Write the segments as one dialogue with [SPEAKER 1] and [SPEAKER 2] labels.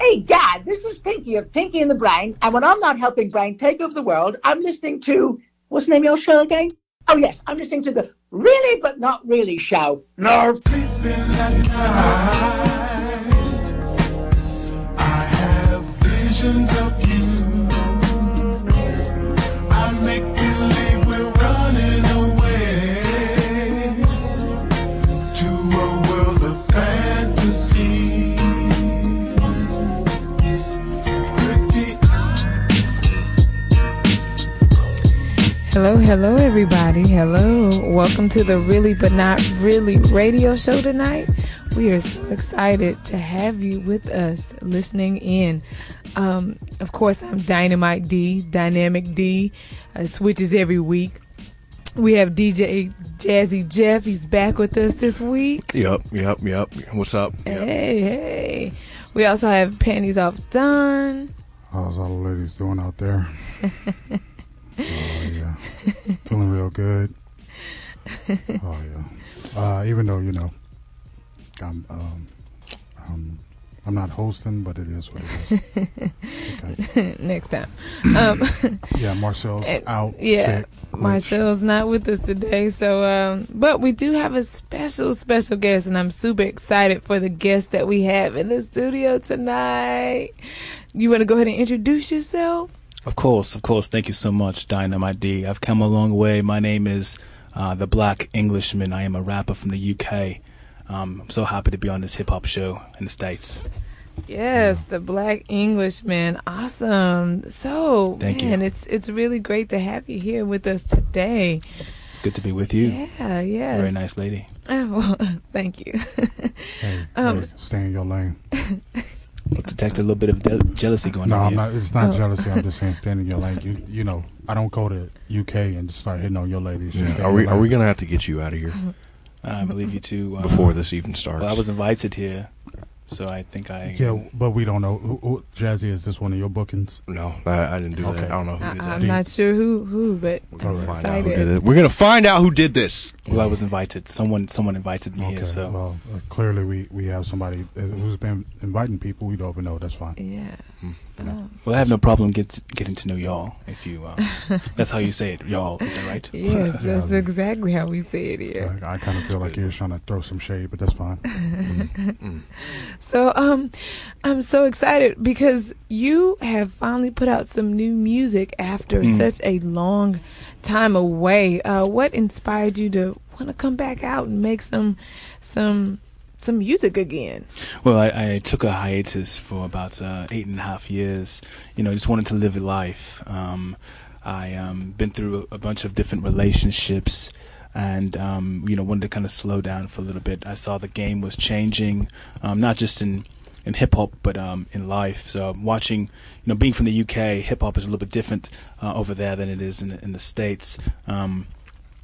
[SPEAKER 1] Hey, Dad, this is Pinky of Pinky and the Brain. And when I'm not helping Brain take over the world, I'm listening to what's the name of your show again? Oh, yes, I'm listening to the Really But Not Really show. No.
[SPEAKER 2] visions of you. I make believe we're running away to a world of fantasy. Pretty
[SPEAKER 3] Hello, hello, everybody. Hello. Welcome to the Really But Not Really radio show tonight. We are so excited to have you with us listening in. Um, of course, I'm Dynamite D, Dynamic D, uh, switches every week. We have DJ Jazzy Jeff. He's back with us this week.
[SPEAKER 4] Yep, yep, yep. What's up? Yep.
[SPEAKER 3] Hey, hey. We also have Panties Off Don.
[SPEAKER 5] How's all the ladies doing out there? oh yeah, feeling real good. Oh yeah. Uh, even though you know, I'm um, um, I'm not hosting, but it is what it is.
[SPEAKER 3] Next time. Um,
[SPEAKER 5] Yeah, Marcel's
[SPEAKER 3] And-
[SPEAKER 5] out
[SPEAKER 3] yeah,
[SPEAKER 5] sick. which-
[SPEAKER 3] Marcel's not with us today, so um, but we do have a special, special guest, and I'm super excited for the guest that we have in the studio tonight. You want to go ahead and introduce yourself?
[SPEAKER 6] Of course, of course. Thank you so much, Dynamite D. I've come a long way. My name is uh, the Black Englishman. I am a rapper from the UK. Um, I'm so happy to be on this hip hop show in the States.
[SPEAKER 3] Yes, the Black Englishman. Awesome. So,
[SPEAKER 6] Thank you.
[SPEAKER 3] man, it's it's really great to have you here with us today.
[SPEAKER 6] It's good to be with you.
[SPEAKER 3] Yeah, yes.
[SPEAKER 6] Very nice lady.
[SPEAKER 3] Oh, well, thank you.
[SPEAKER 5] Hey,
[SPEAKER 3] Um,
[SPEAKER 5] hey, stay in your lane.
[SPEAKER 6] I detect a little bit of de- jealousy going
[SPEAKER 5] No,
[SPEAKER 6] on
[SPEAKER 5] I'm
[SPEAKER 6] here.
[SPEAKER 5] not. It's not
[SPEAKER 3] Oh.
[SPEAKER 5] jealousy. I'm just saying, stay in your lane. You, you know, I don't go to UK and just start hitting on your ladies. Just stay in
[SPEAKER 4] Yeah. Are
[SPEAKER 5] your
[SPEAKER 4] we are
[SPEAKER 5] lane.
[SPEAKER 4] we gonna have to get you out of here
[SPEAKER 6] I believe you too. Uh,
[SPEAKER 4] before this even starts?
[SPEAKER 6] well, I was invited here, so I think I.
[SPEAKER 5] Yeah, but we don't know. Who, who, Jazzy, is this one of your bookings?
[SPEAKER 4] no, I, I didn't do
[SPEAKER 5] Okay.
[SPEAKER 4] that. I don't know who
[SPEAKER 3] I,
[SPEAKER 4] did Oh, that.
[SPEAKER 3] I'm not sure who who, but
[SPEAKER 4] We're
[SPEAKER 3] I'm
[SPEAKER 4] gonna find out who did
[SPEAKER 3] excited.
[SPEAKER 4] it. We're gonna find out who did this.
[SPEAKER 6] Well, I was invited. Someone, someone invited me here. So
[SPEAKER 5] well, uh, clearly we, we have somebody uh, who's been inviting people. We don't even know. That's fine.
[SPEAKER 3] Yeah. Oh.
[SPEAKER 6] Well, I have no problem get, getting to know y'all. If you, uh, that's how you say it, y'all. Is that right?
[SPEAKER 3] Yes,
[SPEAKER 5] Yeah,
[SPEAKER 3] that's
[SPEAKER 5] I-
[SPEAKER 3] exactly how we say it here.
[SPEAKER 5] I, I kind of feel like you're trying to throw some shade, but that's fine.
[SPEAKER 4] Mm.
[SPEAKER 3] So, um, I'm so excited because you have finally put out some new music after
[SPEAKER 6] Mm.
[SPEAKER 3] such a long time away. Uh, what inspired you to want to come back out and make some, some, some music again?
[SPEAKER 6] Well, I, I took a hiatus for about uh, eight and a half years. You know, just wanted to live a life. Um, I um, been through a, a bunch of different relationships, and um, you know, wanted to kind of slow down for a little bit. I saw the game was changing, um, not just in in hip hop, but um, in life. So I'm watching, you know, being from the UK, hip hop is a little bit different uh, over there than it is in, in the states. Um,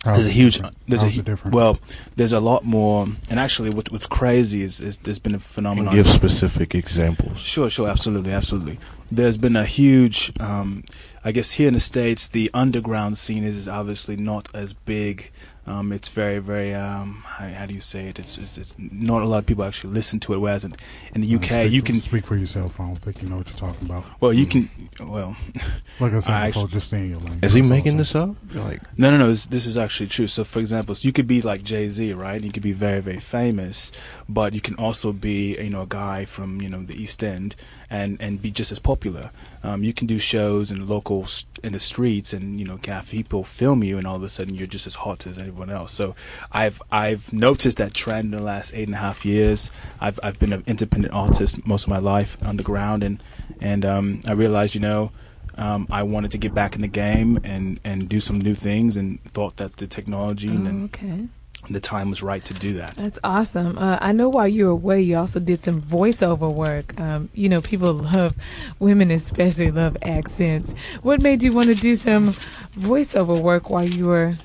[SPEAKER 5] How's
[SPEAKER 6] there's a
[SPEAKER 5] it
[SPEAKER 6] huge.
[SPEAKER 5] different?
[SPEAKER 6] There's a
[SPEAKER 5] How's
[SPEAKER 6] hu-
[SPEAKER 5] it different?
[SPEAKER 6] well. There's a lot more, and actually, what, what's crazy is, is there's been a phenomenon.
[SPEAKER 4] give specific examples.
[SPEAKER 6] Sure, sure, absolutely, absolutely. There's been a huge, um, I guess, here in the states, the underground scene is, is obviously not as big. Um, it's very, very. Um, how, how do you say it? It's, it's, it's not a lot of people actually listen to it. Whereas in, in the
[SPEAKER 5] Uh,
[SPEAKER 6] UK,
[SPEAKER 5] speak
[SPEAKER 6] you
[SPEAKER 5] for-
[SPEAKER 6] can,
[SPEAKER 5] speak for yourself. I don't think you know what you're talking about.
[SPEAKER 6] well, you can, well,
[SPEAKER 5] Like I said
[SPEAKER 6] I
[SPEAKER 5] before, just stay in your lane.
[SPEAKER 4] Hmm. Is he
[SPEAKER 5] That's all
[SPEAKER 4] making
[SPEAKER 5] I'm
[SPEAKER 4] this up? Like,
[SPEAKER 6] No, no, no. This, this is actually true. So, for example, so you could be like Jay Z, right? You could be very, very famous, but you can also be, you know, a guy from you know the East End and and be just as popular. Um, you can do shows in local s in the streets, and you know, can have people film you, and all of a sudden you're just as hot as everyone else. So, I've I've noticed that trend in the last eight and a half years. I've I've been an independent artist most of my life underground, and and um, I realized, you know um, I wanted to get back in the game and, and do some new things and thought that the technology and
[SPEAKER 3] Oh,
[SPEAKER 6] then
[SPEAKER 3] okay.
[SPEAKER 6] the time was right to do that.
[SPEAKER 3] That's awesome. Uh, I know while you were away, you also did some voiceover work. Um, you know, people love, women especially love accents. What made you want to do some voiceover work while you were,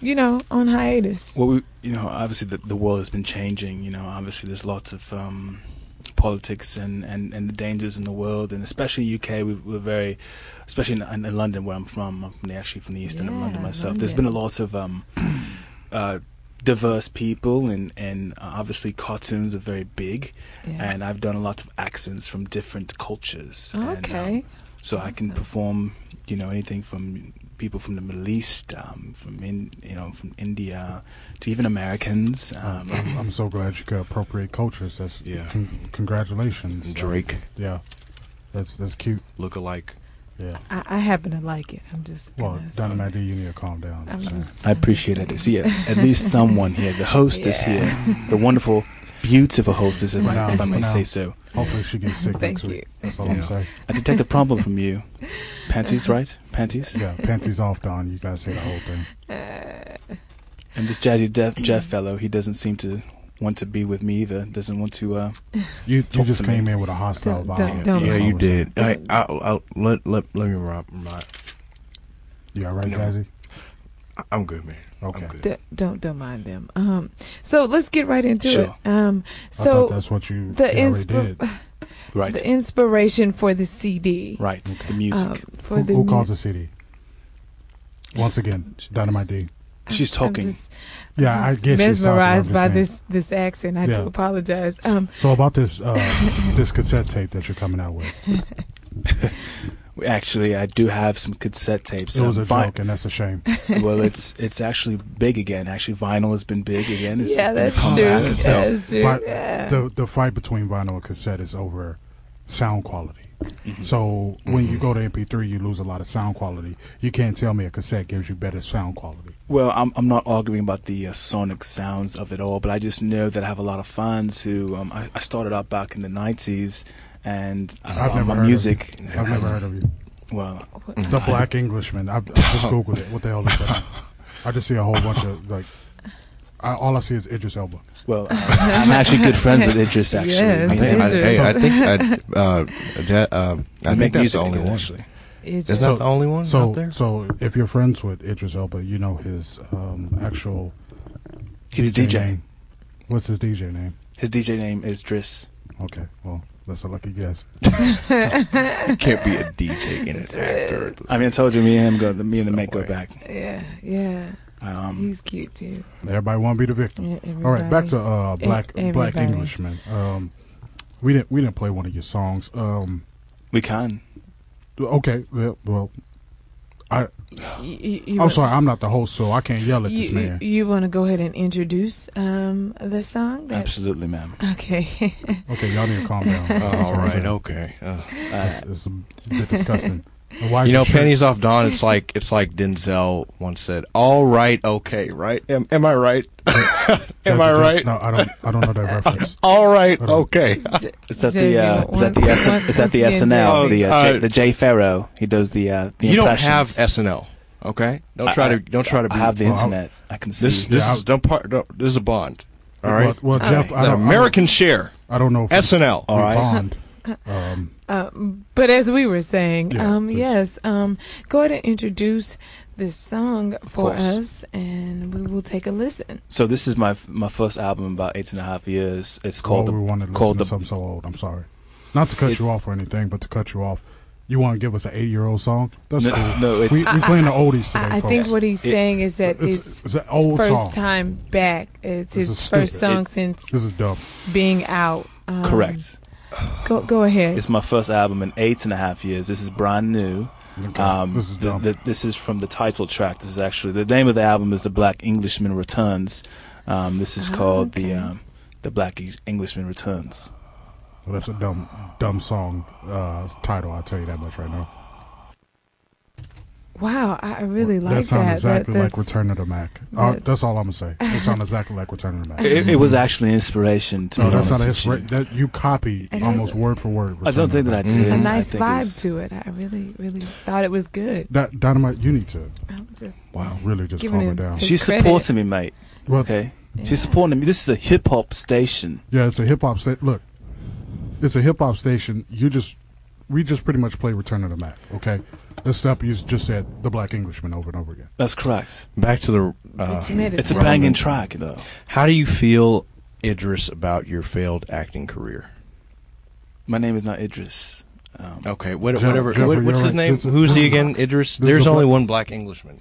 [SPEAKER 3] you know, on hiatus?
[SPEAKER 6] Well, we, you know, obviously the, the world has been changing. You know, obviously there's lots of um, politics and, and, and the dangers in the world, and especially UK. We, we're very, especially in, in, in London where I'm from. I'm from the- actually from the east end of
[SPEAKER 3] Yeah,
[SPEAKER 6] London myself. There's been a
[SPEAKER 3] London.
[SPEAKER 6] lot of um, uh, diverse people, and and uh, obviously cartoons are very big, and I've done a lot of accents from different cultures. and, um,
[SPEAKER 3] Okay.
[SPEAKER 6] so I can
[SPEAKER 3] Awesome.
[SPEAKER 6] perform, you know, anything from people from the Middle East, um, from in, you know, from India to even Americans. Um,
[SPEAKER 5] Oh, I'm, I'm so glad you could appropriate cultures. That's
[SPEAKER 4] Yeah.
[SPEAKER 5] con- congratulations.
[SPEAKER 4] Drake
[SPEAKER 5] Yeah, that's that's cute.
[SPEAKER 4] look alike.
[SPEAKER 5] Yeah.
[SPEAKER 3] I, I happen to like it. I'm just.
[SPEAKER 5] Well,
[SPEAKER 3] gonna say
[SPEAKER 5] Oh, Donna
[SPEAKER 3] that.
[SPEAKER 5] Maddie, you need to calm down.
[SPEAKER 3] I'm
[SPEAKER 5] Sorry.
[SPEAKER 3] just.
[SPEAKER 6] I appreciate it. See, at, at least someone here, the hostess here, the wonderful, beautiful hostess, if,
[SPEAKER 5] No,
[SPEAKER 6] I, if I may
[SPEAKER 5] no.
[SPEAKER 6] say so.
[SPEAKER 5] Hopefully, she gets sick
[SPEAKER 3] Thank
[SPEAKER 5] next week.
[SPEAKER 3] you.
[SPEAKER 5] That's all
[SPEAKER 4] Yeah.
[SPEAKER 5] I'm saying.
[SPEAKER 6] I detect a problem from you. Panties, right? Panties.
[SPEAKER 5] Yeah, panties off, Don. You gotta say the whole thing.
[SPEAKER 3] Uh,
[SPEAKER 6] And this jazzy Jeff, Jeff fellow, he doesn't seem to want to be with me either. Doesn't want to. Uh,
[SPEAKER 5] You you
[SPEAKER 6] Talk
[SPEAKER 5] just
[SPEAKER 6] to me.
[SPEAKER 5] came in with a hostile
[SPEAKER 3] Don't-
[SPEAKER 5] vibe.
[SPEAKER 3] don't- don't.
[SPEAKER 4] yeah,
[SPEAKER 5] That's
[SPEAKER 4] you
[SPEAKER 5] all I'm saying.
[SPEAKER 4] did. I, I, I, let, let, let me remind. remind-
[SPEAKER 5] You all right,
[SPEAKER 4] No.
[SPEAKER 5] Jazzy?
[SPEAKER 4] I- I'm good, man.
[SPEAKER 5] Okay.
[SPEAKER 4] I'm good.
[SPEAKER 3] D- don't don't mind them. Um, so let's get right into
[SPEAKER 6] Sure.
[SPEAKER 3] it. Um,
[SPEAKER 5] I
[SPEAKER 3] so
[SPEAKER 5] thought that's what you
[SPEAKER 3] the
[SPEAKER 5] already
[SPEAKER 3] inspi-
[SPEAKER 5] did.
[SPEAKER 6] right.
[SPEAKER 3] the inspiration for the CD.
[SPEAKER 6] right. The music.
[SPEAKER 3] Um, for
[SPEAKER 5] Who,
[SPEAKER 3] the
[SPEAKER 5] who
[SPEAKER 3] mu-
[SPEAKER 5] calls the CD? Once again, Dynamite D.
[SPEAKER 6] She's
[SPEAKER 3] I'm
[SPEAKER 6] talking.
[SPEAKER 3] just-
[SPEAKER 5] Yeah,
[SPEAKER 3] I'm
[SPEAKER 5] I
[SPEAKER 3] just
[SPEAKER 5] get you, Sasha, I'm
[SPEAKER 3] mesmerized
[SPEAKER 5] just
[SPEAKER 3] by
[SPEAKER 5] saying.
[SPEAKER 3] this this accent. I
[SPEAKER 5] Yeah.
[SPEAKER 3] do apologize. Um,
[SPEAKER 5] So about this uh, this cassette tape that you're coming out with,
[SPEAKER 6] Actually, I do have some cassette tapes.
[SPEAKER 5] it was
[SPEAKER 6] um,
[SPEAKER 5] a
[SPEAKER 6] vi-
[SPEAKER 5] joke, and that's a shame.
[SPEAKER 6] well, it's it's actually big again. Actually, vinyl has been big again. It's,
[SPEAKER 3] yeah,
[SPEAKER 6] it's been
[SPEAKER 3] that's
[SPEAKER 6] come
[SPEAKER 3] true.
[SPEAKER 6] back. And so,
[SPEAKER 3] That's true.
[SPEAKER 5] But
[SPEAKER 3] yeah.
[SPEAKER 5] the the fight between vinyl and cassette is over sound quality.
[SPEAKER 6] Mm-hmm.
[SPEAKER 5] So when you go to MP3, you lose a lot of sound quality. You can't tell me a cassette gives you better sound quality.
[SPEAKER 6] well, I'm I'm not arguing about the uh, sonic sounds of it all, but I just know that I have a lot of fans who um, I, I started out back in the '90s, and uh,
[SPEAKER 5] I've never
[SPEAKER 6] my
[SPEAKER 5] heard of
[SPEAKER 6] music.
[SPEAKER 5] it. I've never heard of you.
[SPEAKER 6] Well,
[SPEAKER 5] The Black Englishman. I, I just googled it. What the hell is that? I just see a whole bunch of like. I, all I see is Idris Elba.
[SPEAKER 6] well, uh, I'm actually good friends with Idris. Actually,
[SPEAKER 3] Yes,
[SPEAKER 6] I
[SPEAKER 4] I think, I,
[SPEAKER 3] Idris.
[SPEAKER 4] hey, I think I, uh, that, um, I
[SPEAKER 6] make
[SPEAKER 4] think that's
[SPEAKER 6] music
[SPEAKER 4] the only
[SPEAKER 6] together,
[SPEAKER 4] one.
[SPEAKER 6] Actually.
[SPEAKER 3] It's
[SPEAKER 4] Is that
[SPEAKER 3] just-
[SPEAKER 4] the only one
[SPEAKER 5] So,
[SPEAKER 4] out there?
[SPEAKER 5] so if you're friends with Idris Elba, you know his um, actual.
[SPEAKER 6] He's a DJ.
[SPEAKER 5] name. What's his DJ name?
[SPEAKER 6] His DJ name is Driss.
[SPEAKER 5] Okay, well, that's a lucky guess.
[SPEAKER 4] It can't be a DJ and an actor. at the
[SPEAKER 6] I mean, I told you, me and him go, me and the mate go
[SPEAKER 4] way.
[SPEAKER 6] back.
[SPEAKER 3] Yeah, yeah.
[SPEAKER 6] Um,
[SPEAKER 3] He's cute too.
[SPEAKER 5] Everybody want to be the victim.
[SPEAKER 3] Yeah,
[SPEAKER 5] All right, back to
[SPEAKER 3] everybody.
[SPEAKER 5] uh, Black
[SPEAKER 3] E-
[SPEAKER 5] Black
[SPEAKER 3] everybody.
[SPEAKER 5] Englishman. Um, we didn't we didn't play one of your songs. Um,
[SPEAKER 6] we can.
[SPEAKER 5] okay, yeah, well, I
[SPEAKER 3] You- you- you
[SPEAKER 5] I'm
[SPEAKER 3] wa-
[SPEAKER 5] sorry, I'm not the host, so I can't yell at
[SPEAKER 3] You,
[SPEAKER 5] this man.
[SPEAKER 3] want to go ahead and introduce um the song? That-
[SPEAKER 6] Absolutely, ma'am.
[SPEAKER 3] Okay.
[SPEAKER 5] Okay, y'all need to calm down. That's
[SPEAKER 4] All
[SPEAKER 5] what I'm
[SPEAKER 4] right,
[SPEAKER 5] saying.
[SPEAKER 4] okay. Uh,
[SPEAKER 6] Uh,
[SPEAKER 5] It's a bit disgusting. And Why is
[SPEAKER 4] you know,
[SPEAKER 5] your shirt-
[SPEAKER 4] pennies off Dawn. It's like it's like Denzel once said. All right, okay, right? Am, am I right? am I right?
[SPEAKER 5] No, I don't. I don't know that reference.
[SPEAKER 4] All right,
[SPEAKER 5] Hold on.
[SPEAKER 4] okay.
[SPEAKER 6] Is that
[SPEAKER 3] Jay-Z,
[SPEAKER 6] the uh,
[SPEAKER 3] one-
[SPEAKER 6] is that the S-
[SPEAKER 3] one-
[SPEAKER 6] is that the
[SPEAKER 3] once again,
[SPEAKER 6] SNL
[SPEAKER 4] Jay-Z.
[SPEAKER 6] the uh, J-
[SPEAKER 4] Uh,
[SPEAKER 6] the Jay Farrow? He does the uh, the
[SPEAKER 4] You don't have
[SPEAKER 6] impressions.
[SPEAKER 4] SNL, okay? Don't try to don't try to be
[SPEAKER 6] I have the
[SPEAKER 5] Well, I-
[SPEAKER 6] internet. I can see.
[SPEAKER 4] this. This
[SPEAKER 5] Yeah,
[SPEAKER 4] is don't part. Don't, this is a Bond. All right,
[SPEAKER 5] Well, well Jeff, I
[SPEAKER 4] That
[SPEAKER 5] don't,
[SPEAKER 4] American share
[SPEAKER 5] I don't, I don't know. If
[SPEAKER 4] SNL.
[SPEAKER 5] we
[SPEAKER 6] All right.
[SPEAKER 5] Bond. Um,
[SPEAKER 3] Um, but as we were saying,
[SPEAKER 5] Yeah,
[SPEAKER 3] um,
[SPEAKER 5] please.
[SPEAKER 3] yes, um, go ahead and introduce this song for
[SPEAKER 6] course.
[SPEAKER 3] us, and we will take a listen.
[SPEAKER 6] so this is my f- my first album in about eight and a half years. It's
[SPEAKER 5] all
[SPEAKER 6] called
[SPEAKER 5] we wanted
[SPEAKER 6] the
[SPEAKER 5] to
[SPEAKER 6] called
[SPEAKER 5] listen
[SPEAKER 6] the
[SPEAKER 5] to something so old. I'm sorry, not to cut you off or anything, but to cut you off. You want to give us an 80 year old song? That's
[SPEAKER 6] No,
[SPEAKER 5] cool.
[SPEAKER 6] no, it's-
[SPEAKER 5] we, we playing the oldies today.
[SPEAKER 3] I, I
[SPEAKER 5] folks.
[SPEAKER 3] think what he's
[SPEAKER 6] It-
[SPEAKER 3] saying is that it's,
[SPEAKER 5] it's, it's an old
[SPEAKER 3] first
[SPEAKER 5] song.
[SPEAKER 3] time back. It's
[SPEAKER 5] This
[SPEAKER 3] his
[SPEAKER 5] is
[SPEAKER 3] first
[SPEAKER 5] stupid.
[SPEAKER 3] song
[SPEAKER 6] It-
[SPEAKER 3] since
[SPEAKER 5] This is dumb.
[SPEAKER 3] being out. Um,
[SPEAKER 6] correct.
[SPEAKER 3] Go go ahead.
[SPEAKER 6] It's my first album in eight and a half years. This is brand new.
[SPEAKER 5] Okay,
[SPEAKER 6] Um,
[SPEAKER 5] this is
[SPEAKER 6] the,
[SPEAKER 5] dumb.
[SPEAKER 6] the, this is from the title track. This is actually the name of the album is "The Black Englishman Returns." Um, this is
[SPEAKER 3] Ah,
[SPEAKER 6] called
[SPEAKER 3] okay.
[SPEAKER 6] the um, "The Black E- Englishman Returns."
[SPEAKER 5] Well, that's a dumb, dumb song uh, title. I'll tell you that much right now.
[SPEAKER 3] wow, I I really like
[SPEAKER 5] that sounds
[SPEAKER 3] that.
[SPEAKER 5] exactly like
[SPEAKER 3] that's-
[SPEAKER 5] Return of the Mac. Uh,
[SPEAKER 3] that's-
[SPEAKER 5] that's, all I'm gonna say. It sounds exactly like Return of the Mac.
[SPEAKER 6] It, it was actually inspiration to
[SPEAKER 5] No,
[SPEAKER 6] be
[SPEAKER 5] that's not
[SPEAKER 6] honest
[SPEAKER 5] his.
[SPEAKER 6] with
[SPEAKER 5] Re-
[SPEAKER 6] you.
[SPEAKER 5] that you copy
[SPEAKER 3] It
[SPEAKER 5] almost
[SPEAKER 3] has a-
[SPEAKER 5] word for word.
[SPEAKER 6] I don't think that I did.
[SPEAKER 3] a
[SPEAKER 6] I
[SPEAKER 3] nice
[SPEAKER 6] think
[SPEAKER 3] vibe
[SPEAKER 6] it's-
[SPEAKER 3] to it. I really, really thought it was good.
[SPEAKER 5] That dynamite, you need to
[SPEAKER 3] I'm Oh, just
[SPEAKER 5] wow, really just
[SPEAKER 3] Giving
[SPEAKER 5] calm it
[SPEAKER 3] him
[SPEAKER 5] down.
[SPEAKER 3] his
[SPEAKER 6] She's
[SPEAKER 3] credit.
[SPEAKER 6] supporting me, mate.
[SPEAKER 5] Well,
[SPEAKER 6] Okay, she's supporting me. This is a hip hop station.
[SPEAKER 5] yeah, it's a hip hop station. Look, it's a hip hop station. You just, we just pretty much play Return of the Mac. Okay, this stuff you just said, the Black Englishman, over and over again.
[SPEAKER 6] That's correct.
[SPEAKER 4] Back to the. Uh,
[SPEAKER 3] But you made it
[SPEAKER 6] It's a
[SPEAKER 3] sound-
[SPEAKER 6] banging track, though.
[SPEAKER 4] how do you feel, Idris, about your failed acting career?
[SPEAKER 6] My name is not Idris. Um,
[SPEAKER 4] Okay, what,
[SPEAKER 5] Jeff-
[SPEAKER 4] whatever.
[SPEAKER 5] Jeffrey,
[SPEAKER 4] what,
[SPEAKER 5] you're
[SPEAKER 4] what's his
[SPEAKER 5] right.
[SPEAKER 4] name?
[SPEAKER 5] This is-
[SPEAKER 4] Who's he again? Idris.
[SPEAKER 5] is
[SPEAKER 4] There's
[SPEAKER 5] a
[SPEAKER 4] only
[SPEAKER 5] black-
[SPEAKER 4] one black Englishman.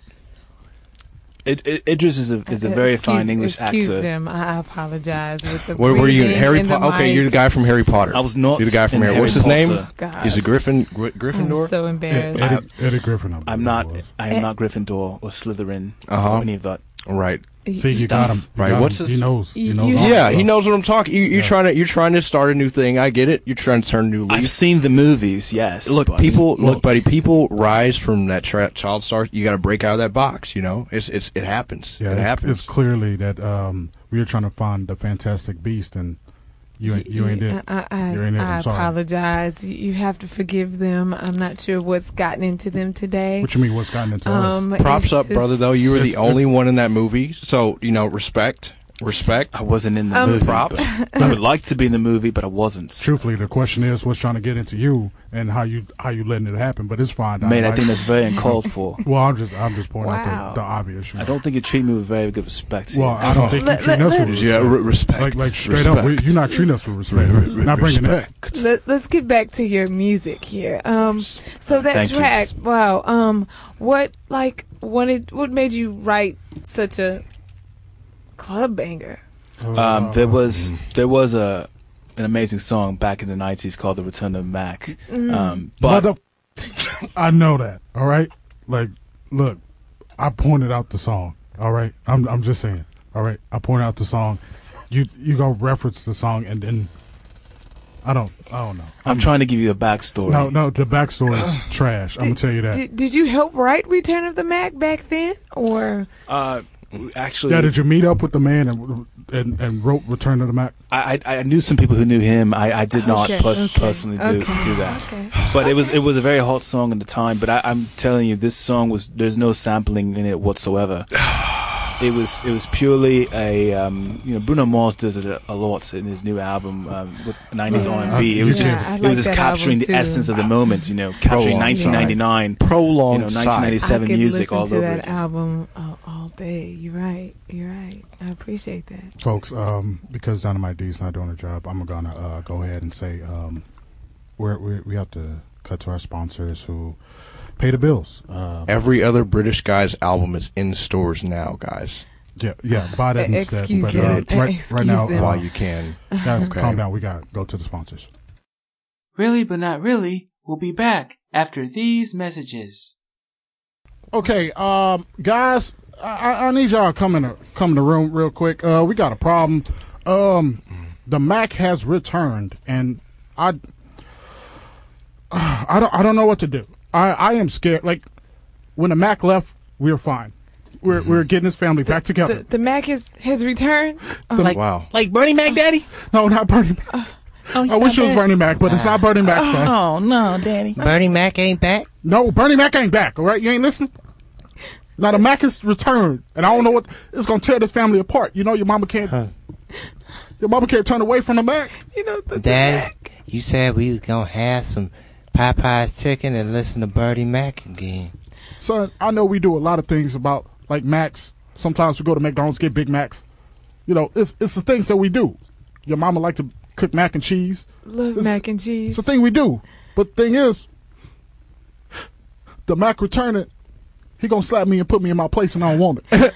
[SPEAKER 6] Id- Id- Idris is a is a very
[SPEAKER 3] Uh, Excuse-
[SPEAKER 6] fine English
[SPEAKER 3] excuse
[SPEAKER 6] actor.
[SPEAKER 3] them. I apologize with the.
[SPEAKER 4] Where were you?
[SPEAKER 3] breathing
[SPEAKER 4] Harry
[SPEAKER 3] and the
[SPEAKER 4] Potter. Okay,
[SPEAKER 3] mic.
[SPEAKER 4] you're the guy from Harry Potter.
[SPEAKER 6] I was not
[SPEAKER 4] You're the guy from
[SPEAKER 6] in
[SPEAKER 4] Harry. What's his
[SPEAKER 6] Harry
[SPEAKER 4] name?
[SPEAKER 6] Potter.
[SPEAKER 3] Gosh.
[SPEAKER 4] He's a Griffin. Gr-
[SPEAKER 3] I'm
[SPEAKER 4] Gryffindor.
[SPEAKER 3] so
[SPEAKER 5] Eddie,
[SPEAKER 3] embarrassed.
[SPEAKER 5] Eddie, Eddie Griffin. I believe
[SPEAKER 6] I'm
[SPEAKER 5] it
[SPEAKER 6] not.
[SPEAKER 5] was.
[SPEAKER 6] I
[SPEAKER 3] Eh.
[SPEAKER 6] am not Gryffindor or Slytherin
[SPEAKER 4] Uh-huh.
[SPEAKER 6] or any of that.
[SPEAKER 4] right.
[SPEAKER 5] See, you got him. You
[SPEAKER 4] Right,
[SPEAKER 5] got
[SPEAKER 4] what's
[SPEAKER 5] him.
[SPEAKER 4] his-
[SPEAKER 5] He knows.
[SPEAKER 3] You-
[SPEAKER 5] He knows.
[SPEAKER 3] you-
[SPEAKER 5] all
[SPEAKER 4] Yeah,
[SPEAKER 5] this
[SPEAKER 4] he
[SPEAKER 5] stuff.
[SPEAKER 4] knows what I'm talking. You, you're
[SPEAKER 5] Yeah.
[SPEAKER 4] trying to you're trying to start a new thing. I get it. You're trying to turn a new
[SPEAKER 6] I've
[SPEAKER 4] leaf.
[SPEAKER 6] seen the movies. Yes.
[SPEAKER 4] Look,
[SPEAKER 6] but-
[SPEAKER 4] people. Look, buddy. People rise from that tra- child star. You got to break out of that box. You know, it's it's it happens.
[SPEAKER 5] Yeah,
[SPEAKER 4] it
[SPEAKER 5] it's,
[SPEAKER 4] happens.
[SPEAKER 5] it's clearly that um, we are trying to find the Fantastic Beast, and you ain't, you ain't it.
[SPEAKER 3] I, I,
[SPEAKER 5] You ain't it.
[SPEAKER 3] I
[SPEAKER 5] I'm sorry.
[SPEAKER 3] apologize. You- You have to forgive them. I'm not sure what's gotten into them today.
[SPEAKER 5] What you mean? What's gotten into us?
[SPEAKER 4] Props
[SPEAKER 3] Um, it's
[SPEAKER 4] up, brother.
[SPEAKER 3] just-
[SPEAKER 4] Though you were the
[SPEAKER 5] It's-
[SPEAKER 4] only
[SPEAKER 5] it's-
[SPEAKER 4] one in that movie, so you know, respect, respect.
[SPEAKER 6] I wasn't in the
[SPEAKER 3] Um,
[SPEAKER 6] movie.
[SPEAKER 4] Props.
[SPEAKER 6] but I would like to be in the movie, but I wasn't.
[SPEAKER 5] Truthfully, the question is what's trying to get into you, and how you how you letting it happen. But it's fine.
[SPEAKER 6] Mate, I
[SPEAKER 5] Dynamite.
[SPEAKER 6] think that's very uncalled for.
[SPEAKER 5] Well, I'm just I'm just pointing
[SPEAKER 3] Wow.
[SPEAKER 5] out the, the obvious. You know?
[SPEAKER 6] I don't think you treat me with very good respect.
[SPEAKER 5] Well, I don't think you
[SPEAKER 3] Let-
[SPEAKER 5] treat
[SPEAKER 3] let-
[SPEAKER 5] us
[SPEAKER 3] let-
[SPEAKER 5] with
[SPEAKER 4] Yeah,
[SPEAKER 5] respect.
[SPEAKER 4] re- respect.
[SPEAKER 5] Like like straight up, we,
[SPEAKER 4] Respect.
[SPEAKER 5] you're not treating us with respect. not bringing that.
[SPEAKER 3] Let, us get back to your music here. Um, so that
[SPEAKER 6] Thank you.
[SPEAKER 3] track, wow. Um, what like wanted? What made you write such a club banger?
[SPEAKER 6] Um,
[SPEAKER 5] Oh.
[SPEAKER 6] there was there was a an amazing song back in the nineties called "The Return of Mac."
[SPEAKER 3] Mm.
[SPEAKER 6] Um, but
[SPEAKER 5] Mother- I know that. All right. Like, look, I pointed out the song. All right. I'm I'm just saying. All right. I pointed out the song. You you go reference the song and then I don't I don't know.
[SPEAKER 6] I'm trying to give you a backstory.
[SPEAKER 5] No no the backstory is trash. I'm gonna tell you that.
[SPEAKER 3] Uh, Did, did you help write Return of the Mac back then, or
[SPEAKER 6] Uh, actually,
[SPEAKER 5] yeah, did you meet up with the man and and, and wrote Return of the Mac?
[SPEAKER 6] I, I I knew some people who knew him. I, I
[SPEAKER 7] Oh,
[SPEAKER 6] did not
[SPEAKER 3] Okay,
[SPEAKER 6] pers-
[SPEAKER 3] Oh, okay,
[SPEAKER 6] personally do
[SPEAKER 3] okay,
[SPEAKER 6] do that.
[SPEAKER 3] okay.
[SPEAKER 6] But it was it was a very hot song at the time. But I, I'm telling you, this song was there's no sampling in it whatsoever. It was it was purely a um, you know Bruno Mars does it a, a lot in his new album um, with 90s
[SPEAKER 3] Yeah.
[SPEAKER 6] R&B. It was
[SPEAKER 5] Yeah,
[SPEAKER 6] just
[SPEAKER 3] I like
[SPEAKER 6] it was just
[SPEAKER 3] that
[SPEAKER 6] capturing
[SPEAKER 3] album
[SPEAKER 6] the
[SPEAKER 3] too.
[SPEAKER 6] essence of the moment. You know, capturing
[SPEAKER 4] Prolonged
[SPEAKER 6] 1999.
[SPEAKER 4] Prolonged
[SPEAKER 6] You know, 1997. Seven
[SPEAKER 3] I could
[SPEAKER 6] music
[SPEAKER 3] listen
[SPEAKER 6] all
[SPEAKER 3] to
[SPEAKER 6] over
[SPEAKER 3] that
[SPEAKER 6] it.
[SPEAKER 3] album all, all day. You're right. You're right. I appreciate that.
[SPEAKER 5] folks, um, because Dynamite D's not doing her job, I'm gonna uh, go ahead and say um, we're, we we have to cut to our sponsors who pay the bills. Uh,
[SPEAKER 4] Every other British guy's album is in stores now, guys.
[SPEAKER 5] yeah, yeah, buy that
[SPEAKER 3] Uh,
[SPEAKER 5] instead.
[SPEAKER 3] excuse
[SPEAKER 5] but, uh,
[SPEAKER 3] them. Uh,
[SPEAKER 5] right,
[SPEAKER 3] excuse
[SPEAKER 5] right now,
[SPEAKER 3] them.
[SPEAKER 5] uh,
[SPEAKER 4] While you can.
[SPEAKER 5] guys,
[SPEAKER 4] Okay.
[SPEAKER 5] calm down. We got to go to the sponsors.
[SPEAKER 8] Really But Not Really will be back after these messages.
[SPEAKER 5] Okay, um, guys, I, I- I need y'all to come in, the, come in the room real quick. Uh, we got a problem. Um, the Mac has returned, and I, I don't, I don't know what to do. I, I am scared. Like when the Mac left, we were fine. We're, we're getting his family back together.
[SPEAKER 3] The, the Mac has has returned. Oh,
[SPEAKER 5] The-
[SPEAKER 3] like,
[SPEAKER 4] Wow.
[SPEAKER 7] Like Bernie Mac Daddy?
[SPEAKER 5] no, not Bernie. Mac.
[SPEAKER 7] Oh,
[SPEAKER 5] I wish it was Bernie Mac, but it's not Bernie Mac, son.
[SPEAKER 7] Oh, no, Daddy.
[SPEAKER 4] Bernie Mac ain't back.
[SPEAKER 5] No, Bernie Mac ain't back. All right, you ain't listening. Now the Mac is returned, and I don't know what it's gonna tear this family apart. You know, your mama can't. Your mama can't turn away from the Mac.
[SPEAKER 3] you know, the, the
[SPEAKER 9] Dad,
[SPEAKER 3] Mac.
[SPEAKER 9] you said we was gonna have some Popeye's chicken and listen to Birdie Mac again.
[SPEAKER 5] Son, I know we do a lot of things about like Macs. Sometimes we go to McDonald's get Big Macs. You know, it's it's the things that we do. Your mama like to cook mac and cheese.
[SPEAKER 3] Love
[SPEAKER 5] It's-
[SPEAKER 3] mac and cheese.
[SPEAKER 5] It's the thing we do. But the thing is, the Mac returning, he gonna slap me and put me in my place, and I don't want it.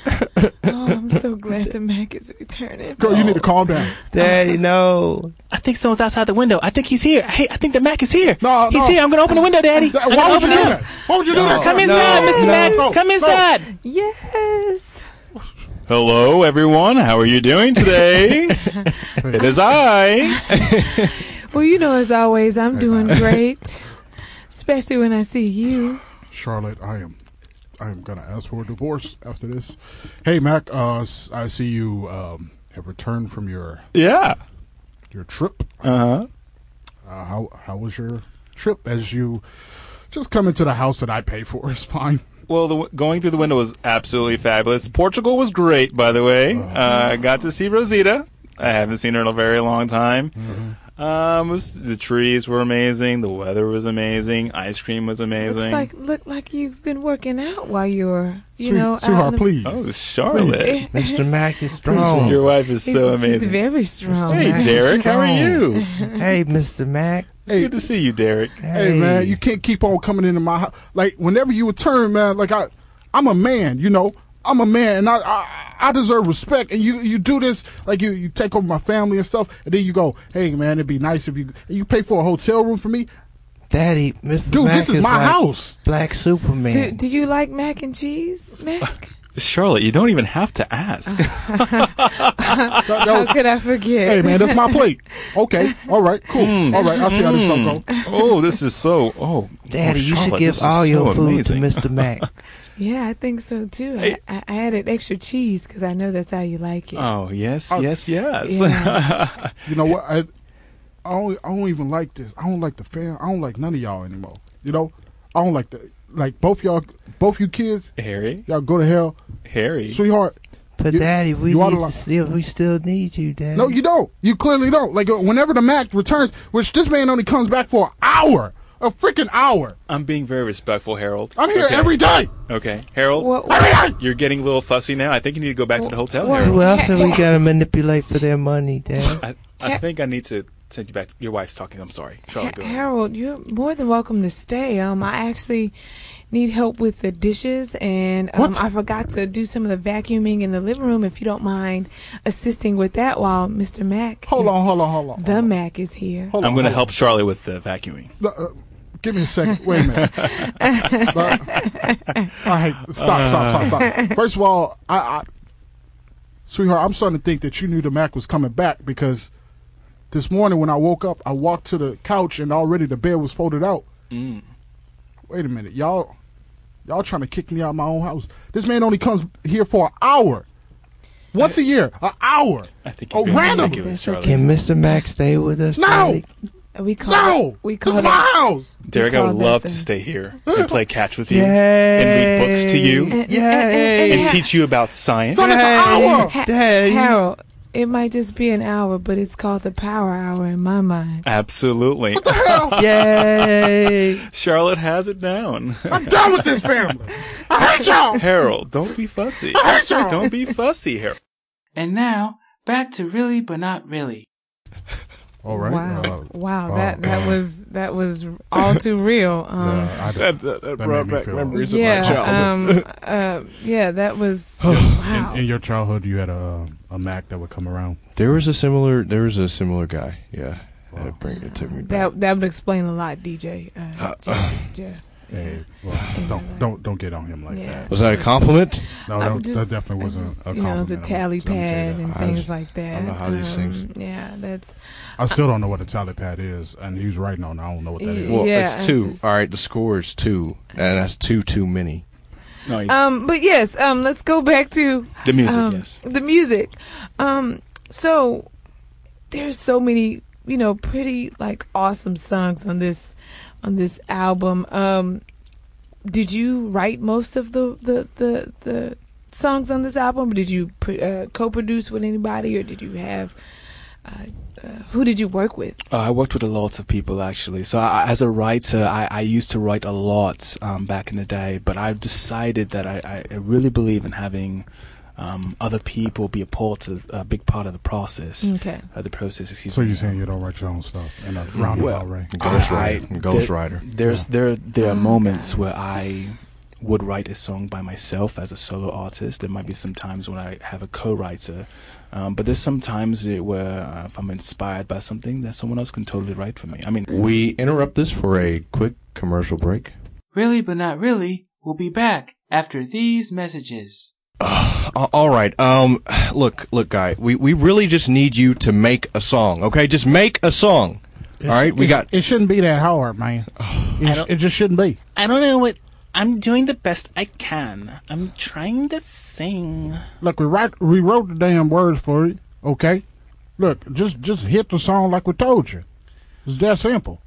[SPEAKER 3] Oh, I'm so glad the Mac is returning.
[SPEAKER 5] Girl, you need to calm down.
[SPEAKER 9] Daddy, no.
[SPEAKER 7] I think someone's outside the window. I think he's here. Hey, I think the Mac is here.
[SPEAKER 5] No,
[SPEAKER 7] he's
[SPEAKER 5] no.
[SPEAKER 7] here. I'm going to open the window, Daddy.
[SPEAKER 5] That-
[SPEAKER 7] I'm
[SPEAKER 5] why
[SPEAKER 7] gonna
[SPEAKER 5] would you
[SPEAKER 7] open
[SPEAKER 5] do
[SPEAKER 7] it
[SPEAKER 5] that?
[SPEAKER 7] up.
[SPEAKER 5] Why would you do that? son?
[SPEAKER 7] Come inside,
[SPEAKER 5] No,
[SPEAKER 7] Mr. Mac.
[SPEAKER 5] no,
[SPEAKER 7] Come
[SPEAKER 5] no.
[SPEAKER 7] inside.
[SPEAKER 3] Yes.
[SPEAKER 6] Hello, everyone. How are you doing today? it is I.
[SPEAKER 3] Well, you know, as always, I'm doing great, especially when I see you.
[SPEAKER 5] Charlotte, I am I am gonna ask for a divorce after this. Hey Mac, uh, s- I see you um, have returned from your
[SPEAKER 6] Yeah.
[SPEAKER 5] your trip.
[SPEAKER 6] Uh huh.
[SPEAKER 5] Uh, how how was your trip? As you just come into the house that I pay for is fine.
[SPEAKER 6] Well, the, w- going through the window was absolutely fabulous. Portugal was great, by the way. Uh, I got to see Rosita. I haven't seen her in a very long time. Um, it was, the trees were amazing. The weather was amazing. Ice cream was amazing.
[SPEAKER 3] Looks like look like you've been working out while you're, you
[SPEAKER 5] Sweet-
[SPEAKER 3] know, out
[SPEAKER 5] sweetheart,
[SPEAKER 3] and-
[SPEAKER 5] please.
[SPEAKER 6] oh, Charlotte.
[SPEAKER 9] Mr. Mac is
[SPEAKER 6] Your
[SPEAKER 9] strong.
[SPEAKER 6] wife is
[SPEAKER 3] He's,
[SPEAKER 6] so
[SPEAKER 3] He's
[SPEAKER 6] amazing.
[SPEAKER 3] very strong.
[SPEAKER 6] Hey,
[SPEAKER 3] Mac.
[SPEAKER 6] Derek, how are you?
[SPEAKER 9] hey, Mr. Mac.
[SPEAKER 6] It's good to see you, Derek.
[SPEAKER 5] Hey, man, you can't keep on coming into my house. Like whenever you return, man. Like I, I'm a man. You know, I'm a man and I, I I deserve respect. And you you do this like you you take over my family and stuff, and then you go, hey man, it'd be nice if you and you pay for a hotel room for me.
[SPEAKER 9] Daddy, Mr.
[SPEAKER 5] Dude,
[SPEAKER 9] Mac
[SPEAKER 5] this is my
[SPEAKER 9] like
[SPEAKER 5] house.
[SPEAKER 9] Black Superman.
[SPEAKER 3] Do, do you like mac and cheese, Mac?
[SPEAKER 6] Charlotte, you don't even have to ask.
[SPEAKER 5] That- that
[SPEAKER 3] How
[SPEAKER 5] was-
[SPEAKER 3] could I forget?
[SPEAKER 5] hey man, that's my plate. Okay, all right, cool.
[SPEAKER 3] Mm.
[SPEAKER 5] All right, I see how this stuff go.
[SPEAKER 6] oh, this is so. Oh,
[SPEAKER 9] Daddy,
[SPEAKER 6] oh,
[SPEAKER 9] you should
[SPEAKER 6] Charlotte,
[SPEAKER 9] give
[SPEAKER 6] this is
[SPEAKER 9] all your
[SPEAKER 6] so
[SPEAKER 9] food
[SPEAKER 6] amazing.
[SPEAKER 9] to Mr. Mac.
[SPEAKER 3] Yeah, I think so too. I,
[SPEAKER 6] Hey.
[SPEAKER 3] I I added extra cheese because I know that's how you like it.
[SPEAKER 6] Oh yes,
[SPEAKER 5] Oh.
[SPEAKER 6] yes, yes.
[SPEAKER 3] Yeah.
[SPEAKER 5] You know what? I I don't, I don't even like this. I don't like the fam. I don't like none of y'all anymore. You know, I don't like the like both y'all, both you kids.
[SPEAKER 6] Harry,
[SPEAKER 5] Y'all go to hell,
[SPEAKER 6] Harry.
[SPEAKER 5] sweetheart.
[SPEAKER 9] But
[SPEAKER 5] You-
[SPEAKER 9] Daddy, we
[SPEAKER 5] you oughta
[SPEAKER 9] need
[SPEAKER 5] like-
[SPEAKER 9] to still, we still need you, Daddy.
[SPEAKER 5] No, you don't. You clearly don't. Like uh, whenever the Mac returns, which this man only comes back for an hour, a freaking hour.
[SPEAKER 6] I'm being very respectful, Harold.
[SPEAKER 5] I'm here
[SPEAKER 6] Okay.
[SPEAKER 5] every day.
[SPEAKER 6] Okay, Harold.
[SPEAKER 3] What-
[SPEAKER 5] Every day.
[SPEAKER 6] You're getting a little fussy now. I think you need to go back to the hotel,
[SPEAKER 3] Well-
[SPEAKER 6] Harold.
[SPEAKER 9] Who else are we gonna manipulate for their money, Daddy?
[SPEAKER 6] Oh, I, I think I need to send you back. Your wife's talking. I'm sorry,
[SPEAKER 3] Ha-
[SPEAKER 6] Charlotte. Go ahead.
[SPEAKER 3] Harold, you're more than welcome to stay. Um, I actually need help with the dishes, and um,
[SPEAKER 5] What?
[SPEAKER 3] I forgot to do some of the vacuuming in the living room. If you don't mind assisting with that, while Mr. Mac,
[SPEAKER 5] Hold
[SPEAKER 3] is-
[SPEAKER 5] on, hold on, hold on.
[SPEAKER 3] the Mac is here.
[SPEAKER 5] Hold on,
[SPEAKER 6] I'm going to
[SPEAKER 5] hold
[SPEAKER 6] help Charlotte with the vacuuming.
[SPEAKER 5] on. Uh, uh, give me a second. Wait a minute. Uh, all right, stop, stop, stop, stop. First of all, I, I, sweetheart, I'm starting to think that you knew the Mac was coming back because this morning when I woke up, I walked to the couch and already the bed was folded out. Mm. Wait a minute, y'all, y'all trying to kick me out of my own house? This man only comes here for an hour, once a year, an hour.
[SPEAKER 6] I think
[SPEAKER 5] Oh,
[SPEAKER 6] you're being
[SPEAKER 5] random.
[SPEAKER 6] ridiculous, Charlotte.
[SPEAKER 9] Can Mr. Mac stay with us?
[SPEAKER 5] No!
[SPEAKER 9] Daddy?
[SPEAKER 3] We call
[SPEAKER 5] No,
[SPEAKER 3] we
[SPEAKER 5] this
[SPEAKER 3] call
[SPEAKER 5] is
[SPEAKER 3] it,
[SPEAKER 5] my house.
[SPEAKER 6] Derek, I would
[SPEAKER 3] call that
[SPEAKER 6] love
[SPEAKER 3] the-
[SPEAKER 6] to stay here and play catch with you and read
[SPEAKER 9] Yay.
[SPEAKER 6] books to you
[SPEAKER 3] and- and- and-
[SPEAKER 6] and
[SPEAKER 3] and-
[SPEAKER 6] teach you about science.
[SPEAKER 5] Son, it's an hour.
[SPEAKER 3] Ha-
[SPEAKER 9] Daddy.
[SPEAKER 3] Harold, it might just be an hour, but it's called the Power Hour in my mind.
[SPEAKER 6] Absolutely.
[SPEAKER 9] Yay!
[SPEAKER 6] Charlotte has it down.
[SPEAKER 5] I'm done with this family. I hate y'all.
[SPEAKER 6] Harold, don't be fussy.
[SPEAKER 5] Charlotte.
[SPEAKER 6] don't be fussy, Harold.
[SPEAKER 8] And now, back to really but not really.
[SPEAKER 5] All right.
[SPEAKER 3] Wow.
[SPEAKER 5] uh,
[SPEAKER 3] wow.
[SPEAKER 5] uh,
[SPEAKER 3] that that
[SPEAKER 5] uh,
[SPEAKER 3] was that was all too real. Um,
[SPEAKER 5] yeah, I did-
[SPEAKER 4] That, that, that
[SPEAKER 5] That
[SPEAKER 4] brought
[SPEAKER 5] made me
[SPEAKER 4] back
[SPEAKER 5] feel-
[SPEAKER 4] memories of my
[SPEAKER 3] yeah.
[SPEAKER 4] childhood.
[SPEAKER 3] Um, uh, yeah. That was wow.
[SPEAKER 5] In, in your childhood, you had a a Mac that would come around.
[SPEAKER 4] There was a similar. There was a similar guy. Yeah, that bring it took me back.
[SPEAKER 3] that that would explain a lot, DJ. Uh, Jeff, Jeff.
[SPEAKER 5] Hey, well, don't don't don't get on him like
[SPEAKER 3] Yeah.
[SPEAKER 5] that.
[SPEAKER 4] Was that a compliment?
[SPEAKER 5] No,
[SPEAKER 3] I'm
[SPEAKER 5] that,
[SPEAKER 3] just-
[SPEAKER 5] that definitely
[SPEAKER 3] I'm
[SPEAKER 5] wasn't
[SPEAKER 3] just,
[SPEAKER 5] a
[SPEAKER 3] you
[SPEAKER 5] compliment.
[SPEAKER 3] know the
[SPEAKER 5] I'm-
[SPEAKER 3] tally
[SPEAKER 5] I'm gonna tell you
[SPEAKER 3] pad
[SPEAKER 5] that.
[SPEAKER 3] and
[SPEAKER 4] I
[SPEAKER 3] things
[SPEAKER 4] just-
[SPEAKER 3] like that. Um,
[SPEAKER 4] don't know how these things-
[SPEAKER 3] Yeah, that's
[SPEAKER 5] I still don't know what a tally pad is, and he's writing on. it. I don't know what that is.
[SPEAKER 4] Well,
[SPEAKER 3] Yeah,
[SPEAKER 4] it's
[SPEAKER 3] I
[SPEAKER 4] two.
[SPEAKER 3] just-
[SPEAKER 4] All right, the score is two, and that's two too many.
[SPEAKER 6] No, he's,
[SPEAKER 3] Um, but yes, um, let's go back to
[SPEAKER 6] the music,
[SPEAKER 3] um,
[SPEAKER 6] yes.
[SPEAKER 3] the music. Um, so there's so many, you know, pretty like awesome songs on this on this album. Um, did you write most of the the the, the songs on this album? Did you pr- uh, co-produce with anybody, or did you have uh, uh, who did you work with?
[SPEAKER 6] Uh, I worked with a lot of people actually. So I, I- as a writer, I, I used to write a lot um, back in the day, but I've decided that I, I- I really believe in having um, other people be a part of a big part of the process.
[SPEAKER 3] Okay.
[SPEAKER 6] Uh, the process, excuse
[SPEAKER 5] So
[SPEAKER 6] me.
[SPEAKER 5] you're saying you don't write your own stuff in a roundabout
[SPEAKER 6] Well,
[SPEAKER 5] way?
[SPEAKER 4] Ghost
[SPEAKER 6] I-
[SPEAKER 4] Rider.
[SPEAKER 6] I-
[SPEAKER 4] Ghost
[SPEAKER 6] there-
[SPEAKER 4] Rider.
[SPEAKER 6] There's there there are moments where I would write a song by myself as a solo artist. There might be some times when I have a co-writer, um, but there's some times it where uh, if I'm inspired by something, that someone else can totally write for me. I mean,
[SPEAKER 4] We interrupt this for a quick commercial break.
[SPEAKER 8] Really but not really will be back after these messages.
[SPEAKER 4] A- All right. Um, look, look, guy. We we really just need you to make a song. Okay, just make a song. All right, we got.
[SPEAKER 5] It shouldn't be that hard, man. It, it just shouldn't be.
[SPEAKER 7] I don't know what. I'm doing the best I can. I'm trying to sing.
[SPEAKER 5] Look, we write, we wrote the damn words for it. Okay, look, just just hit the song like we told you. It's that simple.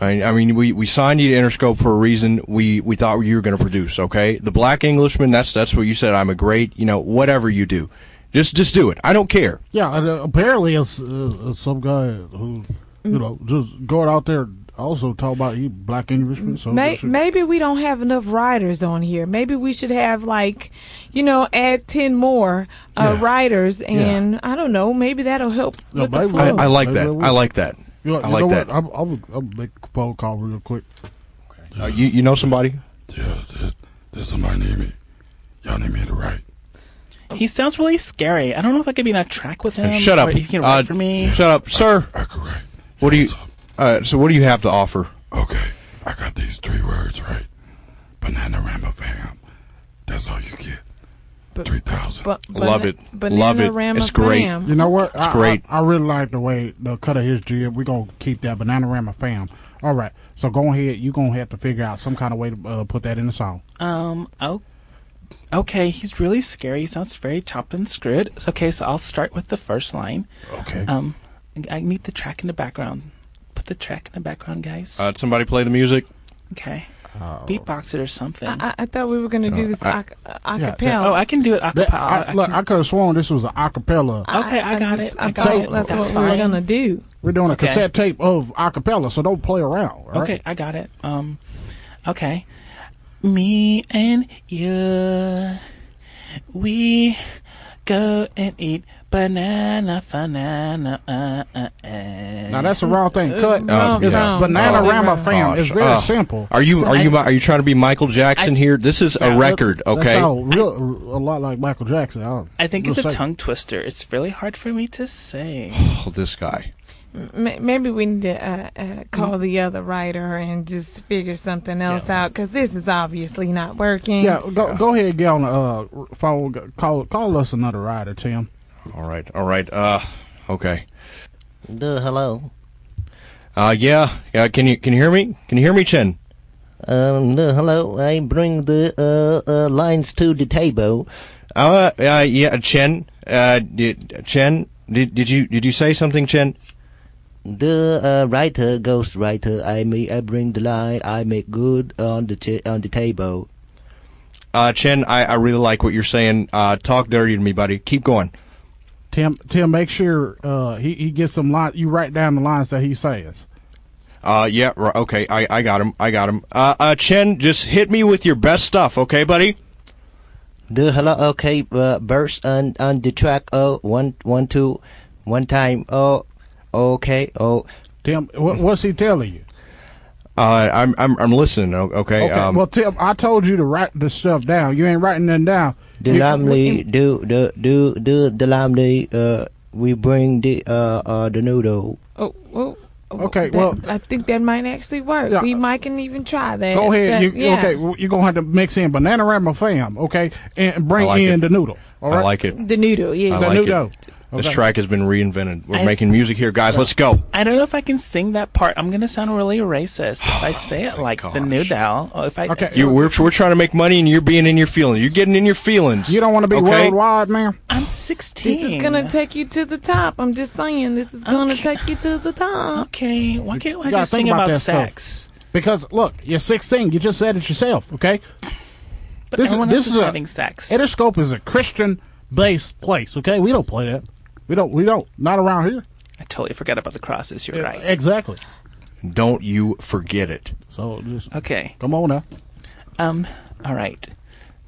[SPEAKER 4] I, I mean, we, we signed you to Interscope for a reason. We we thought you were going to produce. Okay, the Black Englishman. That's that's what you said. I'm a great. You know, whatever you do, just just do it. I don't care.
[SPEAKER 5] Yeah, and, uh, apparently it's, uh, it's some guy who,
[SPEAKER 3] Mm.
[SPEAKER 5] you know, just going out there also talking about he black Englishman. So
[SPEAKER 3] May-
[SPEAKER 5] they should-
[SPEAKER 3] maybe we don't have enough writers on here. Maybe we should have like, you know, add ten more uh, writers, and I don't know. Maybe that'll help
[SPEAKER 5] Yeah,
[SPEAKER 3] with the
[SPEAKER 5] maybe-
[SPEAKER 3] flow.
[SPEAKER 4] I, I like
[SPEAKER 5] Maybe
[SPEAKER 4] that.
[SPEAKER 5] I will.
[SPEAKER 4] I like that.
[SPEAKER 5] you know,
[SPEAKER 4] I
[SPEAKER 5] you
[SPEAKER 4] like
[SPEAKER 5] know
[SPEAKER 4] that.
[SPEAKER 5] What? I'm, I'm, I'm gonna make a phone call real quick.
[SPEAKER 4] Uh, you you know somebody?
[SPEAKER 5] Yeah, there's, there's somebody near me.
[SPEAKER 10] Y'all need me to write.
[SPEAKER 7] He sounds really scary. I don't know if I could be in a track with him.
[SPEAKER 4] Shut up.
[SPEAKER 7] Or if you can write
[SPEAKER 4] Uh,
[SPEAKER 7] for me.
[SPEAKER 4] Shut up, sir.
[SPEAKER 10] I could write.
[SPEAKER 4] What do you?
[SPEAKER 10] What's
[SPEAKER 4] Uh, so what do you have to offer?
[SPEAKER 10] up? Okay, I got these three words right. Banana Rama fam. That's all you get.
[SPEAKER 3] But-
[SPEAKER 10] Three thousand.
[SPEAKER 3] Ba-
[SPEAKER 4] Love it.
[SPEAKER 3] Banana
[SPEAKER 4] Love it.
[SPEAKER 3] Rama
[SPEAKER 4] It's great.
[SPEAKER 3] Fam.
[SPEAKER 5] You know what? It's I,
[SPEAKER 4] great.
[SPEAKER 5] I, I really like the way the cut of his jib. We're going to keep that banana rama fam. All right. So go ahead. You're going to have to figure out some kind of way to uh, put that in the song.
[SPEAKER 7] Um. Oh. Okay. He's really scary. He sounds very chopped and screwed. It's okay. So I'll start with the first line.
[SPEAKER 10] Okay.
[SPEAKER 7] Um. I need the track in the background. Put the track in the background, guys.
[SPEAKER 4] Uh, somebody play the music.
[SPEAKER 7] okay. Oh, Beatbox it or something.
[SPEAKER 3] I, I thought we were gonna do this
[SPEAKER 4] I-
[SPEAKER 3] ac- uh, acapella.
[SPEAKER 5] Yeah,
[SPEAKER 7] oh, I can do it
[SPEAKER 5] That-
[SPEAKER 7] acapella.
[SPEAKER 5] I, look, I could have sworn this was an acapella.
[SPEAKER 7] okay, I, got
[SPEAKER 3] just-
[SPEAKER 7] it. I
[SPEAKER 3] I
[SPEAKER 7] got
[SPEAKER 3] thought
[SPEAKER 7] it.
[SPEAKER 3] That's,
[SPEAKER 7] That's
[SPEAKER 3] what we
[SPEAKER 7] fine.
[SPEAKER 3] were gonna do.
[SPEAKER 5] We're doing a
[SPEAKER 7] okay.
[SPEAKER 5] cassette tape of acapella, so don't play around. all right?
[SPEAKER 7] Okay, I got it. Um, okay. Me and you, we go and eat banana, banana, uh, uh, uh.
[SPEAKER 5] Now that's the wrong thing. Cut.
[SPEAKER 3] Wrong,
[SPEAKER 5] it's
[SPEAKER 3] wrong.
[SPEAKER 5] banana
[SPEAKER 3] Oh,
[SPEAKER 5] rama
[SPEAKER 3] gosh.
[SPEAKER 5] fam. It's very
[SPEAKER 4] Uh,
[SPEAKER 5] simple.
[SPEAKER 4] Are you are you mi- are you trying to be Michael Jackson here? This is a record,
[SPEAKER 5] That's
[SPEAKER 4] okay?
[SPEAKER 5] all, real, a lot like Michael Jackson. I,
[SPEAKER 7] I think
[SPEAKER 5] real
[SPEAKER 7] it's a
[SPEAKER 5] simple.
[SPEAKER 7] tongue twister. It's really hard for me to say.
[SPEAKER 4] Oh, this guy.
[SPEAKER 3] M- maybe we need to uh, uh, call the other writer and just figure something else out because this is obviously not working.
[SPEAKER 5] Yeah, go go ahead. Get on the uh, phone. Go- Call call us another rider, Tim.
[SPEAKER 4] All right, all right. Uh, okay.
[SPEAKER 9] Duh, hello.
[SPEAKER 4] Uh, yeah, yeah. Can you can you hear me? Can you hear me, Chen?
[SPEAKER 9] Um, duh, hello. I bring the uh, uh, lines to the table.
[SPEAKER 4] Uh, uh yeah, Chen. Uh, did, Chen, did did you did you say something, Chen?
[SPEAKER 9] The uh, writer, ghost writer, I me, I bring the line. I make good on the t- on the table.
[SPEAKER 4] Uh, Chen, I, I really like what you're saying. Uh, talk dirty to me, buddy. Keep going.
[SPEAKER 5] Tim Tim, make sure uh, he he gets some line. You write down the lines that he says.
[SPEAKER 4] Uh, yeah, right, okay. I, I got him. I got him. Uh, uh, Chen, just hit me with your best stuff, okay, buddy?
[SPEAKER 9] The hello, okay, uh, verse on on the track. Oh, one, one, two, one time. Oh, okay. Oh,
[SPEAKER 5] Tim, what, what's he telling you?
[SPEAKER 4] Uh, I'm I'm I'm listening. o- Okay.
[SPEAKER 5] Okay.
[SPEAKER 4] um,
[SPEAKER 5] well, Tim, I told you to write the stuff down. You ain't writing nothing down.
[SPEAKER 9] the
[SPEAKER 5] You-
[SPEAKER 9] lamely, do the do do the lamely. Uh, we bring the uh uh the noodle.
[SPEAKER 3] Oh, oh, oh,
[SPEAKER 5] Okay,
[SPEAKER 3] that-
[SPEAKER 5] well-
[SPEAKER 3] I think that might actually work.
[SPEAKER 5] Yeah.
[SPEAKER 3] We might can even try that.
[SPEAKER 5] Go
[SPEAKER 3] That-
[SPEAKER 5] ahead. you,
[SPEAKER 3] yeah.
[SPEAKER 5] Okay, well, you're gonna have to mix in banana rama fam. Okay, and
[SPEAKER 4] I
[SPEAKER 5] bring
[SPEAKER 4] like
[SPEAKER 5] in
[SPEAKER 4] it.
[SPEAKER 5] the noodle. All right.
[SPEAKER 4] I like it.
[SPEAKER 3] The noodle, yeah.
[SPEAKER 4] I
[SPEAKER 5] the
[SPEAKER 4] like it.
[SPEAKER 5] noodle.
[SPEAKER 4] This
[SPEAKER 5] Okay.
[SPEAKER 4] track has been reinvented. We're
[SPEAKER 7] I-
[SPEAKER 4] making music here, guys. Let's go.
[SPEAKER 7] I don't know if I can sing that part. I'm gonna sound really racist if I say it like the new doll. Or if I
[SPEAKER 5] Okay.
[SPEAKER 4] You, we're we're trying to make money, and you're being in your feelings. You're getting in your feelings.
[SPEAKER 5] You don't want to be
[SPEAKER 4] okay?
[SPEAKER 5] worldwide, man.
[SPEAKER 7] I'm 16.
[SPEAKER 3] This is gonna take you to the top. I'm just saying, this is gonna
[SPEAKER 7] Okay.
[SPEAKER 3] take you to the top.
[SPEAKER 7] Okay, why can't I
[SPEAKER 5] gotta
[SPEAKER 7] just
[SPEAKER 5] think
[SPEAKER 7] sing
[SPEAKER 5] about
[SPEAKER 7] about
[SPEAKER 5] that stuff.
[SPEAKER 7] sex?
[SPEAKER 5] Because look, you're 16. You just said it yourself. Okay.
[SPEAKER 7] But
[SPEAKER 5] This is-
[SPEAKER 7] everyone
[SPEAKER 5] this
[SPEAKER 7] else is,
[SPEAKER 5] is a-
[SPEAKER 7] having sex.
[SPEAKER 5] Interscope is a Christian-based place. Okay. We don't play that. We don't. We don't. Not around here.
[SPEAKER 7] I totally forgot about the crosses. You're right.
[SPEAKER 5] Exactly.
[SPEAKER 4] Don't you forget it.
[SPEAKER 5] So just
[SPEAKER 7] Okay.
[SPEAKER 5] come on now.
[SPEAKER 7] Um. All right.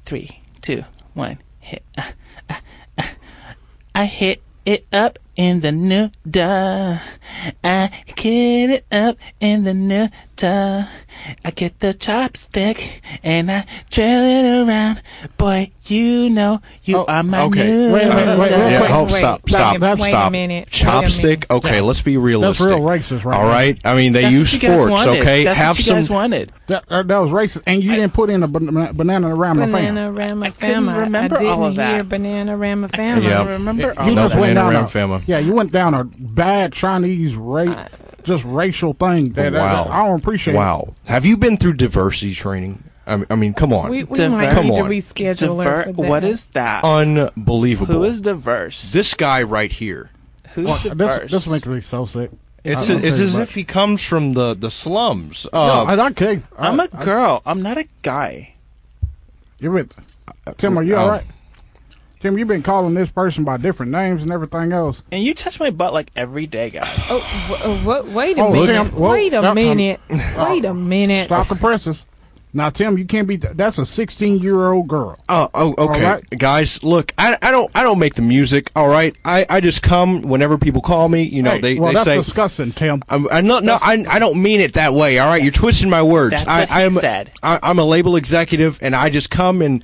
[SPEAKER 7] Three, two, one. Hit. Uh, uh, uh. I hit it up in the new duh. I get it up in the new duh. I get the chopstick and I trail it around. Boy, you know you
[SPEAKER 5] Oh,
[SPEAKER 7] are my
[SPEAKER 4] okay.
[SPEAKER 7] new
[SPEAKER 5] Wait, wait, wait,
[SPEAKER 7] duh.
[SPEAKER 5] real
[SPEAKER 4] Yeah,
[SPEAKER 5] quick.
[SPEAKER 4] oh,
[SPEAKER 3] Wait,
[SPEAKER 4] stop,
[SPEAKER 3] wait
[SPEAKER 4] stop,
[SPEAKER 3] a minute, wait a
[SPEAKER 4] stop.
[SPEAKER 3] minute, wait a
[SPEAKER 4] Chopstick.
[SPEAKER 3] minute.
[SPEAKER 4] Okay, let's be realistic.
[SPEAKER 5] real racist right
[SPEAKER 4] All
[SPEAKER 5] now.
[SPEAKER 4] right. I mean, they
[SPEAKER 7] That's
[SPEAKER 4] use
[SPEAKER 7] what you guys
[SPEAKER 4] forks.
[SPEAKER 7] wanted.
[SPEAKER 4] Okay,
[SPEAKER 7] That's
[SPEAKER 4] have
[SPEAKER 7] what you
[SPEAKER 4] some.
[SPEAKER 7] guys wanted.
[SPEAKER 5] That, uh, that was racist, and you didn't put in a banana, banana around my fam.
[SPEAKER 3] Banana Rama
[SPEAKER 7] I couldn't
[SPEAKER 3] Fama.
[SPEAKER 7] remember
[SPEAKER 3] I didn't
[SPEAKER 7] all of that.
[SPEAKER 3] hear Banana Rama Fama.
[SPEAKER 4] Yeah.
[SPEAKER 7] remember uh,
[SPEAKER 5] You
[SPEAKER 4] No,
[SPEAKER 5] just went
[SPEAKER 4] banana
[SPEAKER 5] down
[SPEAKER 4] ram
[SPEAKER 5] a,
[SPEAKER 4] fama.
[SPEAKER 5] Yeah, you went down a bad Chinese race, just racial thing. That, that-
[SPEAKER 4] Oh, Wow.
[SPEAKER 5] that- I don't appreciate. it.
[SPEAKER 4] Wow. Have you been through diversity training? I mean, I mean come on.
[SPEAKER 3] We, we
[SPEAKER 7] Diver-
[SPEAKER 3] might
[SPEAKER 4] Come
[SPEAKER 3] need to
[SPEAKER 4] on.
[SPEAKER 3] reschedule her for
[SPEAKER 7] Diver-
[SPEAKER 3] that.
[SPEAKER 7] what is that?
[SPEAKER 4] Unbelievable.
[SPEAKER 7] Who is diverse?
[SPEAKER 4] this guy right here?
[SPEAKER 7] Who's
[SPEAKER 5] This
[SPEAKER 7] diverse?
[SPEAKER 5] this makes me so sick.
[SPEAKER 4] It's,
[SPEAKER 5] I don't
[SPEAKER 4] it's
[SPEAKER 5] think
[SPEAKER 4] as
[SPEAKER 5] much.
[SPEAKER 4] if he comes from the, the slums.
[SPEAKER 5] No,
[SPEAKER 4] Uh,
[SPEAKER 5] I don't care. I-
[SPEAKER 7] I'm a
[SPEAKER 5] I-
[SPEAKER 7] girl. I'm not a guy.
[SPEAKER 5] you been, Tim, are you all
[SPEAKER 4] Oh.
[SPEAKER 5] right? Tim, you've been calling this person by different names and everything else.
[SPEAKER 7] And you touch my butt like every day, guy.
[SPEAKER 3] Oh, w- uh, what, wait a
[SPEAKER 5] Oh,
[SPEAKER 3] minute.
[SPEAKER 5] Tim, well,
[SPEAKER 3] wait a
[SPEAKER 5] stop, um,
[SPEAKER 3] minute. wait a minute.
[SPEAKER 5] Stop the presses.
[SPEAKER 10] Now, Tim, you can't be. That's a 16 year old girl.
[SPEAKER 4] Oh, oh, okay,
[SPEAKER 10] All right.
[SPEAKER 4] guys. Look, I, I don't I don't make the music. All right, I, I just come whenever people call me. You know,
[SPEAKER 10] Hey,
[SPEAKER 4] they
[SPEAKER 10] well,
[SPEAKER 4] they
[SPEAKER 10] that's
[SPEAKER 4] say
[SPEAKER 10] disgusting, Tim.
[SPEAKER 4] I'm, I'm not. No, I, I don't mean it that way. All right, you're twisting my words.
[SPEAKER 7] that's
[SPEAKER 4] I,
[SPEAKER 7] what he
[SPEAKER 4] I am,
[SPEAKER 7] said.
[SPEAKER 4] I, I'm a label executive, and I just come and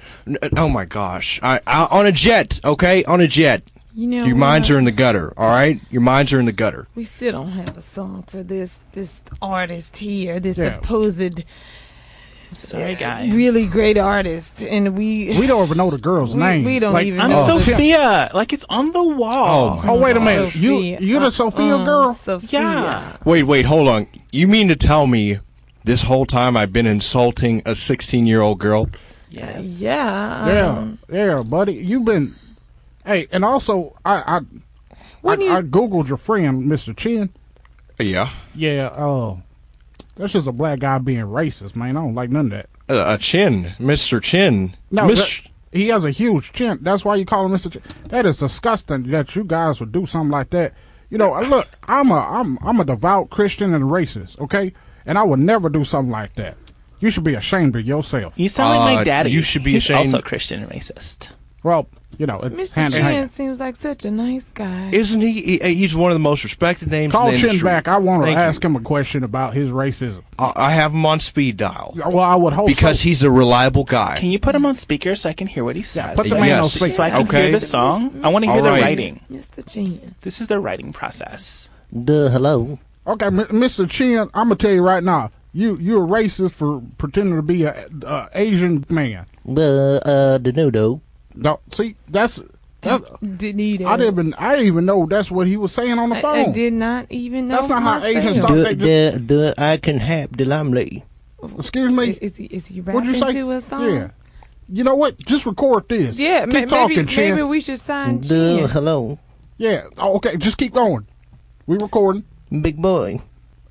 [SPEAKER 4] oh my gosh, I, I on a jet. Okay, on a jet.
[SPEAKER 3] You know
[SPEAKER 4] your
[SPEAKER 3] what?
[SPEAKER 4] minds are in the gutter. All right, your minds are in the gutter.
[SPEAKER 3] We still don't have a song for this this artist here, this
[SPEAKER 10] Yeah.
[SPEAKER 3] supposed
[SPEAKER 7] Sorry, guys.
[SPEAKER 3] really great artist, and we
[SPEAKER 10] We don't even know the girl's
[SPEAKER 3] We-
[SPEAKER 10] name.
[SPEAKER 3] we don't even
[SPEAKER 7] I'm
[SPEAKER 3] know.
[SPEAKER 10] Tim-
[SPEAKER 7] Sophia. Like it's on the wall.
[SPEAKER 4] Oh,
[SPEAKER 10] Oh, wait a minute. You
[SPEAKER 3] Sophia-
[SPEAKER 10] you the Sophia
[SPEAKER 3] uh-uh,
[SPEAKER 10] girl?
[SPEAKER 3] Sophia.
[SPEAKER 7] yeah.
[SPEAKER 4] Wait, wait, hold on. You mean to tell me this whole time I've been insulting a 16 year old girl?
[SPEAKER 7] Yes.
[SPEAKER 3] yeah. um,
[SPEAKER 10] yeah, yeah, buddy. You've been. Hey, and also I I, I,
[SPEAKER 3] Wouldn't you-
[SPEAKER 10] I googled your friend Mr. Chin.
[SPEAKER 4] Yeah,
[SPEAKER 10] Yeah.
[SPEAKER 7] uh,
[SPEAKER 10] Oh, that's just a black guy being racist, man. I don't like none of that.
[SPEAKER 4] uh, a chin, Mr. Chin.
[SPEAKER 10] No,
[SPEAKER 4] Mis-
[SPEAKER 10] that- he has a huge chin. That's why you call him Mr. Chin. That is disgusting that you guys would do something like that. You know, uh, look, I'm a I'm I'm a devout Christian and racist, okay? And I would never do something like that. You should be ashamed of yourself.
[SPEAKER 7] You sound like
[SPEAKER 4] Uh,
[SPEAKER 7] my daddy.
[SPEAKER 4] you should be
[SPEAKER 7] He's
[SPEAKER 4] ashamed-
[SPEAKER 7] also Christian and racist.
[SPEAKER 10] Well, you know, it's
[SPEAKER 3] Mr.
[SPEAKER 10] hand in
[SPEAKER 3] Chan
[SPEAKER 10] hand.
[SPEAKER 3] seems like such a nice guy.
[SPEAKER 4] Isn't he, he? He's one of the most respected names.
[SPEAKER 10] Call
[SPEAKER 4] in the
[SPEAKER 10] Chin
[SPEAKER 4] industry.
[SPEAKER 10] back. I want to
[SPEAKER 4] Thank
[SPEAKER 10] ask
[SPEAKER 4] you.
[SPEAKER 10] him a question about his racism.
[SPEAKER 4] I I have him on speed dial
[SPEAKER 10] Well, I would hope
[SPEAKER 4] because
[SPEAKER 10] so.
[SPEAKER 4] he's a reliable guy.
[SPEAKER 7] Can you put him on speaker so I can hear what he says?
[SPEAKER 10] put the man on
[SPEAKER 7] so,
[SPEAKER 10] speaker.
[SPEAKER 7] I can
[SPEAKER 4] Okay.
[SPEAKER 7] hear the song. I want to hear
[SPEAKER 4] All
[SPEAKER 7] the
[SPEAKER 4] right.
[SPEAKER 7] writing.
[SPEAKER 3] Mr. Chan.
[SPEAKER 7] This is their writing process.
[SPEAKER 9] Duh, hello.
[SPEAKER 10] Okay, M- Mr. Chin, I'm gonna tell you right now, you you're a racist for pretending to be a, a Asian man.
[SPEAKER 9] Duh, uh, Denudo.
[SPEAKER 10] No, see, that's that,
[SPEAKER 3] Didn't need it.
[SPEAKER 10] I didn't even I didn't even know that's what he was saying on the
[SPEAKER 3] I,
[SPEAKER 10] phone.
[SPEAKER 3] I did not even know.
[SPEAKER 10] That's not how
[SPEAKER 3] myself.
[SPEAKER 10] Asians talk.
[SPEAKER 9] Duh,
[SPEAKER 10] Don't they
[SPEAKER 9] duh, duh, I can have the lamely.
[SPEAKER 10] Excuse me.
[SPEAKER 3] Is he is he
[SPEAKER 10] What'd
[SPEAKER 3] rapping
[SPEAKER 10] you say?
[SPEAKER 3] to a song?
[SPEAKER 10] Yeah. You know what? Just record this.
[SPEAKER 3] Yeah,
[SPEAKER 10] keep
[SPEAKER 3] ma- maybe
[SPEAKER 10] talking, Chin.
[SPEAKER 3] maybe we should sign
[SPEAKER 9] Duh,
[SPEAKER 3] Chin.
[SPEAKER 9] hello.
[SPEAKER 10] Yeah. Oh, okay, just keep going. We recording.
[SPEAKER 9] Big boy.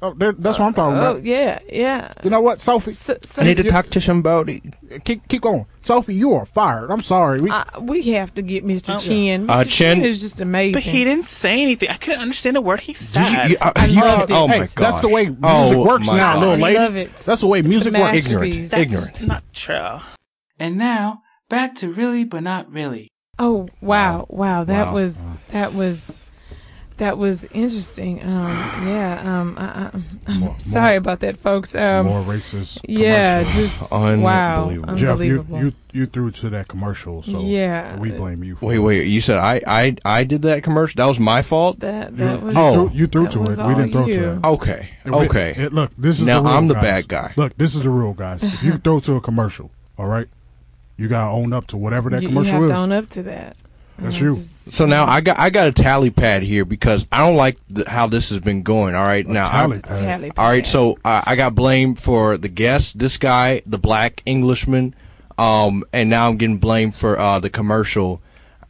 [SPEAKER 10] Oh, there, that's what I'm talking
[SPEAKER 3] Oh
[SPEAKER 10] about.
[SPEAKER 3] yeah, yeah.
[SPEAKER 10] You know what, Sophie?
[SPEAKER 3] So, so
[SPEAKER 9] I need to
[SPEAKER 10] you-
[SPEAKER 9] talk to somebody.
[SPEAKER 10] keep keep going. Sophie, you are fired. I'm sorry. We,
[SPEAKER 3] I, we have to get
[SPEAKER 5] Oh,
[SPEAKER 3] Mr. Chin. Mr.
[SPEAKER 4] Uh,
[SPEAKER 3] Chin,
[SPEAKER 4] Chin-
[SPEAKER 3] is just amazing.
[SPEAKER 7] But he didn't say anything. I couldn't understand a word he
[SPEAKER 4] Did you-
[SPEAKER 7] said.
[SPEAKER 4] you- uh,
[SPEAKER 3] I
[SPEAKER 4] you-
[SPEAKER 3] loved it.
[SPEAKER 4] oh
[SPEAKER 10] hey,
[SPEAKER 4] my gosh.
[SPEAKER 10] that's the way music
[SPEAKER 4] Oh
[SPEAKER 10] works
[SPEAKER 4] my
[SPEAKER 10] now,
[SPEAKER 4] God.
[SPEAKER 10] little lady.
[SPEAKER 3] love it.
[SPEAKER 10] That's the way
[SPEAKER 3] It's
[SPEAKER 10] music
[SPEAKER 3] a
[SPEAKER 10] works.
[SPEAKER 4] Ignorant.
[SPEAKER 3] masterpiece.
[SPEAKER 7] That's
[SPEAKER 4] ignorant.
[SPEAKER 7] not true.
[SPEAKER 8] And now, back to really but not really.
[SPEAKER 3] Oh wow, wow, that
[SPEAKER 4] Wow.
[SPEAKER 3] was that was that was interesting. Um, yeah, um, I, I, I'm
[SPEAKER 5] More-
[SPEAKER 3] sorry about that, folks. Um,
[SPEAKER 5] More racist.
[SPEAKER 3] yeah,
[SPEAKER 5] commercials.
[SPEAKER 3] just wow,
[SPEAKER 4] Unbelievable.
[SPEAKER 3] unbelievable.
[SPEAKER 5] Jeff, you, you you threw to that commercial, so
[SPEAKER 3] Yeah.
[SPEAKER 5] we blame you. For
[SPEAKER 4] Wait,
[SPEAKER 5] it.
[SPEAKER 4] wait. You said I, I, I did that commercial. That was my fault.
[SPEAKER 3] that
[SPEAKER 5] You,
[SPEAKER 3] that was
[SPEAKER 5] you
[SPEAKER 4] Oh.
[SPEAKER 5] threw, you threw
[SPEAKER 3] that
[SPEAKER 5] to
[SPEAKER 3] was
[SPEAKER 5] it. We
[SPEAKER 3] all
[SPEAKER 5] didn't throw
[SPEAKER 3] you.
[SPEAKER 5] to it.
[SPEAKER 4] Okay.
[SPEAKER 5] And we-
[SPEAKER 4] Okay.
[SPEAKER 5] it- look, this is
[SPEAKER 4] Now
[SPEAKER 5] the rule,
[SPEAKER 4] I'm the
[SPEAKER 5] guys.
[SPEAKER 4] bad guy.
[SPEAKER 5] Look, this is the rule, guys. If you throw to a commercial, all right, you gotta own up to whatever that
[SPEAKER 3] you, you
[SPEAKER 5] commercial
[SPEAKER 3] have
[SPEAKER 5] is.
[SPEAKER 3] to own up to that.
[SPEAKER 5] That's
[SPEAKER 3] Um,
[SPEAKER 5] you.
[SPEAKER 3] just-
[SPEAKER 4] So now I got I got a tally pad here because I don't like the, how this has been going. All right, now
[SPEAKER 5] tally
[SPEAKER 4] I-
[SPEAKER 5] pad.
[SPEAKER 3] tally
[SPEAKER 4] all right,
[SPEAKER 3] pad.
[SPEAKER 4] so I, I got blamed for the guest, this guy, the black Englishman, um, and now I'm getting blamed for uh, the commercial.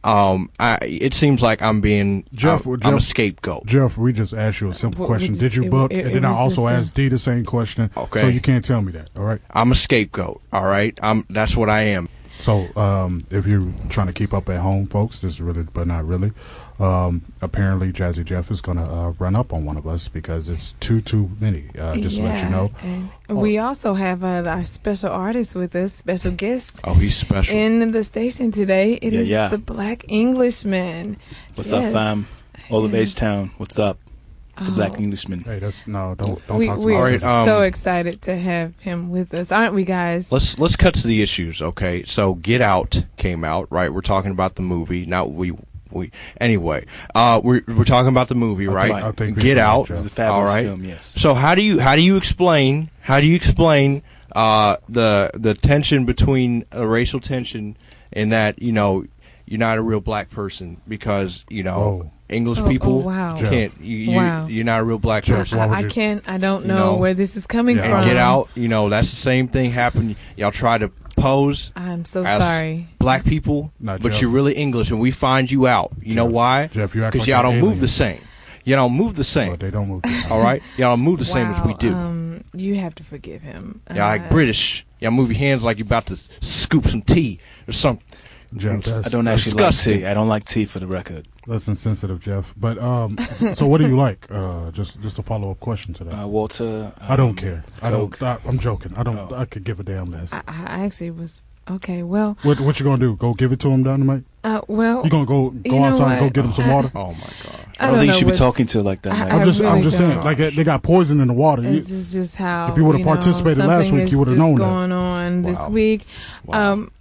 [SPEAKER 4] Um, I it seems like I'm being
[SPEAKER 5] Jeff,
[SPEAKER 4] I'm,
[SPEAKER 5] well,
[SPEAKER 4] I'm a
[SPEAKER 5] Jeff-
[SPEAKER 4] scopegoat.
[SPEAKER 5] Jeff, we just asked you a simple
[SPEAKER 3] Well, we
[SPEAKER 5] question.
[SPEAKER 3] just-
[SPEAKER 5] Did you
[SPEAKER 3] it-
[SPEAKER 5] book?
[SPEAKER 3] it-
[SPEAKER 5] and
[SPEAKER 3] it
[SPEAKER 5] then I
[SPEAKER 3] was
[SPEAKER 5] also
[SPEAKER 3] just a-
[SPEAKER 5] asked D the same question. So
[SPEAKER 4] Okay.
[SPEAKER 5] you can't tell me that. All right.
[SPEAKER 4] I'm a scapegoat. All right, I'm that's what I am.
[SPEAKER 5] So um, if you're trying to keep up at home, folks, this is really, but not really. Um, apparently, Jazzy Jeff is gonna uh, run up on one of us because it's too too many. Uh, just to let
[SPEAKER 3] Yeah,
[SPEAKER 5] you know.
[SPEAKER 3] and we also have uh, our special artist with us, special guest.
[SPEAKER 4] Oh, he's special.
[SPEAKER 3] in the station today. it is
[SPEAKER 6] Yeah, yeah.
[SPEAKER 3] the Black Englishman.
[SPEAKER 6] What's
[SPEAKER 3] Yes.
[SPEAKER 6] up, fam? All of
[SPEAKER 3] Yes. Oh.
[SPEAKER 6] H Town. What's up? It's the Black Englishman.
[SPEAKER 5] Hey, that's no. Don't don't
[SPEAKER 3] We,
[SPEAKER 5] talk to
[SPEAKER 3] we're
[SPEAKER 5] me.
[SPEAKER 4] All right, um,
[SPEAKER 3] so excited to have him with us, aren't we, guys?
[SPEAKER 4] Let's let's cut to the issues, okay? So Get Out came out, right? We're talking about the movie. Now we we anyway, uh, we're we're talking about the movie,
[SPEAKER 5] I
[SPEAKER 4] right?
[SPEAKER 5] think- I think we
[SPEAKER 4] Get
[SPEAKER 5] agree,
[SPEAKER 4] Out.
[SPEAKER 5] Joe.
[SPEAKER 6] It was a fabulous
[SPEAKER 4] all right.
[SPEAKER 6] film, yes.
[SPEAKER 4] So how do you how do you explain how do you explain uh, the the tension between uh, racial tension and that you know you're not a real black person because you know
[SPEAKER 5] Whoa.
[SPEAKER 4] English
[SPEAKER 3] Oh, oh,
[SPEAKER 4] people
[SPEAKER 3] wow.
[SPEAKER 5] Jeff.
[SPEAKER 4] can't you, you
[SPEAKER 3] Wow.
[SPEAKER 4] you're not a real black
[SPEAKER 5] Jeff,
[SPEAKER 4] person
[SPEAKER 5] why
[SPEAKER 3] I,
[SPEAKER 5] would
[SPEAKER 3] I
[SPEAKER 5] you-
[SPEAKER 3] can't. I don't
[SPEAKER 4] you
[SPEAKER 3] know,
[SPEAKER 4] know,
[SPEAKER 3] where this is coming
[SPEAKER 5] Yeah.
[SPEAKER 4] and
[SPEAKER 3] from.
[SPEAKER 4] Get Out. You know that's the same thing happened. Y'all try to pose
[SPEAKER 3] I'm so
[SPEAKER 4] as
[SPEAKER 3] sorry.
[SPEAKER 4] black people,
[SPEAKER 5] No,
[SPEAKER 4] but
[SPEAKER 5] Jeff.
[SPEAKER 4] you're really English, and we find you out. You know
[SPEAKER 5] Jeff.
[SPEAKER 4] why?
[SPEAKER 5] Jeff, you act like
[SPEAKER 4] y'all
[SPEAKER 5] an
[SPEAKER 4] don't
[SPEAKER 5] alien.
[SPEAKER 4] move the same. You don't move the
[SPEAKER 5] Oh,
[SPEAKER 4] same.
[SPEAKER 5] they don't move. this way.
[SPEAKER 4] all right, y'all don't move the same as we
[SPEAKER 3] Wow,
[SPEAKER 4] do.
[SPEAKER 3] Um, uh, you have to forgive him.
[SPEAKER 4] y'all like British. Y'all move your hands like you about to scoop some tea or something.
[SPEAKER 5] Jeff,
[SPEAKER 4] Mm,
[SPEAKER 5] that's-
[SPEAKER 6] I don't actually
[SPEAKER 4] Disgusting.
[SPEAKER 6] like tea. I don't like tea for the record.
[SPEAKER 11] That's insensitive, Jeff. But um, so what do you like? Uh, just just a follow up question to that.
[SPEAKER 6] Uh, water.
[SPEAKER 11] I don't
[SPEAKER 6] um,
[SPEAKER 11] care. I
[SPEAKER 6] Coke.
[SPEAKER 11] don't. I, I'm joking. I don't.
[SPEAKER 6] Oh.
[SPEAKER 11] I could give a damn less.
[SPEAKER 3] I, I actually was okay. Well,
[SPEAKER 11] What what you gonna do? Go give it to him, Dynamite?
[SPEAKER 3] uh, well,
[SPEAKER 11] You gonna go go
[SPEAKER 3] You know
[SPEAKER 11] outside and go
[SPEAKER 3] what? Uh,
[SPEAKER 11] get him some
[SPEAKER 3] I-
[SPEAKER 5] Uh,
[SPEAKER 11] water?
[SPEAKER 4] Oh my god.
[SPEAKER 3] I
[SPEAKER 6] don't think
[SPEAKER 3] know
[SPEAKER 6] you should be
[SPEAKER 3] what's-
[SPEAKER 6] talking to her like that,
[SPEAKER 3] I-
[SPEAKER 6] Mike.
[SPEAKER 11] I'm
[SPEAKER 3] I
[SPEAKER 11] just I'm
[SPEAKER 3] really
[SPEAKER 11] just saying
[SPEAKER 3] don't.
[SPEAKER 11] like they, they got poison in the water. You-
[SPEAKER 3] This is just how
[SPEAKER 11] If you would've
[SPEAKER 3] know,
[SPEAKER 11] participated last
[SPEAKER 3] something
[SPEAKER 11] week, you
[SPEAKER 3] is
[SPEAKER 11] would've
[SPEAKER 3] just
[SPEAKER 11] known that.
[SPEAKER 3] Going on this
[SPEAKER 4] Wow.
[SPEAKER 3] week,
[SPEAKER 4] Wow.
[SPEAKER 3] um,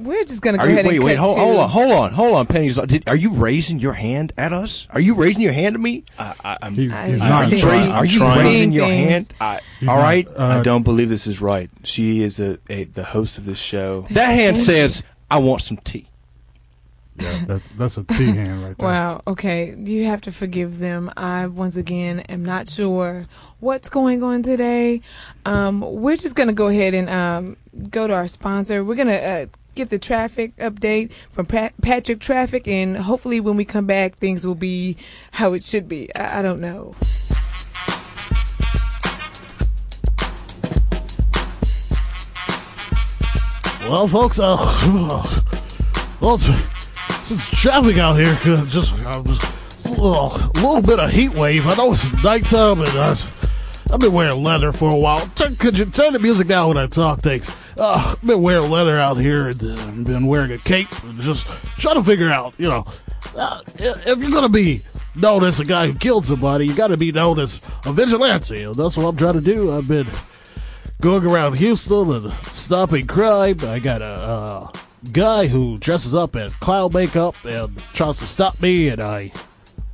[SPEAKER 3] we're just gonna go
[SPEAKER 4] Are you,
[SPEAKER 3] ahead
[SPEAKER 4] wait,
[SPEAKER 3] and
[SPEAKER 4] wait,
[SPEAKER 3] cut
[SPEAKER 4] hold,
[SPEAKER 3] to-
[SPEAKER 4] hold on, hold on, hold on, Penny's. Did, are you raising your hand at us? Are you raising your hand at me?
[SPEAKER 6] I, I, I'm,
[SPEAKER 11] He's,
[SPEAKER 3] I
[SPEAKER 11] he's
[SPEAKER 3] see.
[SPEAKER 11] not.
[SPEAKER 4] are you,
[SPEAKER 3] Seeing-
[SPEAKER 4] ra- are you
[SPEAKER 6] trying-
[SPEAKER 4] raising your
[SPEAKER 3] seeing
[SPEAKER 4] hand?
[SPEAKER 6] I,
[SPEAKER 11] He's
[SPEAKER 4] All
[SPEAKER 11] not.
[SPEAKER 4] right.
[SPEAKER 11] Uh,
[SPEAKER 6] I don't believe this is right. She is a, a the host of this show.
[SPEAKER 4] that hand says, "I want some tea."
[SPEAKER 11] yeah, that, that's a T hand right there.
[SPEAKER 3] Wow. Okay, you have to forgive them. I once again am not sure what's going on today. Um, we're just gonna go ahead and um, go to our sponsor. We're gonna uh, get the traffic update from Pat- Patrick Traffic, and hopefully when we come back, things will be how it should be. I, I don't know.
[SPEAKER 11] Well, folks, uh, well, it's, since traffic out here, uh, just uh, just a little, little bit of heat wave. I know it's nighttime, and uh, I've been wearing leather for a while. Turn, could you turn the music down when I talk? Thanks. Uh, I've been wearing leather out here, and uh, I've been wearing a cape, and just trying to figure out, you know, uh, if if you're gonna be known as a guy who killed somebody, you got to be known as a vigilante, and that's what I'm trying to do. I've been going around Houston and stopping crime. I got a uh, guy who dresses up in clown makeup and tries to stop me, and I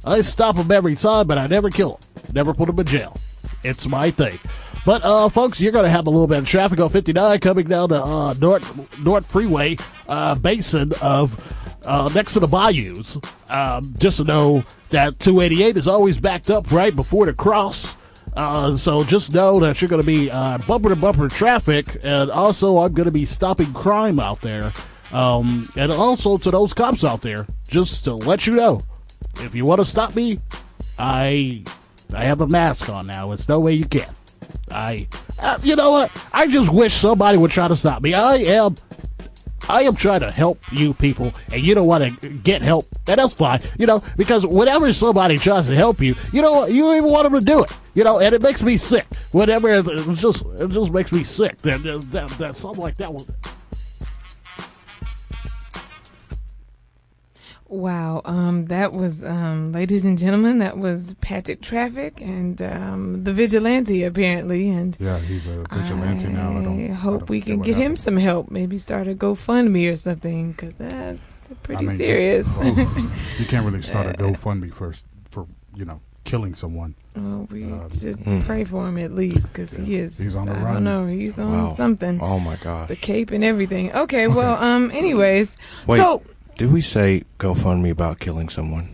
[SPEAKER 11] I stop him every time, but I never kill him, never put him in jail. It's my thing. But uh, folks, you're gonna have a little bit of traffic on 59 coming down the uh, North North Freeway uh, basin of. Uh, next to the bayous, um, just to know that 288 is always backed up right before the cross. Uh, so just know that you're going to be uh, bumper to bumper traffic, and also I'm going to be stopping crime out there. Um, and also to those cops out there, just to let you know, if you want to stop me, I I have a mask on now. It's no way you can. I, uh, you know what? I just wish somebody would try to stop me. I am I am trying to help you people, and you don't want to get help, and that's fine, you know, because whenever somebody tries to help you, you know, you don't even want them to do it, you know, and it makes me sick. Whenever it it just it just makes me sick that that, that, that something like that was.
[SPEAKER 3] Wow, um, that was, um, ladies and gentlemen, that was Patrick Traffic and um, the vigilante apparently, and
[SPEAKER 11] Yeah, he's a
[SPEAKER 3] I hope we can get him some help. Maybe start a GoFundMe or something, because that's pretty serious.
[SPEAKER 11] oh, you can't really start a GoFundMe first for you know killing someone.
[SPEAKER 3] well, we
[SPEAKER 11] Uh,
[SPEAKER 3] should
[SPEAKER 4] Hmm.
[SPEAKER 3] pray for him at least, because he
[SPEAKER 11] Yeah,
[SPEAKER 3] is.
[SPEAKER 11] he's on the
[SPEAKER 3] I
[SPEAKER 11] run.
[SPEAKER 3] don't know. He's on
[SPEAKER 4] Wow.
[SPEAKER 3] something.
[SPEAKER 4] Oh my god.
[SPEAKER 3] The cape and everything. Okay, well, um, anyways,
[SPEAKER 4] Wait.
[SPEAKER 3] so
[SPEAKER 4] Did we say GoFundMe about killing someone?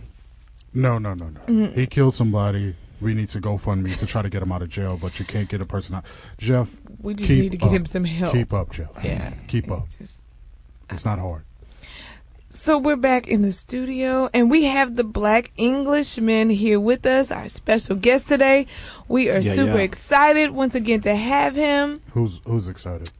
[SPEAKER 11] No, no, no, no.
[SPEAKER 3] Mm.
[SPEAKER 11] He killed somebody. We need to GoFundMe to try to get him out of jail, but you can't get a person out. Jeff,
[SPEAKER 3] we just
[SPEAKER 11] keep
[SPEAKER 3] need to get
[SPEAKER 11] up.
[SPEAKER 3] him some help.
[SPEAKER 11] Keep up, Jeff.
[SPEAKER 3] yeah,
[SPEAKER 11] Keep up.
[SPEAKER 3] Just
[SPEAKER 11] It's not hard.
[SPEAKER 3] So we're back in the studio and we have the Black Englishman here with us, our special guest today. We are
[SPEAKER 6] Yeah,
[SPEAKER 3] super
[SPEAKER 6] yeah.
[SPEAKER 3] excited once again to have him.
[SPEAKER 11] Who's who's excited?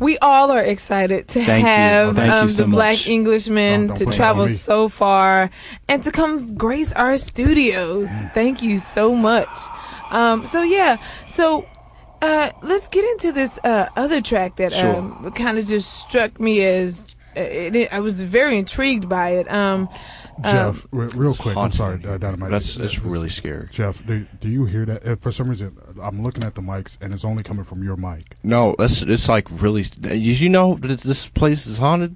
[SPEAKER 3] We all are excited to
[SPEAKER 6] Thank you.
[SPEAKER 3] have
[SPEAKER 6] Thank you
[SPEAKER 3] um,
[SPEAKER 6] so
[SPEAKER 3] the Black
[SPEAKER 6] much.
[SPEAKER 3] Englishman
[SPEAKER 11] Don't- don't
[SPEAKER 3] to
[SPEAKER 11] put it
[SPEAKER 3] travel
[SPEAKER 11] on me.
[SPEAKER 3] so far and to come grace our studios.
[SPEAKER 11] Mm.
[SPEAKER 3] Thank you so much. Um, so yeah, so uh, let's get into this uh, other track that
[SPEAKER 6] Sure.
[SPEAKER 3] um, kind of just struck me as uh, it, it, I was very intrigued by it. Um,
[SPEAKER 11] Jeff, re- real quick. I'm
[SPEAKER 4] haunting.
[SPEAKER 11] sorry, uh, Dynamite.
[SPEAKER 4] That's that's
[SPEAKER 11] This-
[SPEAKER 4] really scary.
[SPEAKER 11] Jeff, do, do you hear that? Uh, For some reason, I'm looking at the mics and it's only coming from your mic.
[SPEAKER 4] No, that's it's like really. Did you know that this place is haunted?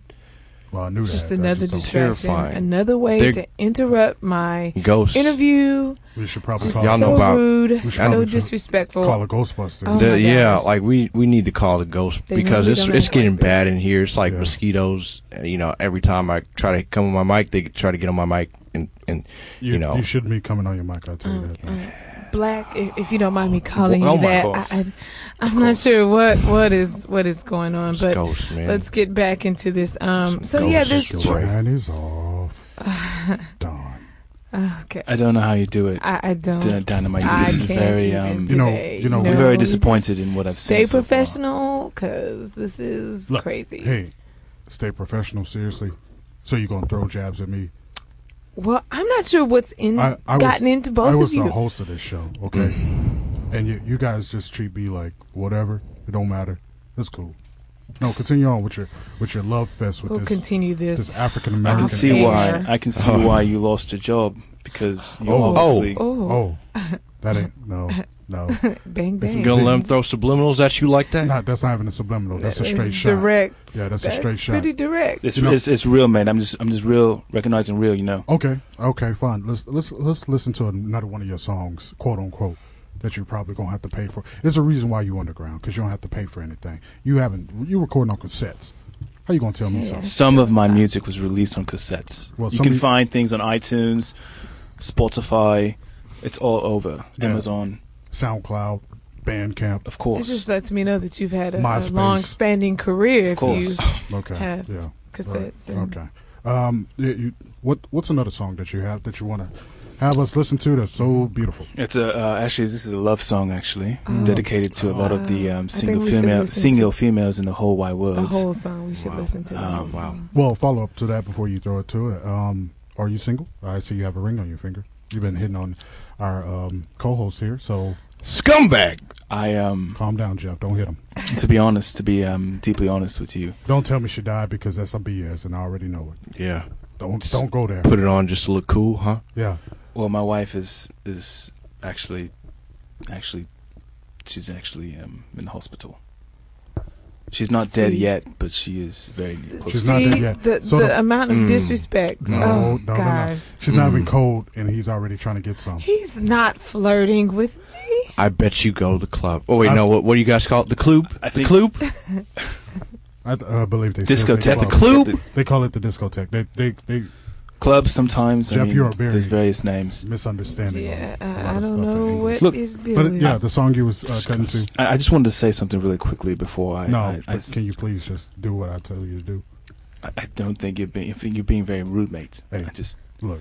[SPEAKER 11] Well, I knew
[SPEAKER 3] It's
[SPEAKER 11] that.
[SPEAKER 3] just
[SPEAKER 11] That
[SPEAKER 3] another
[SPEAKER 11] just-
[SPEAKER 3] distraction,
[SPEAKER 4] Terrifying.
[SPEAKER 3] another way
[SPEAKER 4] They're-
[SPEAKER 3] to interrupt my
[SPEAKER 4] Ghosts.
[SPEAKER 3] interview.
[SPEAKER 11] We should probably
[SPEAKER 3] Just
[SPEAKER 11] call,
[SPEAKER 4] Y'all know
[SPEAKER 3] so
[SPEAKER 4] about-
[SPEAKER 3] rude,
[SPEAKER 11] should
[SPEAKER 3] so
[SPEAKER 11] probably just
[SPEAKER 3] disrespectful.
[SPEAKER 11] call a Ghostbuster.
[SPEAKER 3] Oh
[SPEAKER 4] The-
[SPEAKER 3] my
[SPEAKER 4] yeah,
[SPEAKER 3] gosh.
[SPEAKER 4] like we we need to call the ghost
[SPEAKER 3] They
[SPEAKER 4] because
[SPEAKER 3] really
[SPEAKER 4] it's
[SPEAKER 3] don't
[SPEAKER 4] it's
[SPEAKER 3] act
[SPEAKER 4] getting
[SPEAKER 3] like this.
[SPEAKER 4] bad in here. It's like
[SPEAKER 11] Yeah.
[SPEAKER 4] mosquitoes. and, You know, every time I try to come on my mic, they try to get on my mic, and and you,
[SPEAKER 11] you,
[SPEAKER 4] know,
[SPEAKER 11] you shouldn't be coming on your mic. I
[SPEAKER 3] Oh,
[SPEAKER 11] tell you that.
[SPEAKER 3] Black, if, if you don't mind me calling
[SPEAKER 4] Oh
[SPEAKER 3] you
[SPEAKER 4] my
[SPEAKER 3] that, I,
[SPEAKER 4] gosh.
[SPEAKER 3] I, I'm not
[SPEAKER 4] course.
[SPEAKER 3] sure what what is what is going on,
[SPEAKER 4] it's
[SPEAKER 3] but
[SPEAKER 4] ghosts, man.
[SPEAKER 3] let's get back into this. Um,
[SPEAKER 4] Some
[SPEAKER 3] so yeah,
[SPEAKER 4] ghosts.
[SPEAKER 3] this
[SPEAKER 11] Your
[SPEAKER 4] Right.
[SPEAKER 11] fan is off. Dawn.
[SPEAKER 3] oh, okay,
[SPEAKER 6] I don't know how you do it,
[SPEAKER 3] I, I don't.
[SPEAKER 6] Dy- Dynamite.
[SPEAKER 3] I
[SPEAKER 6] this is
[SPEAKER 3] can't
[SPEAKER 6] very
[SPEAKER 3] even
[SPEAKER 6] um,
[SPEAKER 11] You know-
[SPEAKER 3] today,
[SPEAKER 11] you know,
[SPEAKER 6] I'm
[SPEAKER 11] No,
[SPEAKER 6] very
[SPEAKER 3] you just
[SPEAKER 6] disappointed in what I've
[SPEAKER 3] Stay
[SPEAKER 6] seen. so far.
[SPEAKER 3] professional, cause this is
[SPEAKER 11] Look,
[SPEAKER 3] crazy.
[SPEAKER 11] Hey, stay professional. Seriously. So you gonna throw jabs at me?
[SPEAKER 3] Well, I'm not sure what's in
[SPEAKER 5] I, I
[SPEAKER 3] Mm-hmm. gotten
[SPEAKER 5] was,
[SPEAKER 3] into both
[SPEAKER 5] I was
[SPEAKER 3] of you. Mm-hmm.
[SPEAKER 5] the host of this show, okay? and you, you guys just treat me like whatever. It don't matter. That's cool. No, continue on with your with your love fest with
[SPEAKER 3] we'll
[SPEAKER 5] this.
[SPEAKER 3] continue this.
[SPEAKER 5] this African
[SPEAKER 6] I
[SPEAKER 5] American.
[SPEAKER 6] can see
[SPEAKER 3] Air.
[SPEAKER 6] why. I can see
[SPEAKER 4] Oh.
[SPEAKER 6] why you lost your job because you
[SPEAKER 5] Oh.
[SPEAKER 6] obviously.
[SPEAKER 3] oh,
[SPEAKER 5] Oh, that ain't no, no.
[SPEAKER 3] bang
[SPEAKER 5] This is
[SPEAKER 3] bang!
[SPEAKER 5] good.
[SPEAKER 4] Gonna let him throw subliminals at you like that?
[SPEAKER 5] Not that's not even a subliminal. That's a straight
[SPEAKER 3] it's
[SPEAKER 5] shot.
[SPEAKER 3] direct.
[SPEAKER 5] Yeah, that's a straight shot.
[SPEAKER 3] Pretty direct.
[SPEAKER 6] It's, it's it's real, man. I'm just I'm just real, recognizing real. You know.
[SPEAKER 5] Okay, okay, fine. Let's let's let's listen to another one of your songs, quote unquote, that you're probably gonna have to pay for. There's a reason why you underground because you don't have to pay for anything. You haven't you recording on cassettes. How you gonna tell me something?
[SPEAKER 6] Some of my music was released on cassettes.
[SPEAKER 5] Well,
[SPEAKER 6] you
[SPEAKER 5] somebody-
[SPEAKER 6] can find things on iTunes, Spotify. It's all over.
[SPEAKER 5] Yeah.
[SPEAKER 6] Amazon,
[SPEAKER 5] SoundCloud, Bandcamp.
[SPEAKER 6] of
[SPEAKER 3] It
[SPEAKER 6] course.
[SPEAKER 3] just lets me know that you've had a, a
[SPEAKER 5] MySpace.
[SPEAKER 3] long-spanning career. If you
[SPEAKER 6] course.
[SPEAKER 5] Okay,
[SPEAKER 3] Have
[SPEAKER 5] yeah, right,
[SPEAKER 3] cassettes. and-
[SPEAKER 5] okay. Um, you, you, what what's another song that you have that you wanna have us listen to that's so beautiful?
[SPEAKER 6] It's a uh, actually this is a love song actually
[SPEAKER 3] Oh.
[SPEAKER 6] dedicated to a lot of the
[SPEAKER 3] Wow. I
[SPEAKER 6] um,
[SPEAKER 3] think
[SPEAKER 6] single
[SPEAKER 3] we should
[SPEAKER 6] female
[SPEAKER 3] listen
[SPEAKER 6] single females in the whole wide world.
[SPEAKER 3] The whole song. We should listen to the
[SPEAKER 6] Um,
[SPEAKER 5] Ah,
[SPEAKER 3] whole
[SPEAKER 6] wow.
[SPEAKER 3] song.
[SPEAKER 5] Well, follow up to that before you throw it to it. Um, are you single? I see you have a ring on your finger. You've been hitting on our um, co-host here, so
[SPEAKER 4] Scumbag!
[SPEAKER 6] I um
[SPEAKER 5] calm down, Jeff. Don't hit him.
[SPEAKER 6] to be honest, to be um deeply honest with you,
[SPEAKER 5] Don't tell me she died because that's a BS, and I already know it.
[SPEAKER 4] Yeah.
[SPEAKER 5] Don't don't go there.
[SPEAKER 4] Put it on just to look cool, huh?
[SPEAKER 5] Yeah,
[SPEAKER 6] well, my wife is is actually actually she's actually um in the hospital. She's not dead
[SPEAKER 3] See.
[SPEAKER 6] yet, but she is very close.
[SPEAKER 5] She's
[SPEAKER 3] See
[SPEAKER 5] not there yet.
[SPEAKER 3] the,
[SPEAKER 5] So
[SPEAKER 3] the
[SPEAKER 5] the-
[SPEAKER 3] amount of
[SPEAKER 4] Mm.
[SPEAKER 3] disrespect.
[SPEAKER 5] no,
[SPEAKER 3] oh
[SPEAKER 5] no, no, no.
[SPEAKER 3] gosh,
[SPEAKER 5] She's not even cold, and he's already trying to get some.
[SPEAKER 3] he's not flirting with me.
[SPEAKER 4] I bet you go to the club. Oh, wait,
[SPEAKER 5] I-
[SPEAKER 4] no, what, what do you guys call it? The club?
[SPEAKER 6] I
[SPEAKER 4] The
[SPEAKER 6] think-
[SPEAKER 4] club?
[SPEAKER 5] I uh, believe they still say club.
[SPEAKER 6] discotheque,
[SPEAKER 4] the club?
[SPEAKER 6] the
[SPEAKER 5] They call it the discotheque. They they they
[SPEAKER 6] club. Sometimes, I
[SPEAKER 5] Jeff,
[SPEAKER 6] mean,
[SPEAKER 5] you are very-
[SPEAKER 6] there's various names.
[SPEAKER 5] misunderstanding.
[SPEAKER 3] Yeah,
[SPEAKER 5] on a
[SPEAKER 3] I- uh,
[SPEAKER 5] lot
[SPEAKER 3] I
[SPEAKER 5] of
[SPEAKER 3] don't
[SPEAKER 5] stuff in
[SPEAKER 3] know what
[SPEAKER 5] English.
[SPEAKER 6] Look,
[SPEAKER 3] is
[SPEAKER 5] But uh,
[SPEAKER 3] dealing.
[SPEAKER 5] yeah, the song you was uh, cutting to.
[SPEAKER 6] I, I just wanted to say something really quickly before I.
[SPEAKER 5] No,
[SPEAKER 6] I, I
[SPEAKER 5] but
[SPEAKER 6] s-
[SPEAKER 5] can you please just do what I tell you to do?
[SPEAKER 6] I I don't think you're being. I think you're being very rude, mate.
[SPEAKER 5] Hey.
[SPEAKER 6] I just
[SPEAKER 5] Look,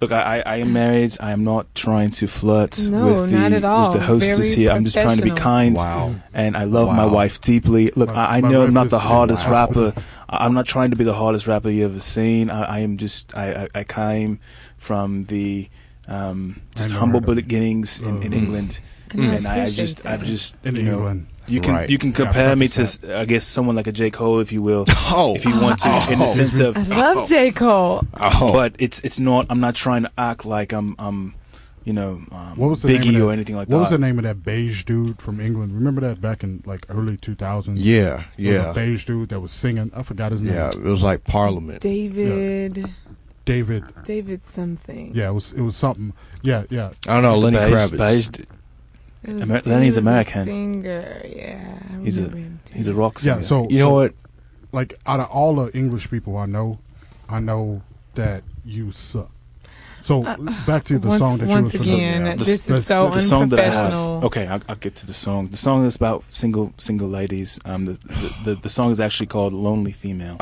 [SPEAKER 6] look. I, I, I am married. I am not trying to flirt
[SPEAKER 3] No,
[SPEAKER 6] with the
[SPEAKER 3] not at all.
[SPEAKER 6] with the hostess
[SPEAKER 3] Very
[SPEAKER 6] here. I'm just trying to be
[SPEAKER 3] professional.
[SPEAKER 6] kind.
[SPEAKER 4] Wow.
[SPEAKER 6] And I love my
[SPEAKER 4] Wow.
[SPEAKER 6] wife deeply. Look,
[SPEAKER 5] My-
[SPEAKER 6] I, I
[SPEAKER 5] my
[SPEAKER 6] know
[SPEAKER 5] wife
[SPEAKER 6] I'm not
[SPEAKER 5] is-
[SPEAKER 6] the hardest
[SPEAKER 5] wow.
[SPEAKER 6] rapper. I- I'm not trying to be the hardest rapper you ever seen. I, I am just. I, I, I came from the um, just
[SPEAKER 5] never
[SPEAKER 6] humble
[SPEAKER 5] heard of it.
[SPEAKER 6] beginnings in, in
[SPEAKER 5] Oh.
[SPEAKER 6] England.
[SPEAKER 3] Mm. And I
[SPEAKER 6] and I, I
[SPEAKER 3] appreciate
[SPEAKER 6] just, I've
[SPEAKER 3] that.
[SPEAKER 6] just,
[SPEAKER 5] in
[SPEAKER 6] you know,
[SPEAKER 5] England.
[SPEAKER 6] you can
[SPEAKER 4] Right.
[SPEAKER 6] you can
[SPEAKER 5] Yeah,
[SPEAKER 6] compare me to,
[SPEAKER 5] prophesy.
[SPEAKER 6] I guess, someone like a J Cole, if you will,
[SPEAKER 4] Oh.
[SPEAKER 6] if you want to, in the sense of
[SPEAKER 3] I love J Cole.
[SPEAKER 4] Oh.
[SPEAKER 6] but it's it's not. I'm not trying to act like I'm I'm, you know, um,
[SPEAKER 5] What was the
[SPEAKER 6] Biggie
[SPEAKER 5] name of that,
[SPEAKER 6] or anything like
[SPEAKER 5] what
[SPEAKER 6] that.
[SPEAKER 5] was the name of that beige dude from England? Remember that back in like early 2000s?
[SPEAKER 4] yeah,
[SPEAKER 5] There was a
[SPEAKER 4] yeah.
[SPEAKER 5] beige dude that was singing. I forgot his name.
[SPEAKER 4] Yeah, it was like Parliament.
[SPEAKER 3] David,
[SPEAKER 5] David.
[SPEAKER 3] David something.
[SPEAKER 5] Yeah, it was it was something. Yeah, yeah.
[SPEAKER 4] I don't know, Lenny
[SPEAKER 6] Beige-
[SPEAKER 4] Kravitz.
[SPEAKER 6] beige-
[SPEAKER 3] It was-
[SPEAKER 6] Amer-
[SPEAKER 3] he was
[SPEAKER 6] Lenny's
[SPEAKER 3] a
[SPEAKER 6] American.
[SPEAKER 3] singer. Yeah, I
[SPEAKER 6] He's a-
[SPEAKER 3] remember him too.
[SPEAKER 6] He's a rock singer.
[SPEAKER 5] Yeah, so
[SPEAKER 4] You know
[SPEAKER 5] so,
[SPEAKER 4] what?
[SPEAKER 5] Like out of all the English people I know, I know that you suck. So Oh, back to the
[SPEAKER 3] Uh, once,
[SPEAKER 5] song that
[SPEAKER 3] once
[SPEAKER 5] you was
[SPEAKER 3] again,
[SPEAKER 5] familiar
[SPEAKER 6] the-
[SPEAKER 3] this
[SPEAKER 5] the-
[SPEAKER 3] is so
[SPEAKER 5] the
[SPEAKER 6] the song that I have.
[SPEAKER 3] unprofessional.
[SPEAKER 6] Okay, I'll, I'll get to the song. The song is about single single ladies. Um, the the, the, the song is actually called "Lonely Female."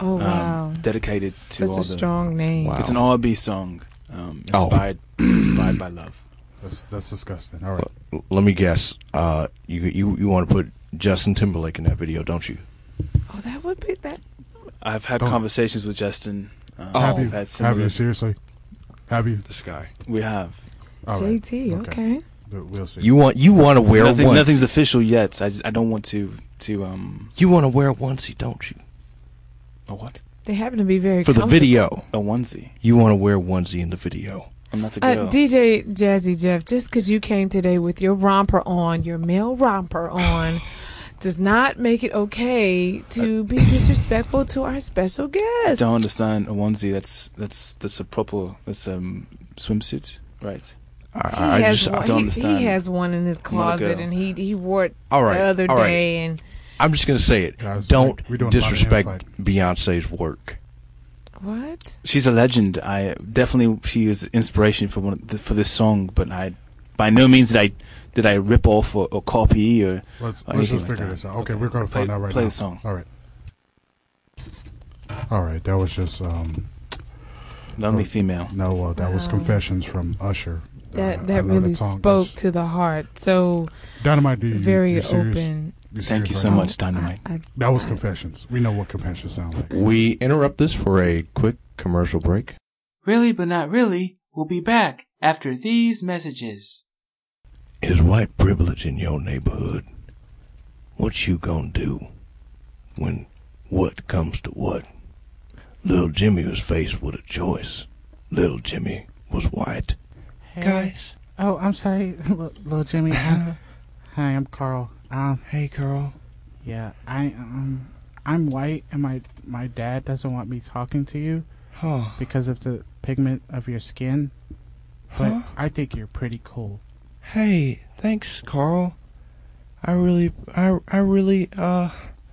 [SPEAKER 3] Oh wow,
[SPEAKER 6] Um, dedicated to
[SPEAKER 3] such
[SPEAKER 6] all
[SPEAKER 3] a
[SPEAKER 6] the-
[SPEAKER 3] strong name.
[SPEAKER 4] Wow.
[SPEAKER 6] It's an R&B song, um,
[SPEAKER 4] Oh.
[SPEAKER 6] inspired inspired by love.
[SPEAKER 5] That's, that's disgusting. All right.
[SPEAKER 4] L- Let me guess. Uh, you you you want to put Justin Timberlake in that video, don't you?
[SPEAKER 3] Oh, that would be that.
[SPEAKER 6] I've had
[SPEAKER 5] Don't-
[SPEAKER 6] conversations with Justin. Um,
[SPEAKER 4] Oh.
[SPEAKER 5] have
[SPEAKER 6] we've
[SPEAKER 5] you?
[SPEAKER 6] had
[SPEAKER 5] have
[SPEAKER 6] similar-
[SPEAKER 5] you seriously? Have you?
[SPEAKER 4] This guy.
[SPEAKER 6] We have.
[SPEAKER 5] All right.
[SPEAKER 3] JT, okay.
[SPEAKER 5] We'll see.
[SPEAKER 4] You want you want to wear
[SPEAKER 6] Nothing,
[SPEAKER 4] one.
[SPEAKER 6] nothing's official yet. So I just, I don't want to to um.
[SPEAKER 4] You want to wear a onesie, don't you?
[SPEAKER 6] A what?
[SPEAKER 3] They happen to be very
[SPEAKER 4] For the
[SPEAKER 3] comfortable.
[SPEAKER 4] video,
[SPEAKER 6] A onesie.
[SPEAKER 4] you want to wear a onesie in the video.
[SPEAKER 6] I'm not a
[SPEAKER 3] Uh,
[SPEAKER 6] girl.
[SPEAKER 3] DJ Jazzy Jeff, just because you came today with your romper on, your male romper on, does not make it okay to be disrespectful to our special guest.
[SPEAKER 6] don't understand a onesie. That's that's that's a proper that's um swimsuit, right?
[SPEAKER 4] I,
[SPEAKER 3] He
[SPEAKER 4] I
[SPEAKER 3] has,
[SPEAKER 4] just
[SPEAKER 3] one,
[SPEAKER 4] I,
[SPEAKER 6] don't
[SPEAKER 3] he,
[SPEAKER 6] understand.
[SPEAKER 3] he has one in his
[SPEAKER 6] not a
[SPEAKER 3] closet,
[SPEAKER 6] girl.
[SPEAKER 3] and he he wore it
[SPEAKER 4] All right,
[SPEAKER 3] the other
[SPEAKER 4] all right.
[SPEAKER 3] day. And
[SPEAKER 4] I'm just gonna say it.
[SPEAKER 5] Guys,
[SPEAKER 4] don't
[SPEAKER 5] we- we doing a lot of
[SPEAKER 4] disrespect
[SPEAKER 5] infighting.
[SPEAKER 4] Beyonce's work.
[SPEAKER 3] what?
[SPEAKER 6] She's a legend. I definitely she is inspiration for one th- for this song. But I by no means did I did I rip off or, or copy or
[SPEAKER 5] Let's, let's
[SPEAKER 6] or anything
[SPEAKER 5] just
[SPEAKER 6] like
[SPEAKER 5] figure
[SPEAKER 6] that.
[SPEAKER 5] this out. Okay, we're going to
[SPEAKER 6] Play-
[SPEAKER 5] find out right
[SPEAKER 6] play
[SPEAKER 5] now.
[SPEAKER 6] the song.
[SPEAKER 5] All right. All right, that was just um
[SPEAKER 6] Lonely
[SPEAKER 5] Oh.
[SPEAKER 6] female.
[SPEAKER 5] no, uh, that was
[SPEAKER 3] Wow.
[SPEAKER 5] confessions from Usher. Uh, I
[SPEAKER 3] That that
[SPEAKER 5] know
[SPEAKER 3] really
[SPEAKER 5] song
[SPEAKER 3] spoke
[SPEAKER 5] is-
[SPEAKER 3] to the heart. So
[SPEAKER 5] Dynamite. Do you,
[SPEAKER 3] very
[SPEAKER 5] you serious?
[SPEAKER 3] open.
[SPEAKER 6] Thank
[SPEAKER 5] serious
[SPEAKER 6] you
[SPEAKER 5] right
[SPEAKER 6] so
[SPEAKER 5] now?
[SPEAKER 6] much, Dynamite.
[SPEAKER 3] I,
[SPEAKER 5] That was confessions. We know what confessions sound like.
[SPEAKER 4] We interrupt this for a quick commercial break.
[SPEAKER 8] Really But Not Really will be back after these messages.
[SPEAKER 4] Is white privilege in your neighborhood? What you gonna do when what comes to what? Little Jimmy was faced with a choice. Little Jimmy was white.
[SPEAKER 5] Guys. Oh, I'm sorry, little little Jimmy.
[SPEAKER 6] Uh-huh.
[SPEAKER 5] Uh, hi, I'm Carl. Um, hey, Carl. Yeah, I um, I'm white, and my my dad doesn't want me talking to you because of the pigment of your skin. But
[SPEAKER 4] Huh?
[SPEAKER 5] I think you're pretty cool.
[SPEAKER 4] Hey, thanks, Carl. I really, I, I really, uh.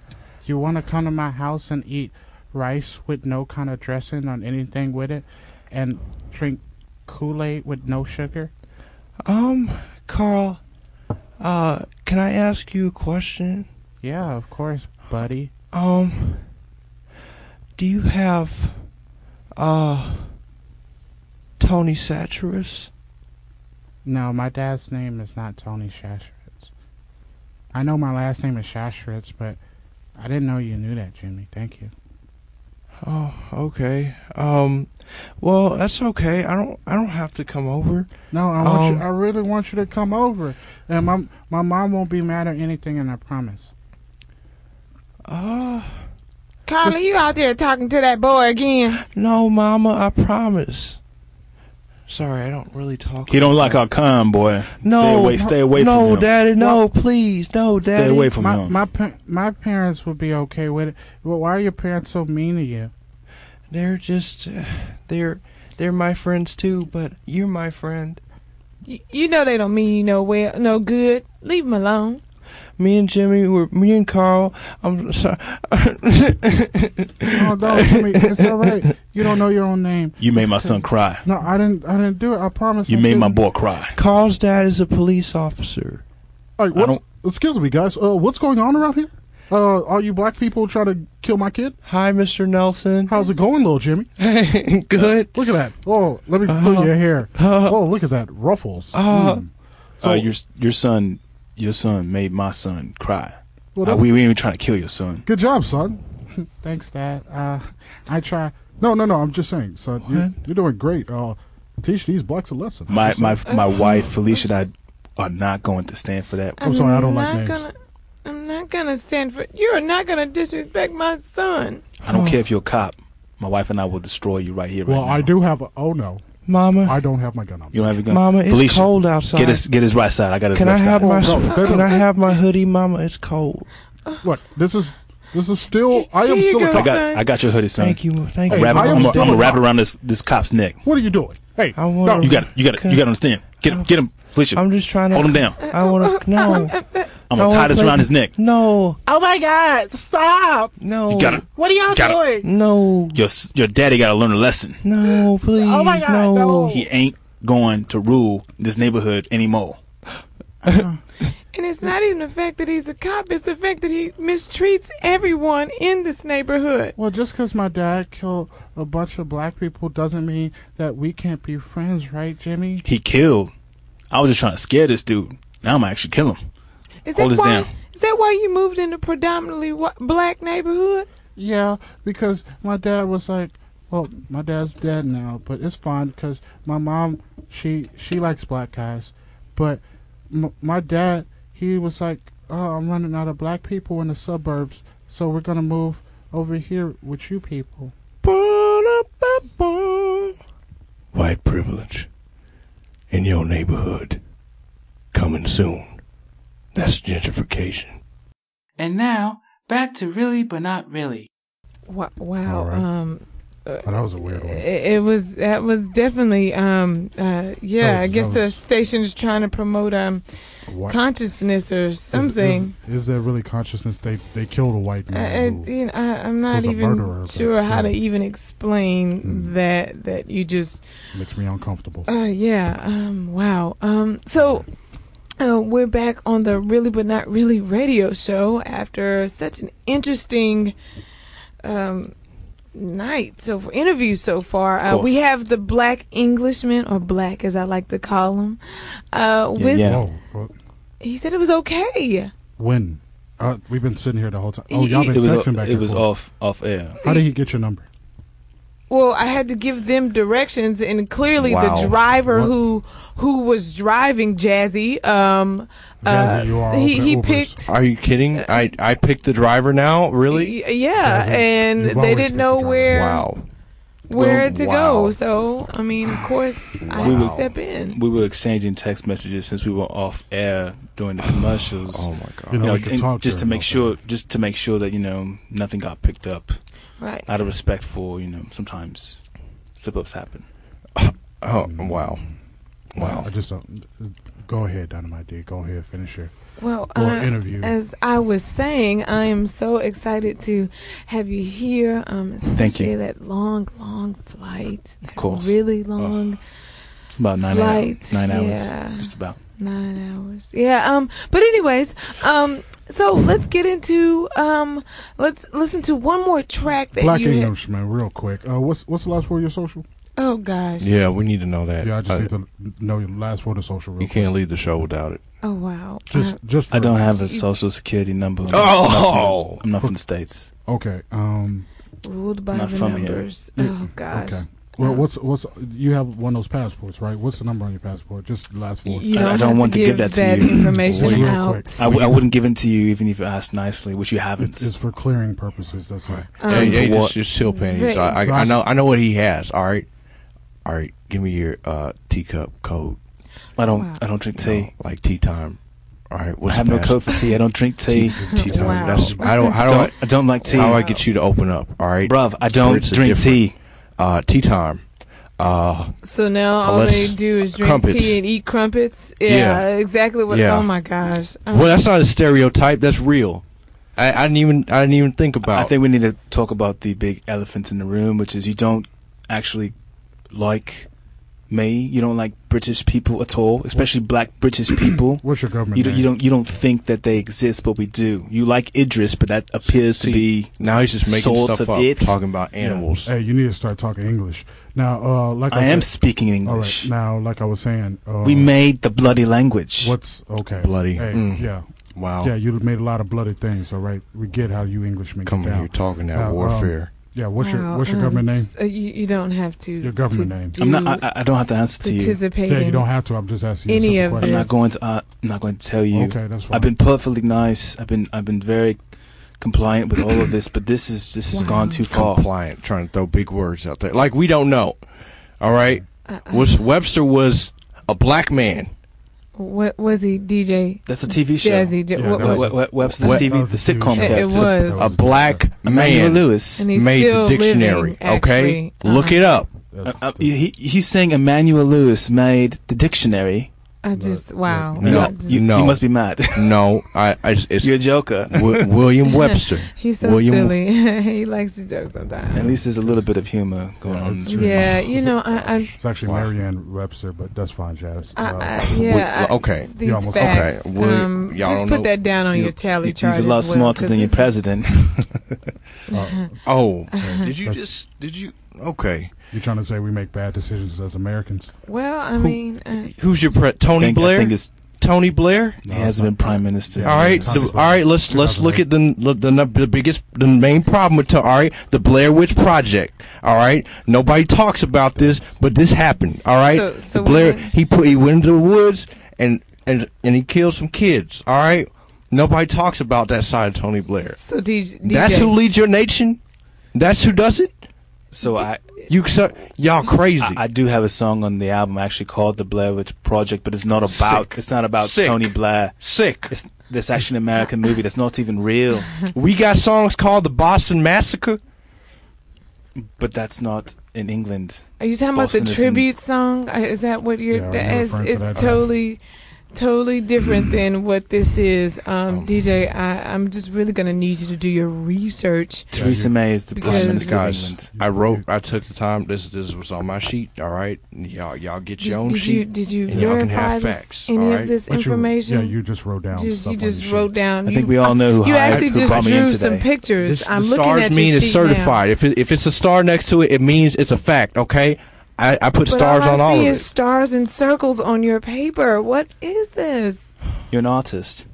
[SPEAKER 5] Do you want to come to my house and eat rice with no kind of dressing on anything with it, and drink Kool Aid with no sugar?
[SPEAKER 4] Um, Carl, uh, can I ask you a question?
[SPEAKER 5] Yeah, of course, buddy.
[SPEAKER 4] Um, do you have, uh, Tony Saturis?
[SPEAKER 5] No, my dad's name is not Tony Shashritz. I know my last name is Shashritz, but I didn't know you knew that, Jimmy. Thank you.
[SPEAKER 4] Oh, okay. Um, well, that's okay. I don't, I don't have to come over.
[SPEAKER 5] No, I want
[SPEAKER 4] Um,
[SPEAKER 5] you, I really want you to come over, and my my mom won't be mad or anything, and I promise.
[SPEAKER 4] Uh,
[SPEAKER 3] Carla, you out there talking to that boy again?
[SPEAKER 4] No, Mama, I promise. Sorry, I don't really talk.
[SPEAKER 6] He don't like our kind, boy.
[SPEAKER 4] No,
[SPEAKER 6] stay away, stay away
[SPEAKER 4] no,
[SPEAKER 6] from him.
[SPEAKER 4] Daddy, no, please, no,
[SPEAKER 6] Stay
[SPEAKER 4] Daddy.
[SPEAKER 6] away from
[SPEAKER 5] my,
[SPEAKER 6] him.
[SPEAKER 5] My pa- my parents would be okay with it. Well, why are your parents so mean to you?
[SPEAKER 4] They're just, uh, they're, they're my friends too. But you're my friend.
[SPEAKER 3] Y- You know they don't mean you no well, no good. Leave them alone.
[SPEAKER 4] Me and Jimmy were, me and Carl. I'm sorry.
[SPEAKER 5] No, no, Jimmy, it's all right. You don't know your own name.
[SPEAKER 6] You made
[SPEAKER 5] It's
[SPEAKER 6] my
[SPEAKER 5] okay.
[SPEAKER 6] son cry.
[SPEAKER 5] No, I didn't. I didn't do it. I promise.
[SPEAKER 6] You
[SPEAKER 5] I
[SPEAKER 6] made
[SPEAKER 5] didn't.
[SPEAKER 6] my boy cry.
[SPEAKER 4] Carl's dad is a police officer.
[SPEAKER 10] Like, what's,
[SPEAKER 6] don't-
[SPEAKER 10] excuse me, guys. Uh, what's going on around here? Uh, all you black people trying to kill my kid?
[SPEAKER 4] Hi, Mr. Nelson.
[SPEAKER 10] How's it going, little Jimmy?
[SPEAKER 4] Good. Uh-huh.
[SPEAKER 10] Look at that. Oh, let me pull your hair. oh, look at that ruffles.
[SPEAKER 4] Uh,
[SPEAKER 10] Hmm.
[SPEAKER 6] uh, your your son, your son made my son cry.
[SPEAKER 10] Well,
[SPEAKER 6] Uh,
[SPEAKER 10] that's-
[SPEAKER 6] we we ain't even trying to kill your son.
[SPEAKER 10] Good job, son.
[SPEAKER 5] Thanks, Dad. Uh, I try.
[SPEAKER 10] No, no, no. I'm just saying, son.
[SPEAKER 4] What?
[SPEAKER 10] You, you're doing great. Uh, teach these blacks a lesson.
[SPEAKER 6] My
[SPEAKER 10] Son.
[SPEAKER 6] my my wife Felicia and I are not going to stand for that.
[SPEAKER 10] I'm sorry, I don't like names.
[SPEAKER 3] Gonna, I'm not gonna stand for. You are not gonna disrespect my son.
[SPEAKER 6] I don't care if you're a cop. My wife and I will destroy you right here.
[SPEAKER 10] well,
[SPEAKER 6] right now.
[SPEAKER 10] I do have a. Oh no,
[SPEAKER 4] Mama,
[SPEAKER 10] I don't have my gun on.
[SPEAKER 6] You don't have a gun,
[SPEAKER 4] Mama, it's
[SPEAKER 6] Felicia,
[SPEAKER 4] cold outside.
[SPEAKER 6] Get his get his right side. I got his
[SPEAKER 4] can I
[SPEAKER 6] left
[SPEAKER 4] have
[SPEAKER 6] side.
[SPEAKER 4] my,
[SPEAKER 10] Oh, no, they
[SPEAKER 4] can
[SPEAKER 10] don't-
[SPEAKER 4] I have my hoodie, Mama? It's cold.
[SPEAKER 10] Look, this is this is still. I
[SPEAKER 3] Here
[SPEAKER 10] am
[SPEAKER 3] you
[SPEAKER 10] still.
[SPEAKER 3] go,
[SPEAKER 10] A
[SPEAKER 6] I
[SPEAKER 10] cop.
[SPEAKER 6] got I got your hoodie, son.
[SPEAKER 4] Thank you, thank
[SPEAKER 10] Hey,
[SPEAKER 4] you.
[SPEAKER 6] Wrap it,
[SPEAKER 10] I am
[SPEAKER 6] I'm
[SPEAKER 10] still
[SPEAKER 6] gonna
[SPEAKER 10] a
[SPEAKER 6] wrap it
[SPEAKER 10] cop.
[SPEAKER 6] around this this cop's neck.
[SPEAKER 10] What are you doing? Hey,
[SPEAKER 4] I wanna-
[SPEAKER 10] no,
[SPEAKER 6] You got you got you got to understand. Get him get him, Felicia.
[SPEAKER 4] I'm just trying to
[SPEAKER 6] hold him down.
[SPEAKER 4] I want to no.
[SPEAKER 3] Uh,
[SPEAKER 6] I'm gonna tie this around his neck.
[SPEAKER 4] No,
[SPEAKER 5] Oh my God! Stop!
[SPEAKER 4] no.
[SPEAKER 6] You gotta
[SPEAKER 5] What are y'all
[SPEAKER 6] Got
[SPEAKER 5] doing?
[SPEAKER 4] No,
[SPEAKER 6] your s- your daddy gotta learn a lesson.
[SPEAKER 4] no, please,
[SPEAKER 5] Oh my God, no.
[SPEAKER 6] He ain't going to rule this neighborhood anymore.
[SPEAKER 3] And it's not even the fact that he's a cop; it's the fact that he mistreats everyone in this neighborhood.
[SPEAKER 5] Well, just 'cause my dad killed a bunch of black people doesn't mean that we can't be friends, right, Jimmy?
[SPEAKER 6] He killed. I was just trying to scare this dude. Now I'm gonna actually kill him.
[SPEAKER 3] Is
[SPEAKER 6] Hold
[SPEAKER 3] that
[SPEAKER 6] us
[SPEAKER 3] why?
[SPEAKER 6] down.
[SPEAKER 3] Is that why you moved into predominantly wh- black neighborhood?
[SPEAKER 5] Yeah, because my dad was like, well, my dad's dead now, but it's fine because my mom, she she likes black guys, but m- my dad, he was like, oh, I'm running out of black people in the suburbs, so we're gonna move over here with you people.
[SPEAKER 4] White privilege in your neighborhood coming soon. That's gentrification.
[SPEAKER 8] And now, back to Really But Not Really.
[SPEAKER 3] Wow, wow
[SPEAKER 10] All right.
[SPEAKER 3] um,
[SPEAKER 10] Oh, that was a weird one.
[SPEAKER 3] it, Uh, it was that was definitely um, uh,
[SPEAKER 10] That
[SPEAKER 3] yeah.
[SPEAKER 10] was-
[SPEAKER 3] I guess
[SPEAKER 10] that
[SPEAKER 3] the
[SPEAKER 10] was-
[SPEAKER 3] station's trying to promote um
[SPEAKER 10] What-
[SPEAKER 3] consciousness or something. Uh,
[SPEAKER 10] Is, is, is there really consciousness? They they killed a white
[SPEAKER 3] I, I,
[SPEAKER 10] man. who-
[SPEAKER 3] you know, I, I'm not
[SPEAKER 10] who's a
[SPEAKER 3] even
[SPEAKER 10] murderer, but
[SPEAKER 3] sure how to
[SPEAKER 10] still.
[SPEAKER 3] even explain
[SPEAKER 10] Mm.
[SPEAKER 3] that. That you just,
[SPEAKER 10] makes me uncomfortable.
[SPEAKER 3] uh, yeah, um, wow. Um, so uh, we're back on the really but not really radio show after such an interesting um, night. So for interviews so far, uh, we
[SPEAKER 6] course.
[SPEAKER 3] have the Black Englishman or Black, as I like to call him. Uh, with
[SPEAKER 6] yeah.
[SPEAKER 10] Whoa, what-
[SPEAKER 3] he said it was okay.
[SPEAKER 10] when? Uh,
[SPEAKER 3] E-
[SPEAKER 10] we've been sitting here the whole time. Oh,
[SPEAKER 3] He-
[SPEAKER 5] uh,
[SPEAKER 10] y'all
[SPEAKER 3] he-
[SPEAKER 10] been
[SPEAKER 6] It was
[SPEAKER 10] texting back
[SPEAKER 6] it
[SPEAKER 10] and
[SPEAKER 6] was
[SPEAKER 10] forth.
[SPEAKER 6] off off air.
[SPEAKER 10] How did he get your number?
[SPEAKER 3] Well, I had to give them directions, and clearly
[SPEAKER 12] Wow.
[SPEAKER 3] the driver
[SPEAKER 12] What?
[SPEAKER 3] who who was driving Jazzy, um, uh,
[SPEAKER 4] Jazzy, you are
[SPEAKER 3] he
[SPEAKER 4] the
[SPEAKER 3] he
[SPEAKER 4] Ubers.
[SPEAKER 3] picked
[SPEAKER 4] Are you kidding? I I picked the driver now. Really?
[SPEAKER 3] yeah, and
[SPEAKER 4] You've
[SPEAKER 3] they
[SPEAKER 4] always
[SPEAKER 3] didn't know where
[SPEAKER 4] Wow.
[SPEAKER 3] where
[SPEAKER 6] Well,
[SPEAKER 3] to go. So I mean, of course, I had to step in.
[SPEAKER 6] We were exchanging text messages since we were off air during the commercials. oh my
[SPEAKER 5] You
[SPEAKER 6] god! You
[SPEAKER 5] know,
[SPEAKER 6] know,
[SPEAKER 5] we could
[SPEAKER 6] and
[SPEAKER 5] talk to
[SPEAKER 6] just
[SPEAKER 5] her
[SPEAKER 6] to make sure, just to make sure that you know nothing got picked up.
[SPEAKER 3] Right.
[SPEAKER 6] Out of respect for you know, sometimes slip ups happen.
[SPEAKER 4] Oh wow,
[SPEAKER 5] wow! I just don't. Go ahead, Dynamite D. Go ahead, finish your
[SPEAKER 3] Well,
[SPEAKER 5] your
[SPEAKER 3] uh,
[SPEAKER 5] interview.
[SPEAKER 3] as I was saying, I am so excited to have you here. Um, especially that long, long flight. Of
[SPEAKER 6] course.
[SPEAKER 3] really long.
[SPEAKER 6] It's about nine
[SPEAKER 3] Flight,
[SPEAKER 6] hours. Nine hours.
[SPEAKER 3] yeah.
[SPEAKER 6] Just about.
[SPEAKER 3] Nine hours. Yeah. Um. But anyways. Um. So let's get into. Um. Let's listen to one more track that
[SPEAKER 5] Black
[SPEAKER 3] you. had-
[SPEAKER 5] Englishman, real quick. Uh, what's what's the last word of your social?
[SPEAKER 3] Oh gosh.
[SPEAKER 4] Yeah, we need to know that.
[SPEAKER 5] Yeah, I just
[SPEAKER 4] Uh,
[SPEAKER 5] need to know your last word of social. Real
[SPEAKER 4] You can't leave the show without it.
[SPEAKER 3] Oh wow.
[SPEAKER 5] Just- just for
[SPEAKER 6] I don't have a
[SPEAKER 5] emergency.
[SPEAKER 6] social security number. I'm
[SPEAKER 5] Oh!
[SPEAKER 6] not from- I'm not from the states.
[SPEAKER 5] Okay. Um.
[SPEAKER 3] Ruled by
[SPEAKER 6] Not
[SPEAKER 3] the
[SPEAKER 6] from here.
[SPEAKER 3] numbers.
[SPEAKER 5] Yeah,
[SPEAKER 3] Oh gosh.
[SPEAKER 5] Okay. Well, what's what's you have one of those passports, right? What's the number on your passport? Just the last four.
[SPEAKER 3] You I- I don't don't have
[SPEAKER 6] want to give that to you.
[SPEAKER 3] information
[SPEAKER 5] Real quick.
[SPEAKER 3] out.
[SPEAKER 6] I, w- I wouldn't give it to you even if you asked nicely, which you haven't.
[SPEAKER 5] It's for clearing purposes. That's it.
[SPEAKER 3] Um,
[SPEAKER 4] Yeah, yeah, just, just chill, panties. I, I, I know, I know what he has. All right, all right. Give me your uh, teacup code.
[SPEAKER 6] I don't, I don't drink
[SPEAKER 4] tea. like tea time. All right, what's
[SPEAKER 6] I have
[SPEAKER 4] the
[SPEAKER 6] no
[SPEAKER 4] pass-
[SPEAKER 6] code for tea. I don't drink tea.
[SPEAKER 4] Tea time.
[SPEAKER 6] Wow.
[SPEAKER 4] That's I don't. How do
[SPEAKER 6] Don't-
[SPEAKER 4] I,
[SPEAKER 6] I don't like tea.
[SPEAKER 4] How do I get you to open up? All right,
[SPEAKER 6] Bruv, I don't
[SPEAKER 4] Spirits are
[SPEAKER 6] drink
[SPEAKER 4] different.
[SPEAKER 6] tea.
[SPEAKER 4] Uh, tea time. Uh,
[SPEAKER 3] So now all
[SPEAKER 4] let's-
[SPEAKER 3] they do is drink
[SPEAKER 4] crumpets.
[SPEAKER 3] tea and eat crumpets. Yeah,
[SPEAKER 4] Yeah.
[SPEAKER 3] exactly what.
[SPEAKER 4] Yeah.
[SPEAKER 3] Oh my gosh. Oh.
[SPEAKER 4] Well, that's not a stereotype. That's real. I, I didn't even. I didn't even think about.
[SPEAKER 6] I think we need to talk about the big elephant in the room, which is you don't actually like me. You don't like British people at all, especially black British people.
[SPEAKER 5] What's your government
[SPEAKER 6] You don't, you
[SPEAKER 5] name?
[SPEAKER 6] don't. You don't think that they exist, but we do. You like Idris, but that appears to be
[SPEAKER 4] now he's just making
[SPEAKER 6] sorts
[SPEAKER 4] stuff
[SPEAKER 6] of
[SPEAKER 4] up,
[SPEAKER 6] it.
[SPEAKER 4] talking about animals.
[SPEAKER 5] Hey, you need to start talking English now. Uh, like I,
[SPEAKER 6] I am
[SPEAKER 5] said-
[SPEAKER 6] speaking
[SPEAKER 5] All
[SPEAKER 6] English.
[SPEAKER 5] right. Now, like I was saying, uh,
[SPEAKER 6] we made the bloody language.
[SPEAKER 5] What's okay?
[SPEAKER 4] Bloody.
[SPEAKER 5] Hey,
[SPEAKER 4] Mm.
[SPEAKER 5] Yeah.
[SPEAKER 4] Wow.
[SPEAKER 5] Yeah, you made a lot of bloody things. All right, we get how you Englishmen
[SPEAKER 4] Come
[SPEAKER 5] get
[SPEAKER 4] on,
[SPEAKER 5] down.
[SPEAKER 4] you're talking that
[SPEAKER 5] Now, um,
[SPEAKER 4] warfare.
[SPEAKER 5] yeah. What's
[SPEAKER 3] Wow,
[SPEAKER 5] your What's your
[SPEAKER 3] um,
[SPEAKER 5] government name?
[SPEAKER 3] s- uh, you, you don't have to.
[SPEAKER 5] Your government
[SPEAKER 3] to
[SPEAKER 5] name.
[SPEAKER 3] do
[SPEAKER 6] I'm not. I, I don't have to answer to you.
[SPEAKER 3] participate
[SPEAKER 5] Yeah, you
[SPEAKER 3] in
[SPEAKER 5] don't have to. I'm just asking you
[SPEAKER 3] any
[SPEAKER 5] a
[SPEAKER 3] of
[SPEAKER 5] simple
[SPEAKER 6] I'm
[SPEAKER 5] question.
[SPEAKER 6] not going to. Uh, I'm not going to tell you.
[SPEAKER 5] Okay, that's
[SPEAKER 6] I've been perfectly nice. I've been. I've been very compliant with all of this. But this is. This has gone too far.
[SPEAKER 4] Compliant, trying to throw big words out there. Like we don't know. All right. Was Webster was a black man.
[SPEAKER 3] What was he, DJ?
[SPEAKER 6] That's a TV show.
[SPEAKER 3] Jazzy. J- what was
[SPEAKER 6] Web- Web- Webster TV, the sitcom.
[SPEAKER 3] It-
[SPEAKER 6] character.
[SPEAKER 3] it was.
[SPEAKER 4] A black
[SPEAKER 6] Emmanuel
[SPEAKER 4] man
[SPEAKER 6] Lewis
[SPEAKER 3] And he's
[SPEAKER 4] made
[SPEAKER 3] still
[SPEAKER 4] the dictionary.
[SPEAKER 3] living,
[SPEAKER 4] okay,
[SPEAKER 3] actually. Uh-huh.
[SPEAKER 4] look it up.
[SPEAKER 6] Uh, uh, he, he's saying Emmanuel Lewis made the dictionary.
[SPEAKER 3] I just wow.
[SPEAKER 4] No,
[SPEAKER 3] I just-
[SPEAKER 4] you, no.
[SPEAKER 6] you must be mad.
[SPEAKER 4] no, I. I it's,
[SPEAKER 6] You're a joker.
[SPEAKER 4] Wi- William Webster.
[SPEAKER 3] He's so
[SPEAKER 4] William,
[SPEAKER 3] silly. he likes to joke sometimes.
[SPEAKER 6] At least there's a little bit of humor going on. in this room.
[SPEAKER 3] Yeah, you know, I, I
[SPEAKER 5] It's actually Marianne Webster, but that's fine, Janice.
[SPEAKER 3] I-
[SPEAKER 5] Uh,
[SPEAKER 3] I- yeah, I-
[SPEAKER 4] okay.
[SPEAKER 5] You
[SPEAKER 3] These
[SPEAKER 5] almost-
[SPEAKER 3] facts.
[SPEAKER 5] okay, well,
[SPEAKER 3] um,
[SPEAKER 5] y'all
[SPEAKER 3] just
[SPEAKER 5] don't
[SPEAKER 3] put
[SPEAKER 5] know-
[SPEAKER 3] that down on
[SPEAKER 5] You-
[SPEAKER 3] your tally
[SPEAKER 5] he's
[SPEAKER 3] chart.
[SPEAKER 6] He's a
[SPEAKER 3] as
[SPEAKER 6] lot
[SPEAKER 3] well,
[SPEAKER 6] smarter
[SPEAKER 3] 'cause
[SPEAKER 6] than your
[SPEAKER 3] this-
[SPEAKER 6] president.
[SPEAKER 4] Oh,
[SPEAKER 3] Uh-huh.
[SPEAKER 4] did you
[SPEAKER 5] That's-
[SPEAKER 4] just? Did you? Okay.
[SPEAKER 5] You're trying to say we make bad decisions as Americans?
[SPEAKER 3] Well, I mean, uh,
[SPEAKER 4] Who's your pre- Tony
[SPEAKER 6] Think- I
[SPEAKER 4] Blair?
[SPEAKER 6] think it's-
[SPEAKER 4] Tony Blair.
[SPEAKER 6] he hasn't been prime minister.
[SPEAKER 4] all right,
[SPEAKER 6] Yes.
[SPEAKER 4] the- all right. Let's let's look at the, the the the biggest the main problem with all right the Blair Witch Project. All right, nobody talks about this, but this happened. All right,
[SPEAKER 11] So- so
[SPEAKER 4] The Blair
[SPEAKER 11] we-
[SPEAKER 4] he put he went into the woods and and and he killed some kids. All right, nobody talks about that side of Tony Blair.
[SPEAKER 3] so DJ,
[SPEAKER 4] That's who leads your nation. That's who does it.
[SPEAKER 6] So I,
[SPEAKER 4] you y'all crazy.
[SPEAKER 6] I, I do have a song on the album actually called "The Blair Witch Project," but it's not about
[SPEAKER 4] Sick.
[SPEAKER 6] it's not about
[SPEAKER 4] Sick.
[SPEAKER 6] Tony Blair.
[SPEAKER 4] Sick.
[SPEAKER 6] It's this actually an American movie that's not even real,
[SPEAKER 4] We got songs called the Boston Massacre.
[SPEAKER 6] but that's not in England.
[SPEAKER 3] Are you talking about the
[SPEAKER 6] Boston is in-
[SPEAKER 3] tribute song? Uh, Is that what you're?
[SPEAKER 6] Yeah,
[SPEAKER 3] that
[SPEAKER 6] you're
[SPEAKER 3] is,
[SPEAKER 6] referring to
[SPEAKER 3] it's
[SPEAKER 6] that.
[SPEAKER 3] totally, totally
[SPEAKER 4] Mm.
[SPEAKER 3] different than what this is. Um,
[SPEAKER 4] Oh.
[SPEAKER 3] DJ, I, I'm just really gonna need you to do your research.
[SPEAKER 6] Theresa May is the
[SPEAKER 3] Because-
[SPEAKER 6] prime minister of
[SPEAKER 4] Guys,
[SPEAKER 6] England.
[SPEAKER 4] I wrote. I took the time. This this was on my sheet. All right, y'all y'all get your
[SPEAKER 3] Did-
[SPEAKER 4] own
[SPEAKER 3] did
[SPEAKER 4] sheet.
[SPEAKER 3] you- did you
[SPEAKER 4] and y'all can
[SPEAKER 3] verify
[SPEAKER 4] have
[SPEAKER 3] this-
[SPEAKER 4] facts.
[SPEAKER 3] any
[SPEAKER 4] all
[SPEAKER 3] of
[SPEAKER 4] right?
[SPEAKER 3] this But you- information?
[SPEAKER 5] Yeah, you just wrote down.
[SPEAKER 3] Just
[SPEAKER 5] stuff
[SPEAKER 3] you
[SPEAKER 5] on
[SPEAKER 3] just
[SPEAKER 5] your
[SPEAKER 3] wrote
[SPEAKER 5] sheets.
[SPEAKER 3] down.
[SPEAKER 6] I think
[SPEAKER 3] you-
[SPEAKER 6] we all know who
[SPEAKER 3] You
[SPEAKER 6] hired-
[SPEAKER 3] actually
[SPEAKER 6] who
[SPEAKER 3] just
[SPEAKER 6] brought me in
[SPEAKER 3] drew
[SPEAKER 6] today.
[SPEAKER 3] some pictures.
[SPEAKER 4] This-
[SPEAKER 3] I'm
[SPEAKER 4] the
[SPEAKER 3] looking
[SPEAKER 4] stars
[SPEAKER 3] at your
[SPEAKER 4] mean
[SPEAKER 3] sheet
[SPEAKER 4] it's certified. If it, if it's a star next to it, it means it's a fact. Okay, I, I put
[SPEAKER 3] Now. But
[SPEAKER 4] stars
[SPEAKER 3] all I
[SPEAKER 4] on all
[SPEAKER 3] see
[SPEAKER 4] of
[SPEAKER 3] is
[SPEAKER 4] it.
[SPEAKER 3] stars and circles on your paper. What is this?
[SPEAKER 6] You're an artist.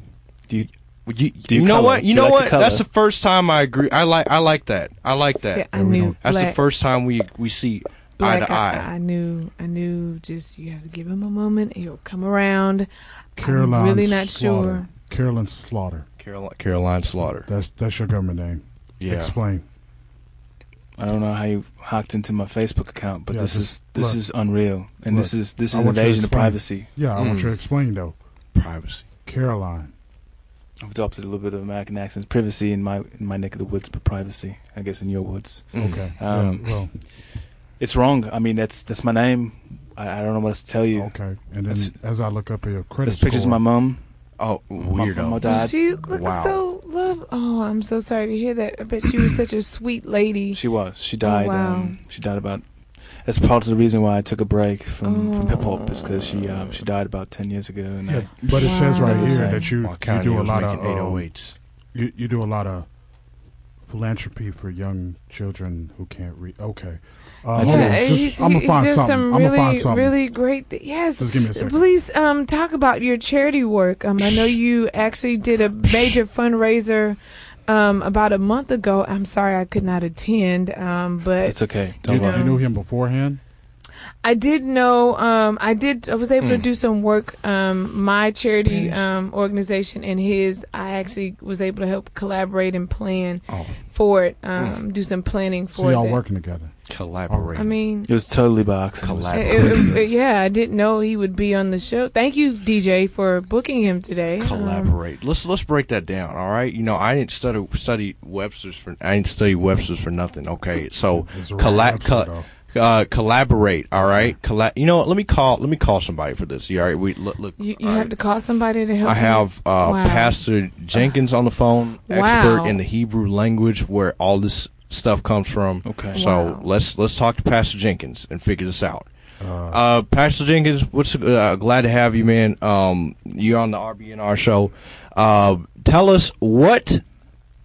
[SPEAKER 6] Do you
[SPEAKER 4] You,
[SPEAKER 6] Do
[SPEAKER 4] you
[SPEAKER 6] you
[SPEAKER 4] know
[SPEAKER 6] color?
[SPEAKER 4] what?
[SPEAKER 6] Do
[SPEAKER 4] You
[SPEAKER 6] you
[SPEAKER 4] know
[SPEAKER 6] like to
[SPEAKER 4] what?
[SPEAKER 6] color?
[SPEAKER 4] That's the first time I agree. I like. I like that. I like that.
[SPEAKER 3] I Yeah, we knew don't-
[SPEAKER 4] That's the
[SPEAKER 3] black-
[SPEAKER 4] first time we we see eye
[SPEAKER 3] Black,
[SPEAKER 4] to eye.
[SPEAKER 3] I, I knew, I knew. Just you have to give him a moment. He'll come around.
[SPEAKER 5] Caroline
[SPEAKER 3] I'm really not
[SPEAKER 5] Slaughter.
[SPEAKER 3] sure.
[SPEAKER 5] Carolyn Slaughter.
[SPEAKER 4] Caroline, Caroline Slaughter.
[SPEAKER 5] That's that's your government name.
[SPEAKER 6] Yeah.
[SPEAKER 5] Explain.
[SPEAKER 6] I don't know how you hacked into my Facebook account, but
[SPEAKER 5] Yeah,
[SPEAKER 6] this
[SPEAKER 5] just
[SPEAKER 6] is this
[SPEAKER 5] look.
[SPEAKER 6] is unreal, and this
[SPEAKER 5] Look,
[SPEAKER 6] is this
[SPEAKER 5] I
[SPEAKER 6] is
[SPEAKER 5] want you to
[SPEAKER 6] invasion of
[SPEAKER 5] explain.
[SPEAKER 6] privacy. Mm.
[SPEAKER 5] Yeah, I
[SPEAKER 4] Mm.
[SPEAKER 5] want you to explain though.
[SPEAKER 4] Privacy.
[SPEAKER 5] Caroline.
[SPEAKER 6] I've adopted a little bit of American accents. Privacy in my in my neck of the woods, but privacy, I guess, in your woods.
[SPEAKER 4] Mm.
[SPEAKER 5] Okay.
[SPEAKER 6] Um,
[SPEAKER 5] Yeah, well.
[SPEAKER 6] it's wrong. I mean, that's that's my name. I, I don't know what else to tell you.
[SPEAKER 5] Okay. And then
[SPEAKER 6] That's-
[SPEAKER 5] as I look up at your credit
[SPEAKER 6] this picture's
[SPEAKER 5] score-
[SPEAKER 6] my mom.
[SPEAKER 4] Oh,
[SPEAKER 6] My,
[SPEAKER 4] weirdo.
[SPEAKER 6] my dad.
[SPEAKER 3] She looks so love. Oh, I'm so sorry to hear that. I bet she was such a sweet lady.
[SPEAKER 6] She was. She died.
[SPEAKER 3] Oh, wow.
[SPEAKER 6] um, she died about. That's part of the reason why I took a break from,
[SPEAKER 3] Oh.
[SPEAKER 6] from hip hop is because she um, she died about ten years ago. And
[SPEAKER 5] Yeah,
[SPEAKER 6] I-
[SPEAKER 5] but it says right here that you,
[SPEAKER 4] Well,
[SPEAKER 5] you
[SPEAKER 4] Kanye
[SPEAKER 5] do a
[SPEAKER 4] was
[SPEAKER 5] lot of
[SPEAKER 4] making
[SPEAKER 6] oh
[SPEAKER 5] um,
[SPEAKER 4] 808s.
[SPEAKER 5] you you do a lot of philanthropy for young children who can't read. Okay, uh, hold on.
[SPEAKER 3] Yeah,
[SPEAKER 5] Just,
[SPEAKER 3] he's-
[SPEAKER 5] I'm gonna
[SPEAKER 3] he
[SPEAKER 5] find
[SPEAKER 3] does
[SPEAKER 5] something.
[SPEAKER 3] some
[SPEAKER 5] I'm
[SPEAKER 3] really,
[SPEAKER 5] gonna find something.
[SPEAKER 3] really great. Th- yes,
[SPEAKER 5] Just give me a second.
[SPEAKER 3] please um, talk about your charity work. Um, I know you actually did a major fundraiser um, about a month ago. I'm sorry I could not attend, um, but
[SPEAKER 6] it's okay.
[SPEAKER 5] You,
[SPEAKER 6] Don't worry.
[SPEAKER 5] you knew him beforehand.
[SPEAKER 3] I did know. Um, I did. I was able to
[SPEAKER 5] Mm.
[SPEAKER 3] do some work. Um, my charity um, organization and his. I actually was able to help collaborate and plan for it. Um, Do some planning for
[SPEAKER 5] Oh. Mm. So y'all
[SPEAKER 3] that.
[SPEAKER 5] working together.
[SPEAKER 4] Collaborate.
[SPEAKER 3] I mean,
[SPEAKER 6] It was totally by accident. It was
[SPEAKER 3] It- it- it- yeah, I didn't know he would be on the show. Thank you, DJ, for booking him today. Um,
[SPEAKER 4] Collaborate. let's let's break that down. All right. You know, I didn't study study Webster's for I didn't study Webster's for nothing. Okay. So
[SPEAKER 5] It's
[SPEAKER 4] colla-
[SPEAKER 5] Webster,
[SPEAKER 4] co- uh, collaborate. All right. Colla- you know, what, let me call let me call somebody for this. You all right? We look. look
[SPEAKER 3] you you
[SPEAKER 4] all right.
[SPEAKER 3] have to call somebody to help.
[SPEAKER 4] I
[SPEAKER 3] you?
[SPEAKER 4] have uh,
[SPEAKER 3] Wow.
[SPEAKER 4] Pastor Jenkins on the phone,
[SPEAKER 3] Wow.
[SPEAKER 4] expert in the Hebrew language, where all this stuff comes from.
[SPEAKER 6] Okay.
[SPEAKER 4] So
[SPEAKER 3] Wow.
[SPEAKER 4] let's let's talk to Pastor Jenkins and figure this out. Uh, Pastor Jenkins, what's uh, glad to have you, man. Um, you're on the RBNR show. Uh, tell us what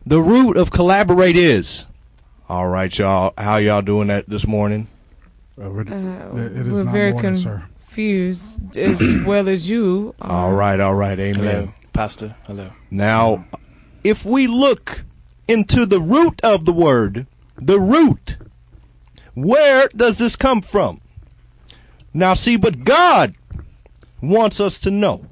[SPEAKER 4] the root of collaborate is. All right, y'all. How y'all doing that this morning?
[SPEAKER 5] Uh, we're-
[SPEAKER 3] Uh,
[SPEAKER 5] it- it is
[SPEAKER 3] we're
[SPEAKER 5] not
[SPEAKER 3] very
[SPEAKER 5] morning, sir.
[SPEAKER 3] confused as well as you. are.
[SPEAKER 4] All right, all right. Amen.
[SPEAKER 6] Hello, Pastor. Hello.
[SPEAKER 4] Now, if we look into the root of the word, the root, where does this come from? Now, see, but God wants us to know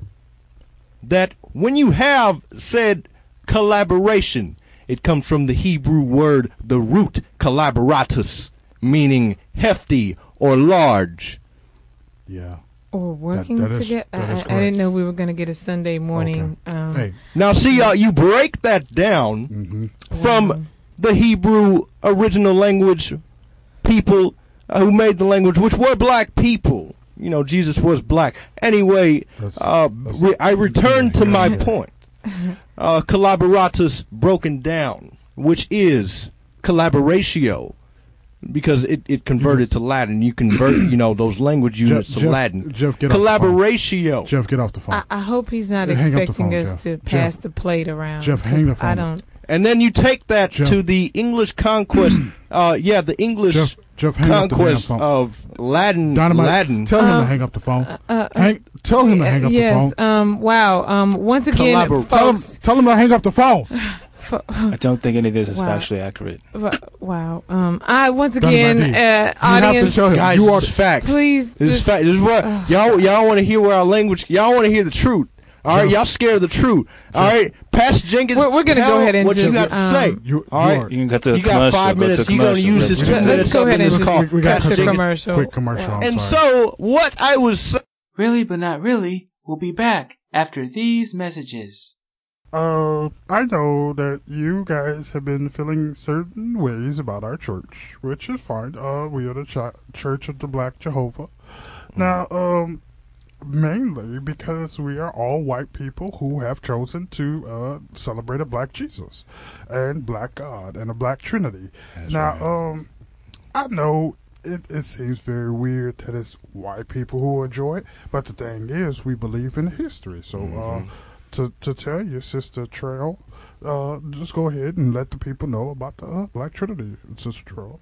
[SPEAKER 4] that when you have said collaboration, it comes from the Hebrew word, the root, collaboratus, meaning hefty or large.
[SPEAKER 5] Yeah.
[SPEAKER 3] Or working
[SPEAKER 5] that is-
[SPEAKER 3] together. I,
[SPEAKER 5] that is
[SPEAKER 3] I- I
[SPEAKER 5] correct.
[SPEAKER 3] didn't know we were going to get a Sunday morning. Um,
[SPEAKER 5] Hey,
[SPEAKER 4] Now, see, y'all, you break that down
[SPEAKER 5] Mm-hmm.
[SPEAKER 4] from the Hebrew original language people uh, who made the language, which were black people. You know, Jesus was black. Anyway,
[SPEAKER 5] That's-
[SPEAKER 4] uh,
[SPEAKER 5] that's-
[SPEAKER 4] re- I return to my
[SPEAKER 5] Yeah.
[SPEAKER 4] point. Uh, collaboratus broken down, which is collaboratio, because it, it converted to Latin. You convert, you know, those language units to
[SPEAKER 5] Jeff-
[SPEAKER 4] Latin.
[SPEAKER 5] Jeff, get off the phone.
[SPEAKER 4] collaboratio.
[SPEAKER 5] Jeff, get off the phone.
[SPEAKER 3] I, I hope he's not
[SPEAKER 5] Hang up the
[SPEAKER 3] expecting
[SPEAKER 5] phone,
[SPEAKER 3] us
[SPEAKER 5] Jeff.
[SPEAKER 3] to
[SPEAKER 5] Jeff.
[SPEAKER 3] pass the plate around.
[SPEAKER 5] Jeff, hang the
[SPEAKER 3] 'cause I
[SPEAKER 5] phone up.
[SPEAKER 3] don't.
[SPEAKER 4] And then you take that
[SPEAKER 5] Jeff.
[SPEAKER 4] to the English conquest. uh, yeah, the English
[SPEAKER 5] Jeff- Jeff, hang up the damn
[SPEAKER 4] conquest
[SPEAKER 5] phone.
[SPEAKER 4] of Latin.
[SPEAKER 5] Dynamite.
[SPEAKER 4] Latin.
[SPEAKER 5] Tell him
[SPEAKER 3] Uh,
[SPEAKER 5] to hang up the phone.
[SPEAKER 3] uh, uh,
[SPEAKER 5] hang, tell him to hang up the phone.
[SPEAKER 3] yes. Um. Wow. Um. Once again,
[SPEAKER 4] Collabor-
[SPEAKER 5] Tell him,
[SPEAKER 3] folks.
[SPEAKER 5] tell him to hang up the phone.
[SPEAKER 6] I don't think any of this is
[SPEAKER 3] Wow.
[SPEAKER 6] factually accurate.
[SPEAKER 3] Ru- Wow. Um. I once
[SPEAKER 5] Done
[SPEAKER 3] again,
[SPEAKER 5] by me.
[SPEAKER 3] uh,
[SPEAKER 5] You have to
[SPEAKER 3] audience,
[SPEAKER 5] show him.
[SPEAKER 4] Guys,
[SPEAKER 5] you are
[SPEAKER 4] this is facts.
[SPEAKER 3] please
[SPEAKER 4] This is
[SPEAKER 3] just
[SPEAKER 4] fact. This is what y'all y'all want to hear. Where our language, y'all want to hear the truth. All right, y'all scared of the truth. All right, Pastor Jenkins.
[SPEAKER 3] We're- we're gonna go
[SPEAKER 4] tell
[SPEAKER 3] ahead and
[SPEAKER 4] what
[SPEAKER 3] just,
[SPEAKER 4] you got
[SPEAKER 3] um,
[SPEAKER 4] to say.
[SPEAKER 5] You-
[SPEAKER 4] all
[SPEAKER 5] you
[SPEAKER 4] right,
[SPEAKER 5] are-
[SPEAKER 6] You can cut to a
[SPEAKER 4] You got
[SPEAKER 6] commercial.
[SPEAKER 4] five
[SPEAKER 6] go to
[SPEAKER 4] minutes.
[SPEAKER 6] a
[SPEAKER 4] You gonna
[SPEAKER 6] commercial,
[SPEAKER 4] use
[SPEAKER 6] but-
[SPEAKER 4] this
[SPEAKER 5] two
[SPEAKER 3] Let's
[SPEAKER 5] minutes
[SPEAKER 3] go ahead and
[SPEAKER 4] This
[SPEAKER 3] just
[SPEAKER 4] call.
[SPEAKER 5] We- we got
[SPEAKER 3] cut to
[SPEAKER 5] to-
[SPEAKER 3] commercial.
[SPEAKER 5] Quick commercial. I'm
[SPEAKER 4] and
[SPEAKER 5] sorry.
[SPEAKER 4] so what I was saying.
[SPEAKER 8] Really But Not Really will be back after these messages.
[SPEAKER 12] Uh, I know that you guys have been feeling certain ways about our church, which is fine. Uh, we are the ch- Church of the Black Jehovah. Now, um, mainly because we are all white people who have chosen to uh, celebrate a black Jesus and black God and a black Trinity. now, um, I know it, it seems very weird that it's white people who enjoy it, but the thing is, we believe in history. So, uh, to, to tell you, Sister Trail, uh, just go ahead and let the people know about the uh, Black Trinity, Sister Trail.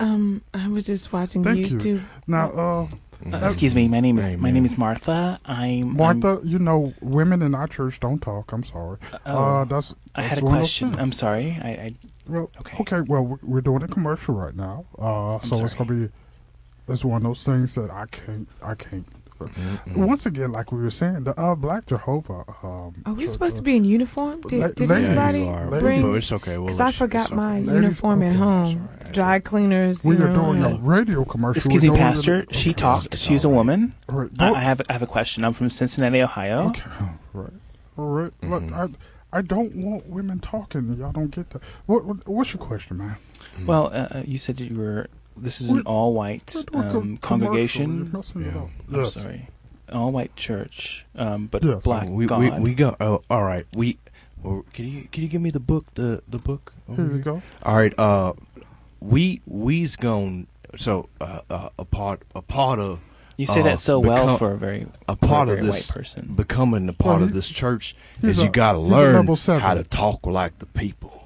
[SPEAKER 3] Um, I was just watching
[SPEAKER 12] Thank you.
[SPEAKER 3] YouTube.
[SPEAKER 12] Now, uh,
[SPEAKER 7] Uh, excuse me. My name is my
[SPEAKER 10] Amen.
[SPEAKER 7] name is Martha. I'm I'm-
[SPEAKER 10] Martha, you know, women in our church don't talk. I'm sorry.
[SPEAKER 7] oh,
[SPEAKER 10] uh, that's,
[SPEAKER 7] I had
[SPEAKER 10] that's
[SPEAKER 7] a
[SPEAKER 10] one of those
[SPEAKER 7] question.
[SPEAKER 10] things.
[SPEAKER 7] I'm sorry. I, I
[SPEAKER 10] Well, okay. well, we're- we're doing a commercial right now, uh, so it's gonna be. It's one of those things that I can't. I can't. Once again, like we were saying, the uh, Black Jehovah. Um,
[SPEAKER 3] Are we
[SPEAKER 10] church,
[SPEAKER 3] supposed
[SPEAKER 10] uh,
[SPEAKER 3] to be in uniform?
[SPEAKER 10] La-
[SPEAKER 3] Did, did
[SPEAKER 10] ladies
[SPEAKER 3] anybody
[SPEAKER 10] are, but-
[SPEAKER 3] bring?
[SPEAKER 10] but Oh, it's okay, well,
[SPEAKER 3] Because I
[SPEAKER 10] it's-
[SPEAKER 3] forgot
[SPEAKER 10] it's okay.
[SPEAKER 3] my
[SPEAKER 10] Ladies-
[SPEAKER 3] uniform at home. Dry cleaners.
[SPEAKER 10] We
[SPEAKER 3] you
[SPEAKER 10] are
[SPEAKER 3] know,
[SPEAKER 10] doing a
[SPEAKER 3] like-
[SPEAKER 10] radio commercial.
[SPEAKER 7] Excuse
[SPEAKER 10] We're
[SPEAKER 7] me,
[SPEAKER 10] doing a-
[SPEAKER 7] Pastor. She talked. She's a woman.
[SPEAKER 10] Alright,
[SPEAKER 7] I,
[SPEAKER 10] well-
[SPEAKER 7] I have I have a question. I'm from Cincinnati, Ohio.
[SPEAKER 10] Okay. Oh, Right. All right.
[SPEAKER 4] Mm-hmm.
[SPEAKER 10] Look, I, I don't want women talking. Y'all don't get that. What, what What's your question, man?
[SPEAKER 7] Well, uh, uh, you said you were. This is an
[SPEAKER 10] We're-
[SPEAKER 7] all-white
[SPEAKER 10] we're doing a
[SPEAKER 7] um,
[SPEAKER 10] commercial.
[SPEAKER 7] congregation.
[SPEAKER 10] You're messing it up.
[SPEAKER 7] I'm
[SPEAKER 10] Yes.
[SPEAKER 7] sorry, all-white church, um, but
[SPEAKER 10] Yes.
[SPEAKER 7] black
[SPEAKER 4] we,
[SPEAKER 7] God.
[SPEAKER 4] we we got oh, all right. We
[SPEAKER 5] oh,
[SPEAKER 4] well, can you can you give me the book the the book? over
[SPEAKER 10] Oh,
[SPEAKER 3] Hmm.
[SPEAKER 10] Here you go.
[SPEAKER 4] All right. Uh, we we's gone. So uh, uh, a part a part of
[SPEAKER 7] You say
[SPEAKER 4] uh,
[SPEAKER 7] that so well
[SPEAKER 4] become-
[SPEAKER 7] for a very-
[SPEAKER 4] a
[SPEAKER 7] for a
[SPEAKER 4] part
[SPEAKER 7] very
[SPEAKER 4] of this
[SPEAKER 7] white person.
[SPEAKER 4] becoming a part
[SPEAKER 7] Well,
[SPEAKER 4] of
[SPEAKER 7] he-
[SPEAKER 4] this church
[SPEAKER 10] he's
[SPEAKER 4] is you
[SPEAKER 10] a-
[SPEAKER 4] got to
[SPEAKER 10] he's a
[SPEAKER 4] learn
[SPEAKER 10] level seven.
[SPEAKER 4] how to talk like the people.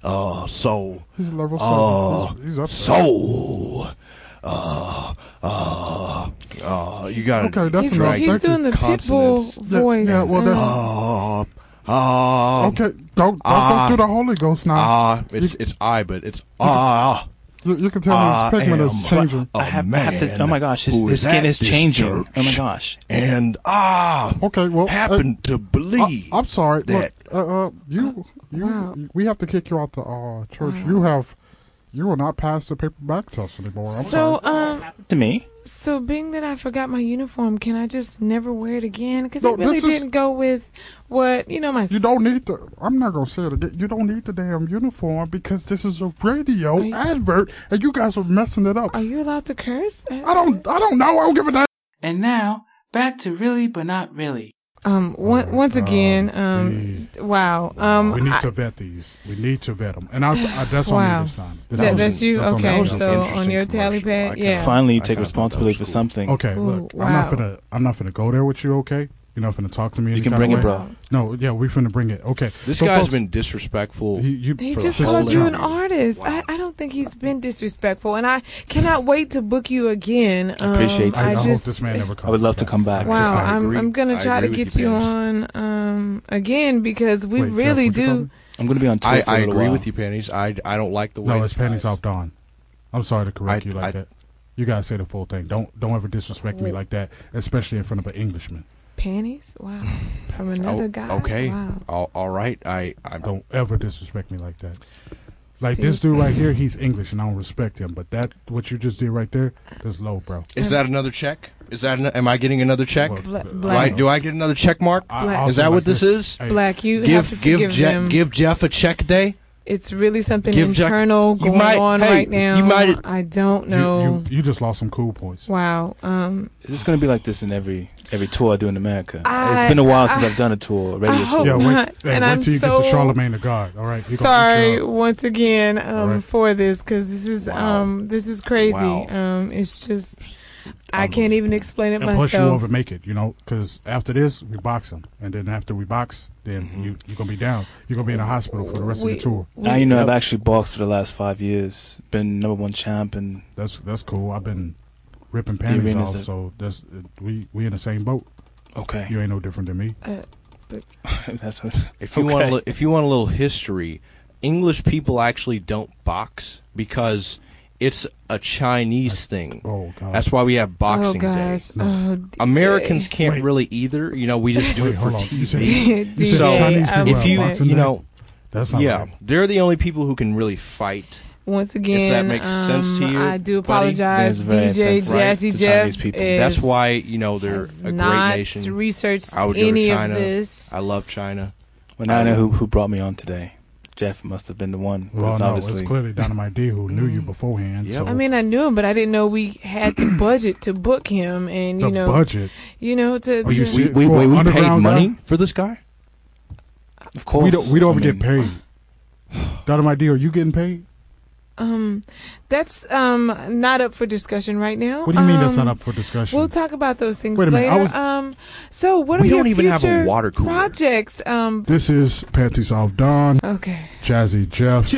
[SPEAKER 4] Uh, so
[SPEAKER 10] He's a level
[SPEAKER 4] uh,
[SPEAKER 10] seven. He's- he's up there.
[SPEAKER 4] so uh, uh, uh, you got
[SPEAKER 10] Okay, that's
[SPEAKER 3] He's-
[SPEAKER 10] enough.
[SPEAKER 3] he's
[SPEAKER 10] Thank
[SPEAKER 3] doing
[SPEAKER 10] you.
[SPEAKER 3] the Consonants. pitbull
[SPEAKER 10] Yeah,
[SPEAKER 3] voice. Uh-huh.
[SPEAKER 10] Yeah, well, that's
[SPEAKER 4] Uh, uh,
[SPEAKER 10] okay. Don't don't
[SPEAKER 4] uh,
[SPEAKER 10] go through the Holy Ghost now.
[SPEAKER 4] Ah, it's it's I, but it's ah.
[SPEAKER 10] You, you can tell
[SPEAKER 4] I
[SPEAKER 10] his pigment
[SPEAKER 4] am
[SPEAKER 10] is changing.
[SPEAKER 4] a
[SPEAKER 7] I have-
[SPEAKER 4] man
[SPEAKER 7] have to- oh my gosh, his-
[SPEAKER 4] who
[SPEAKER 7] his skin
[SPEAKER 4] at
[SPEAKER 7] is
[SPEAKER 4] this
[SPEAKER 7] changing. Oh my
[SPEAKER 4] church
[SPEAKER 7] gosh.
[SPEAKER 4] And ah,
[SPEAKER 10] okay, well, uh,
[SPEAKER 4] happened to believe.
[SPEAKER 10] I, am sorry.
[SPEAKER 4] that
[SPEAKER 10] Look, uh, uh, you you we have to kick you out the uh, church. You have you will not pass the paperback test anymore. I'm
[SPEAKER 3] So,
[SPEAKER 10] sorry.
[SPEAKER 3] um,
[SPEAKER 7] uh, to me.
[SPEAKER 3] so being that I forgot my uniform, can I just never wear it again? Because
[SPEAKER 10] No,
[SPEAKER 3] it really
[SPEAKER 10] this is-
[SPEAKER 3] didn't go with what you know. My
[SPEAKER 10] You don't need the. I'm not gonna say it again. You don't need the damn uniform because this is a radio advert, and you guys are messing it up.
[SPEAKER 3] Are you allowed to curse?
[SPEAKER 10] I don't. I don't know. I don't give a damn.
[SPEAKER 8] And now, back to really but not really.
[SPEAKER 3] Um.
[SPEAKER 5] Oh,
[SPEAKER 3] on- once again. Um. Wow. Um.
[SPEAKER 5] we need
[SPEAKER 3] I-
[SPEAKER 5] to vet these. We need to vet them, and I, I, that's on
[SPEAKER 3] wow.
[SPEAKER 5] me this time. This
[SPEAKER 3] That,
[SPEAKER 5] on me.
[SPEAKER 3] that's you.
[SPEAKER 5] on me.
[SPEAKER 3] okay.
[SPEAKER 5] That was
[SPEAKER 3] So
[SPEAKER 5] interesting.
[SPEAKER 3] on your tally pad, yeah.
[SPEAKER 6] Finally, you take responsibility for something.
[SPEAKER 5] Okay,
[SPEAKER 3] Ooh,
[SPEAKER 5] look, I'm not
[SPEAKER 3] wow.
[SPEAKER 5] gonna, I'm not gonna go there with you. Okay, you're not gonna talk to me.
[SPEAKER 6] You
[SPEAKER 5] any
[SPEAKER 6] can
[SPEAKER 5] kind of
[SPEAKER 6] bring it,
[SPEAKER 5] way.
[SPEAKER 6] bro.
[SPEAKER 5] No, yeah, we're gonna bring it. Okay,
[SPEAKER 4] This
[SPEAKER 5] So,
[SPEAKER 4] guy's
[SPEAKER 5] folks,
[SPEAKER 4] been disrespectful.
[SPEAKER 5] He, you,
[SPEAKER 3] He
[SPEAKER 5] for
[SPEAKER 3] just
[SPEAKER 5] the
[SPEAKER 3] called
[SPEAKER 5] whole
[SPEAKER 3] you
[SPEAKER 5] time.
[SPEAKER 3] an artist. I, I don't think he's been disrespectful, and I cannot wait to book you again. Um,
[SPEAKER 6] Appreciate you.
[SPEAKER 3] I, just
[SPEAKER 6] I would love to come back.
[SPEAKER 3] wow.
[SPEAKER 6] Just-
[SPEAKER 3] I'm I'm gonna try to get you, on um again because we
[SPEAKER 5] Wait, Jeff,
[SPEAKER 3] really
[SPEAKER 5] would you
[SPEAKER 3] do.
[SPEAKER 6] I'm going to be on tour
[SPEAKER 4] I,
[SPEAKER 6] for a
[SPEAKER 4] I
[SPEAKER 6] little
[SPEAKER 4] agree
[SPEAKER 6] while.
[SPEAKER 4] with you, panties. I, I don't like the way.
[SPEAKER 5] No,
[SPEAKER 4] this
[SPEAKER 5] his panties off Don. I'm sorry to correct you like that. You gotta say the full thing. Don't don't ever disrespect me
[SPEAKER 3] Wait.
[SPEAKER 5] like that, especially in front of an Englishman.
[SPEAKER 3] Panties? Wow. From
[SPEAKER 4] guy-
[SPEAKER 3] another
[SPEAKER 4] Oh,
[SPEAKER 3] guy?
[SPEAKER 4] Okay,
[SPEAKER 3] Wow.
[SPEAKER 4] all, all right. I, I
[SPEAKER 5] Don't ever disrespect me like that. Like
[SPEAKER 3] See,
[SPEAKER 5] this dude
[SPEAKER 3] see.
[SPEAKER 5] right here, he's English, and I don't respect him. But that what you just did right there, that's low, bro.
[SPEAKER 4] Is that another check? Is that? An, am I getting another check?
[SPEAKER 3] Bla-
[SPEAKER 4] Do I,
[SPEAKER 3] black,
[SPEAKER 4] do I get another check mark?
[SPEAKER 3] Black-
[SPEAKER 4] Is that what this is?
[SPEAKER 3] black, you have to
[SPEAKER 4] Give
[SPEAKER 3] forgive
[SPEAKER 4] give
[SPEAKER 3] them.
[SPEAKER 4] Jeff give Jeff a check day.
[SPEAKER 3] it's really something
[SPEAKER 4] give Jack-
[SPEAKER 3] internal
[SPEAKER 4] you
[SPEAKER 3] going
[SPEAKER 4] might-
[SPEAKER 3] on
[SPEAKER 4] hey,
[SPEAKER 3] right now.
[SPEAKER 4] you might-
[SPEAKER 3] I don't
[SPEAKER 5] You,
[SPEAKER 3] know.
[SPEAKER 5] you, you just lost some cool points.
[SPEAKER 3] wow. Um,
[SPEAKER 6] Is this going to be like this in every every tour I do in America?
[SPEAKER 3] I-
[SPEAKER 6] it's been a while
[SPEAKER 3] I-
[SPEAKER 6] since I've done a tour, a radio
[SPEAKER 3] I hope
[SPEAKER 6] tour.
[SPEAKER 5] Yeah, wait,
[SPEAKER 3] not.
[SPEAKER 5] hey,
[SPEAKER 3] and
[SPEAKER 5] wait
[SPEAKER 3] I'm
[SPEAKER 5] till you
[SPEAKER 3] so
[SPEAKER 5] get to Charlemagne the God. All right, he gonna
[SPEAKER 3] sorry
[SPEAKER 5] beat you up.
[SPEAKER 3] once again um,
[SPEAKER 5] Alright.
[SPEAKER 3] for this because this is
[SPEAKER 4] Wow.
[SPEAKER 3] um, this is crazy.
[SPEAKER 4] Wow.
[SPEAKER 3] Um, it's just I can't even explain it
[SPEAKER 5] And
[SPEAKER 3] myself.
[SPEAKER 5] plus, you over make it, you know, because after this, we box him, and then after we box, then you you're gonna be down. You're gonna be in the hospital for the rest
[SPEAKER 3] We-
[SPEAKER 5] of the tour.
[SPEAKER 6] Now you know I've actually boxed for the last five years, been number one champ, and
[SPEAKER 5] That's that's cool. I've been ripping panties
[SPEAKER 6] Rain is
[SPEAKER 5] off,
[SPEAKER 6] a-
[SPEAKER 5] so that's we we in the same boat.
[SPEAKER 6] okay,
[SPEAKER 5] You ain't no different than me.
[SPEAKER 3] Uh,
[SPEAKER 6] that's what.
[SPEAKER 4] If you
[SPEAKER 6] okay.
[SPEAKER 4] want, a li- if you want a little history, English people actually don't box because it's a Chinese thing.
[SPEAKER 5] Oh God,
[SPEAKER 4] That's why we have
[SPEAKER 3] oh
[SPEAKER 4] Boxing Day.
[SPEAKER 3] gosh, oh, DJ.
[SPEAKER 4] Americans can't
[SPEAKER 5] Wait.
[SPEAKER 4] really either. You know, we just do
[SPEAKER 5] Wait,
[SPEAKER 4] it for
[SPEAKER 5] hold on. You said-
[SPEAKER 4] TV.
[SPEAKER 5] you
[SPEAKER 3] DJ,
[SPEAKER 5] said
[SPEAKER 4] So,
[SPEAKER 5] Chinese
[SPEAKER 3] I'm
[SPEAKER 5] people
[SPEAKER 4] if
[SPEAKER 5] have
[SPEAKER 4] you,
[SPEAKER 3] lit.
[SPEAKER 5] boxing
[SPEAKER 4] you
[SPEAKER 5] day?
[SPEAKER 4] know,
[SPEAKER 5] that's not
[SPEAKER 4] yeah,
[SPEAKER 5] right.
[SPEAKER 4] they're the only people who can really fight.
[SPEAKER 3] Once again,
[SPEAKER 4] makes
[SPEAKER 3] um,
[SPEAKER 4] sense to you,
[SPEAKER 3] I do
[SPEAKER 4] buddy,
[SPEAKER 3] apologize,
[SPEAKER 6] that's very
[SPEAKER 3] DJ
[SPEAKER 6] offensive, right,
[SPEAKER 3] Jazzy
[SPEAKER 6] to
[SPEAKER 3] Jeff.
[SPEAKER 6] Chinese people.
[SPEAKER 3] Is,
[SPEAKER 4] That's why you know they're
[SPEAKER 3] has
[SPEAKER 4] a
[SPEAKER 3] not
[SPEAKER 4] great nation.
[SPEAKER 3] researched
[SPEAKER 4] I would go
[SPEAKER 3] any
[SPEAKER 4] to
[SPEAKER 3] of
[SPEAKER 4] China.
[SPEAKER 3] this.
[SPEAKER 4] I love China.
[SPEAKER 6] Well, now I know who, who brought me on today. Jeff must have been the one. 'cause
[SPEAKER 5] Well, no,
[SPEAKER 6] obviously,
[SPEAKER 5] it's clearly Dynamite D who knew
[SPEAKER 3] Mm.
[SPEAKER 5] you beforehand.
[SPEAKER 4] Yep.
[SPEAKER 5] So
[SPEAKER 3] I mean, I knew him, but I didn't know we had the budget to book him, and
[SPEAKER 5] the
[SPEAKER 3] you know,
[SPEAKER 5] budget.
[SPEAKER 3] you know, to,
[SPEAKER 5] Are you
[SPEAKER 3] to-
[SPEAKER 5] serious?
[SPEAKER 4] we,
[SPEAKER 5] For
[SPEAKER 4] we, we paid
[SPEAKER 5] underground
[SPEAKER 4] money
[SPEAKER 5] guy?
[SPEAKER 4] for this guy.
[SPEAKER 6] of course,
[SPEAKER 5] we don't we don't
[SPEAKER 6] I
[SPEAKER 5] ever get
[SPEAKER 6] mean, uh,
[SPEAKER 5] paid. Dynamite D, are you getting paid?
[SPEAKER 3] um, that's um not up for discussion right now.
[SPEAKER 5] What do you mean that's
[SPEAKER 3] Um,
[SPEAKER 5] not up for discussion?
[SPEAKER 3] We'll talk about those things
[SPEAKER 5] Wait a
[SPEAKER 3] later.
[SPEAKER 5] minute, I was-
[SPEAKER 3] um, so what
[SPEAKER 4] We
[SPEAKER 3] are your
[SPEAKER 4] don't even have a
[SPEAKER 3] future
[SPEAKER 4] water cooler.
[SPEAKER 3] projects? Um,
[SPEAKER 5] this is Panties Off Don,
[SPEAKER 3] okay,
[SPEAKER 5] Jazzy Jeff,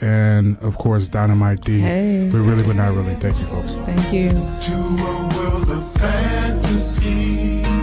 [SPEAKER 5] and of course Dynamite D.
[SPEAKER 2] Hey.
[SPEAKER 5] We really, but not really. Thank you, folks.
[SPEAKER 3] Thank you.
[SPEAKER 2] To a world of fantasy.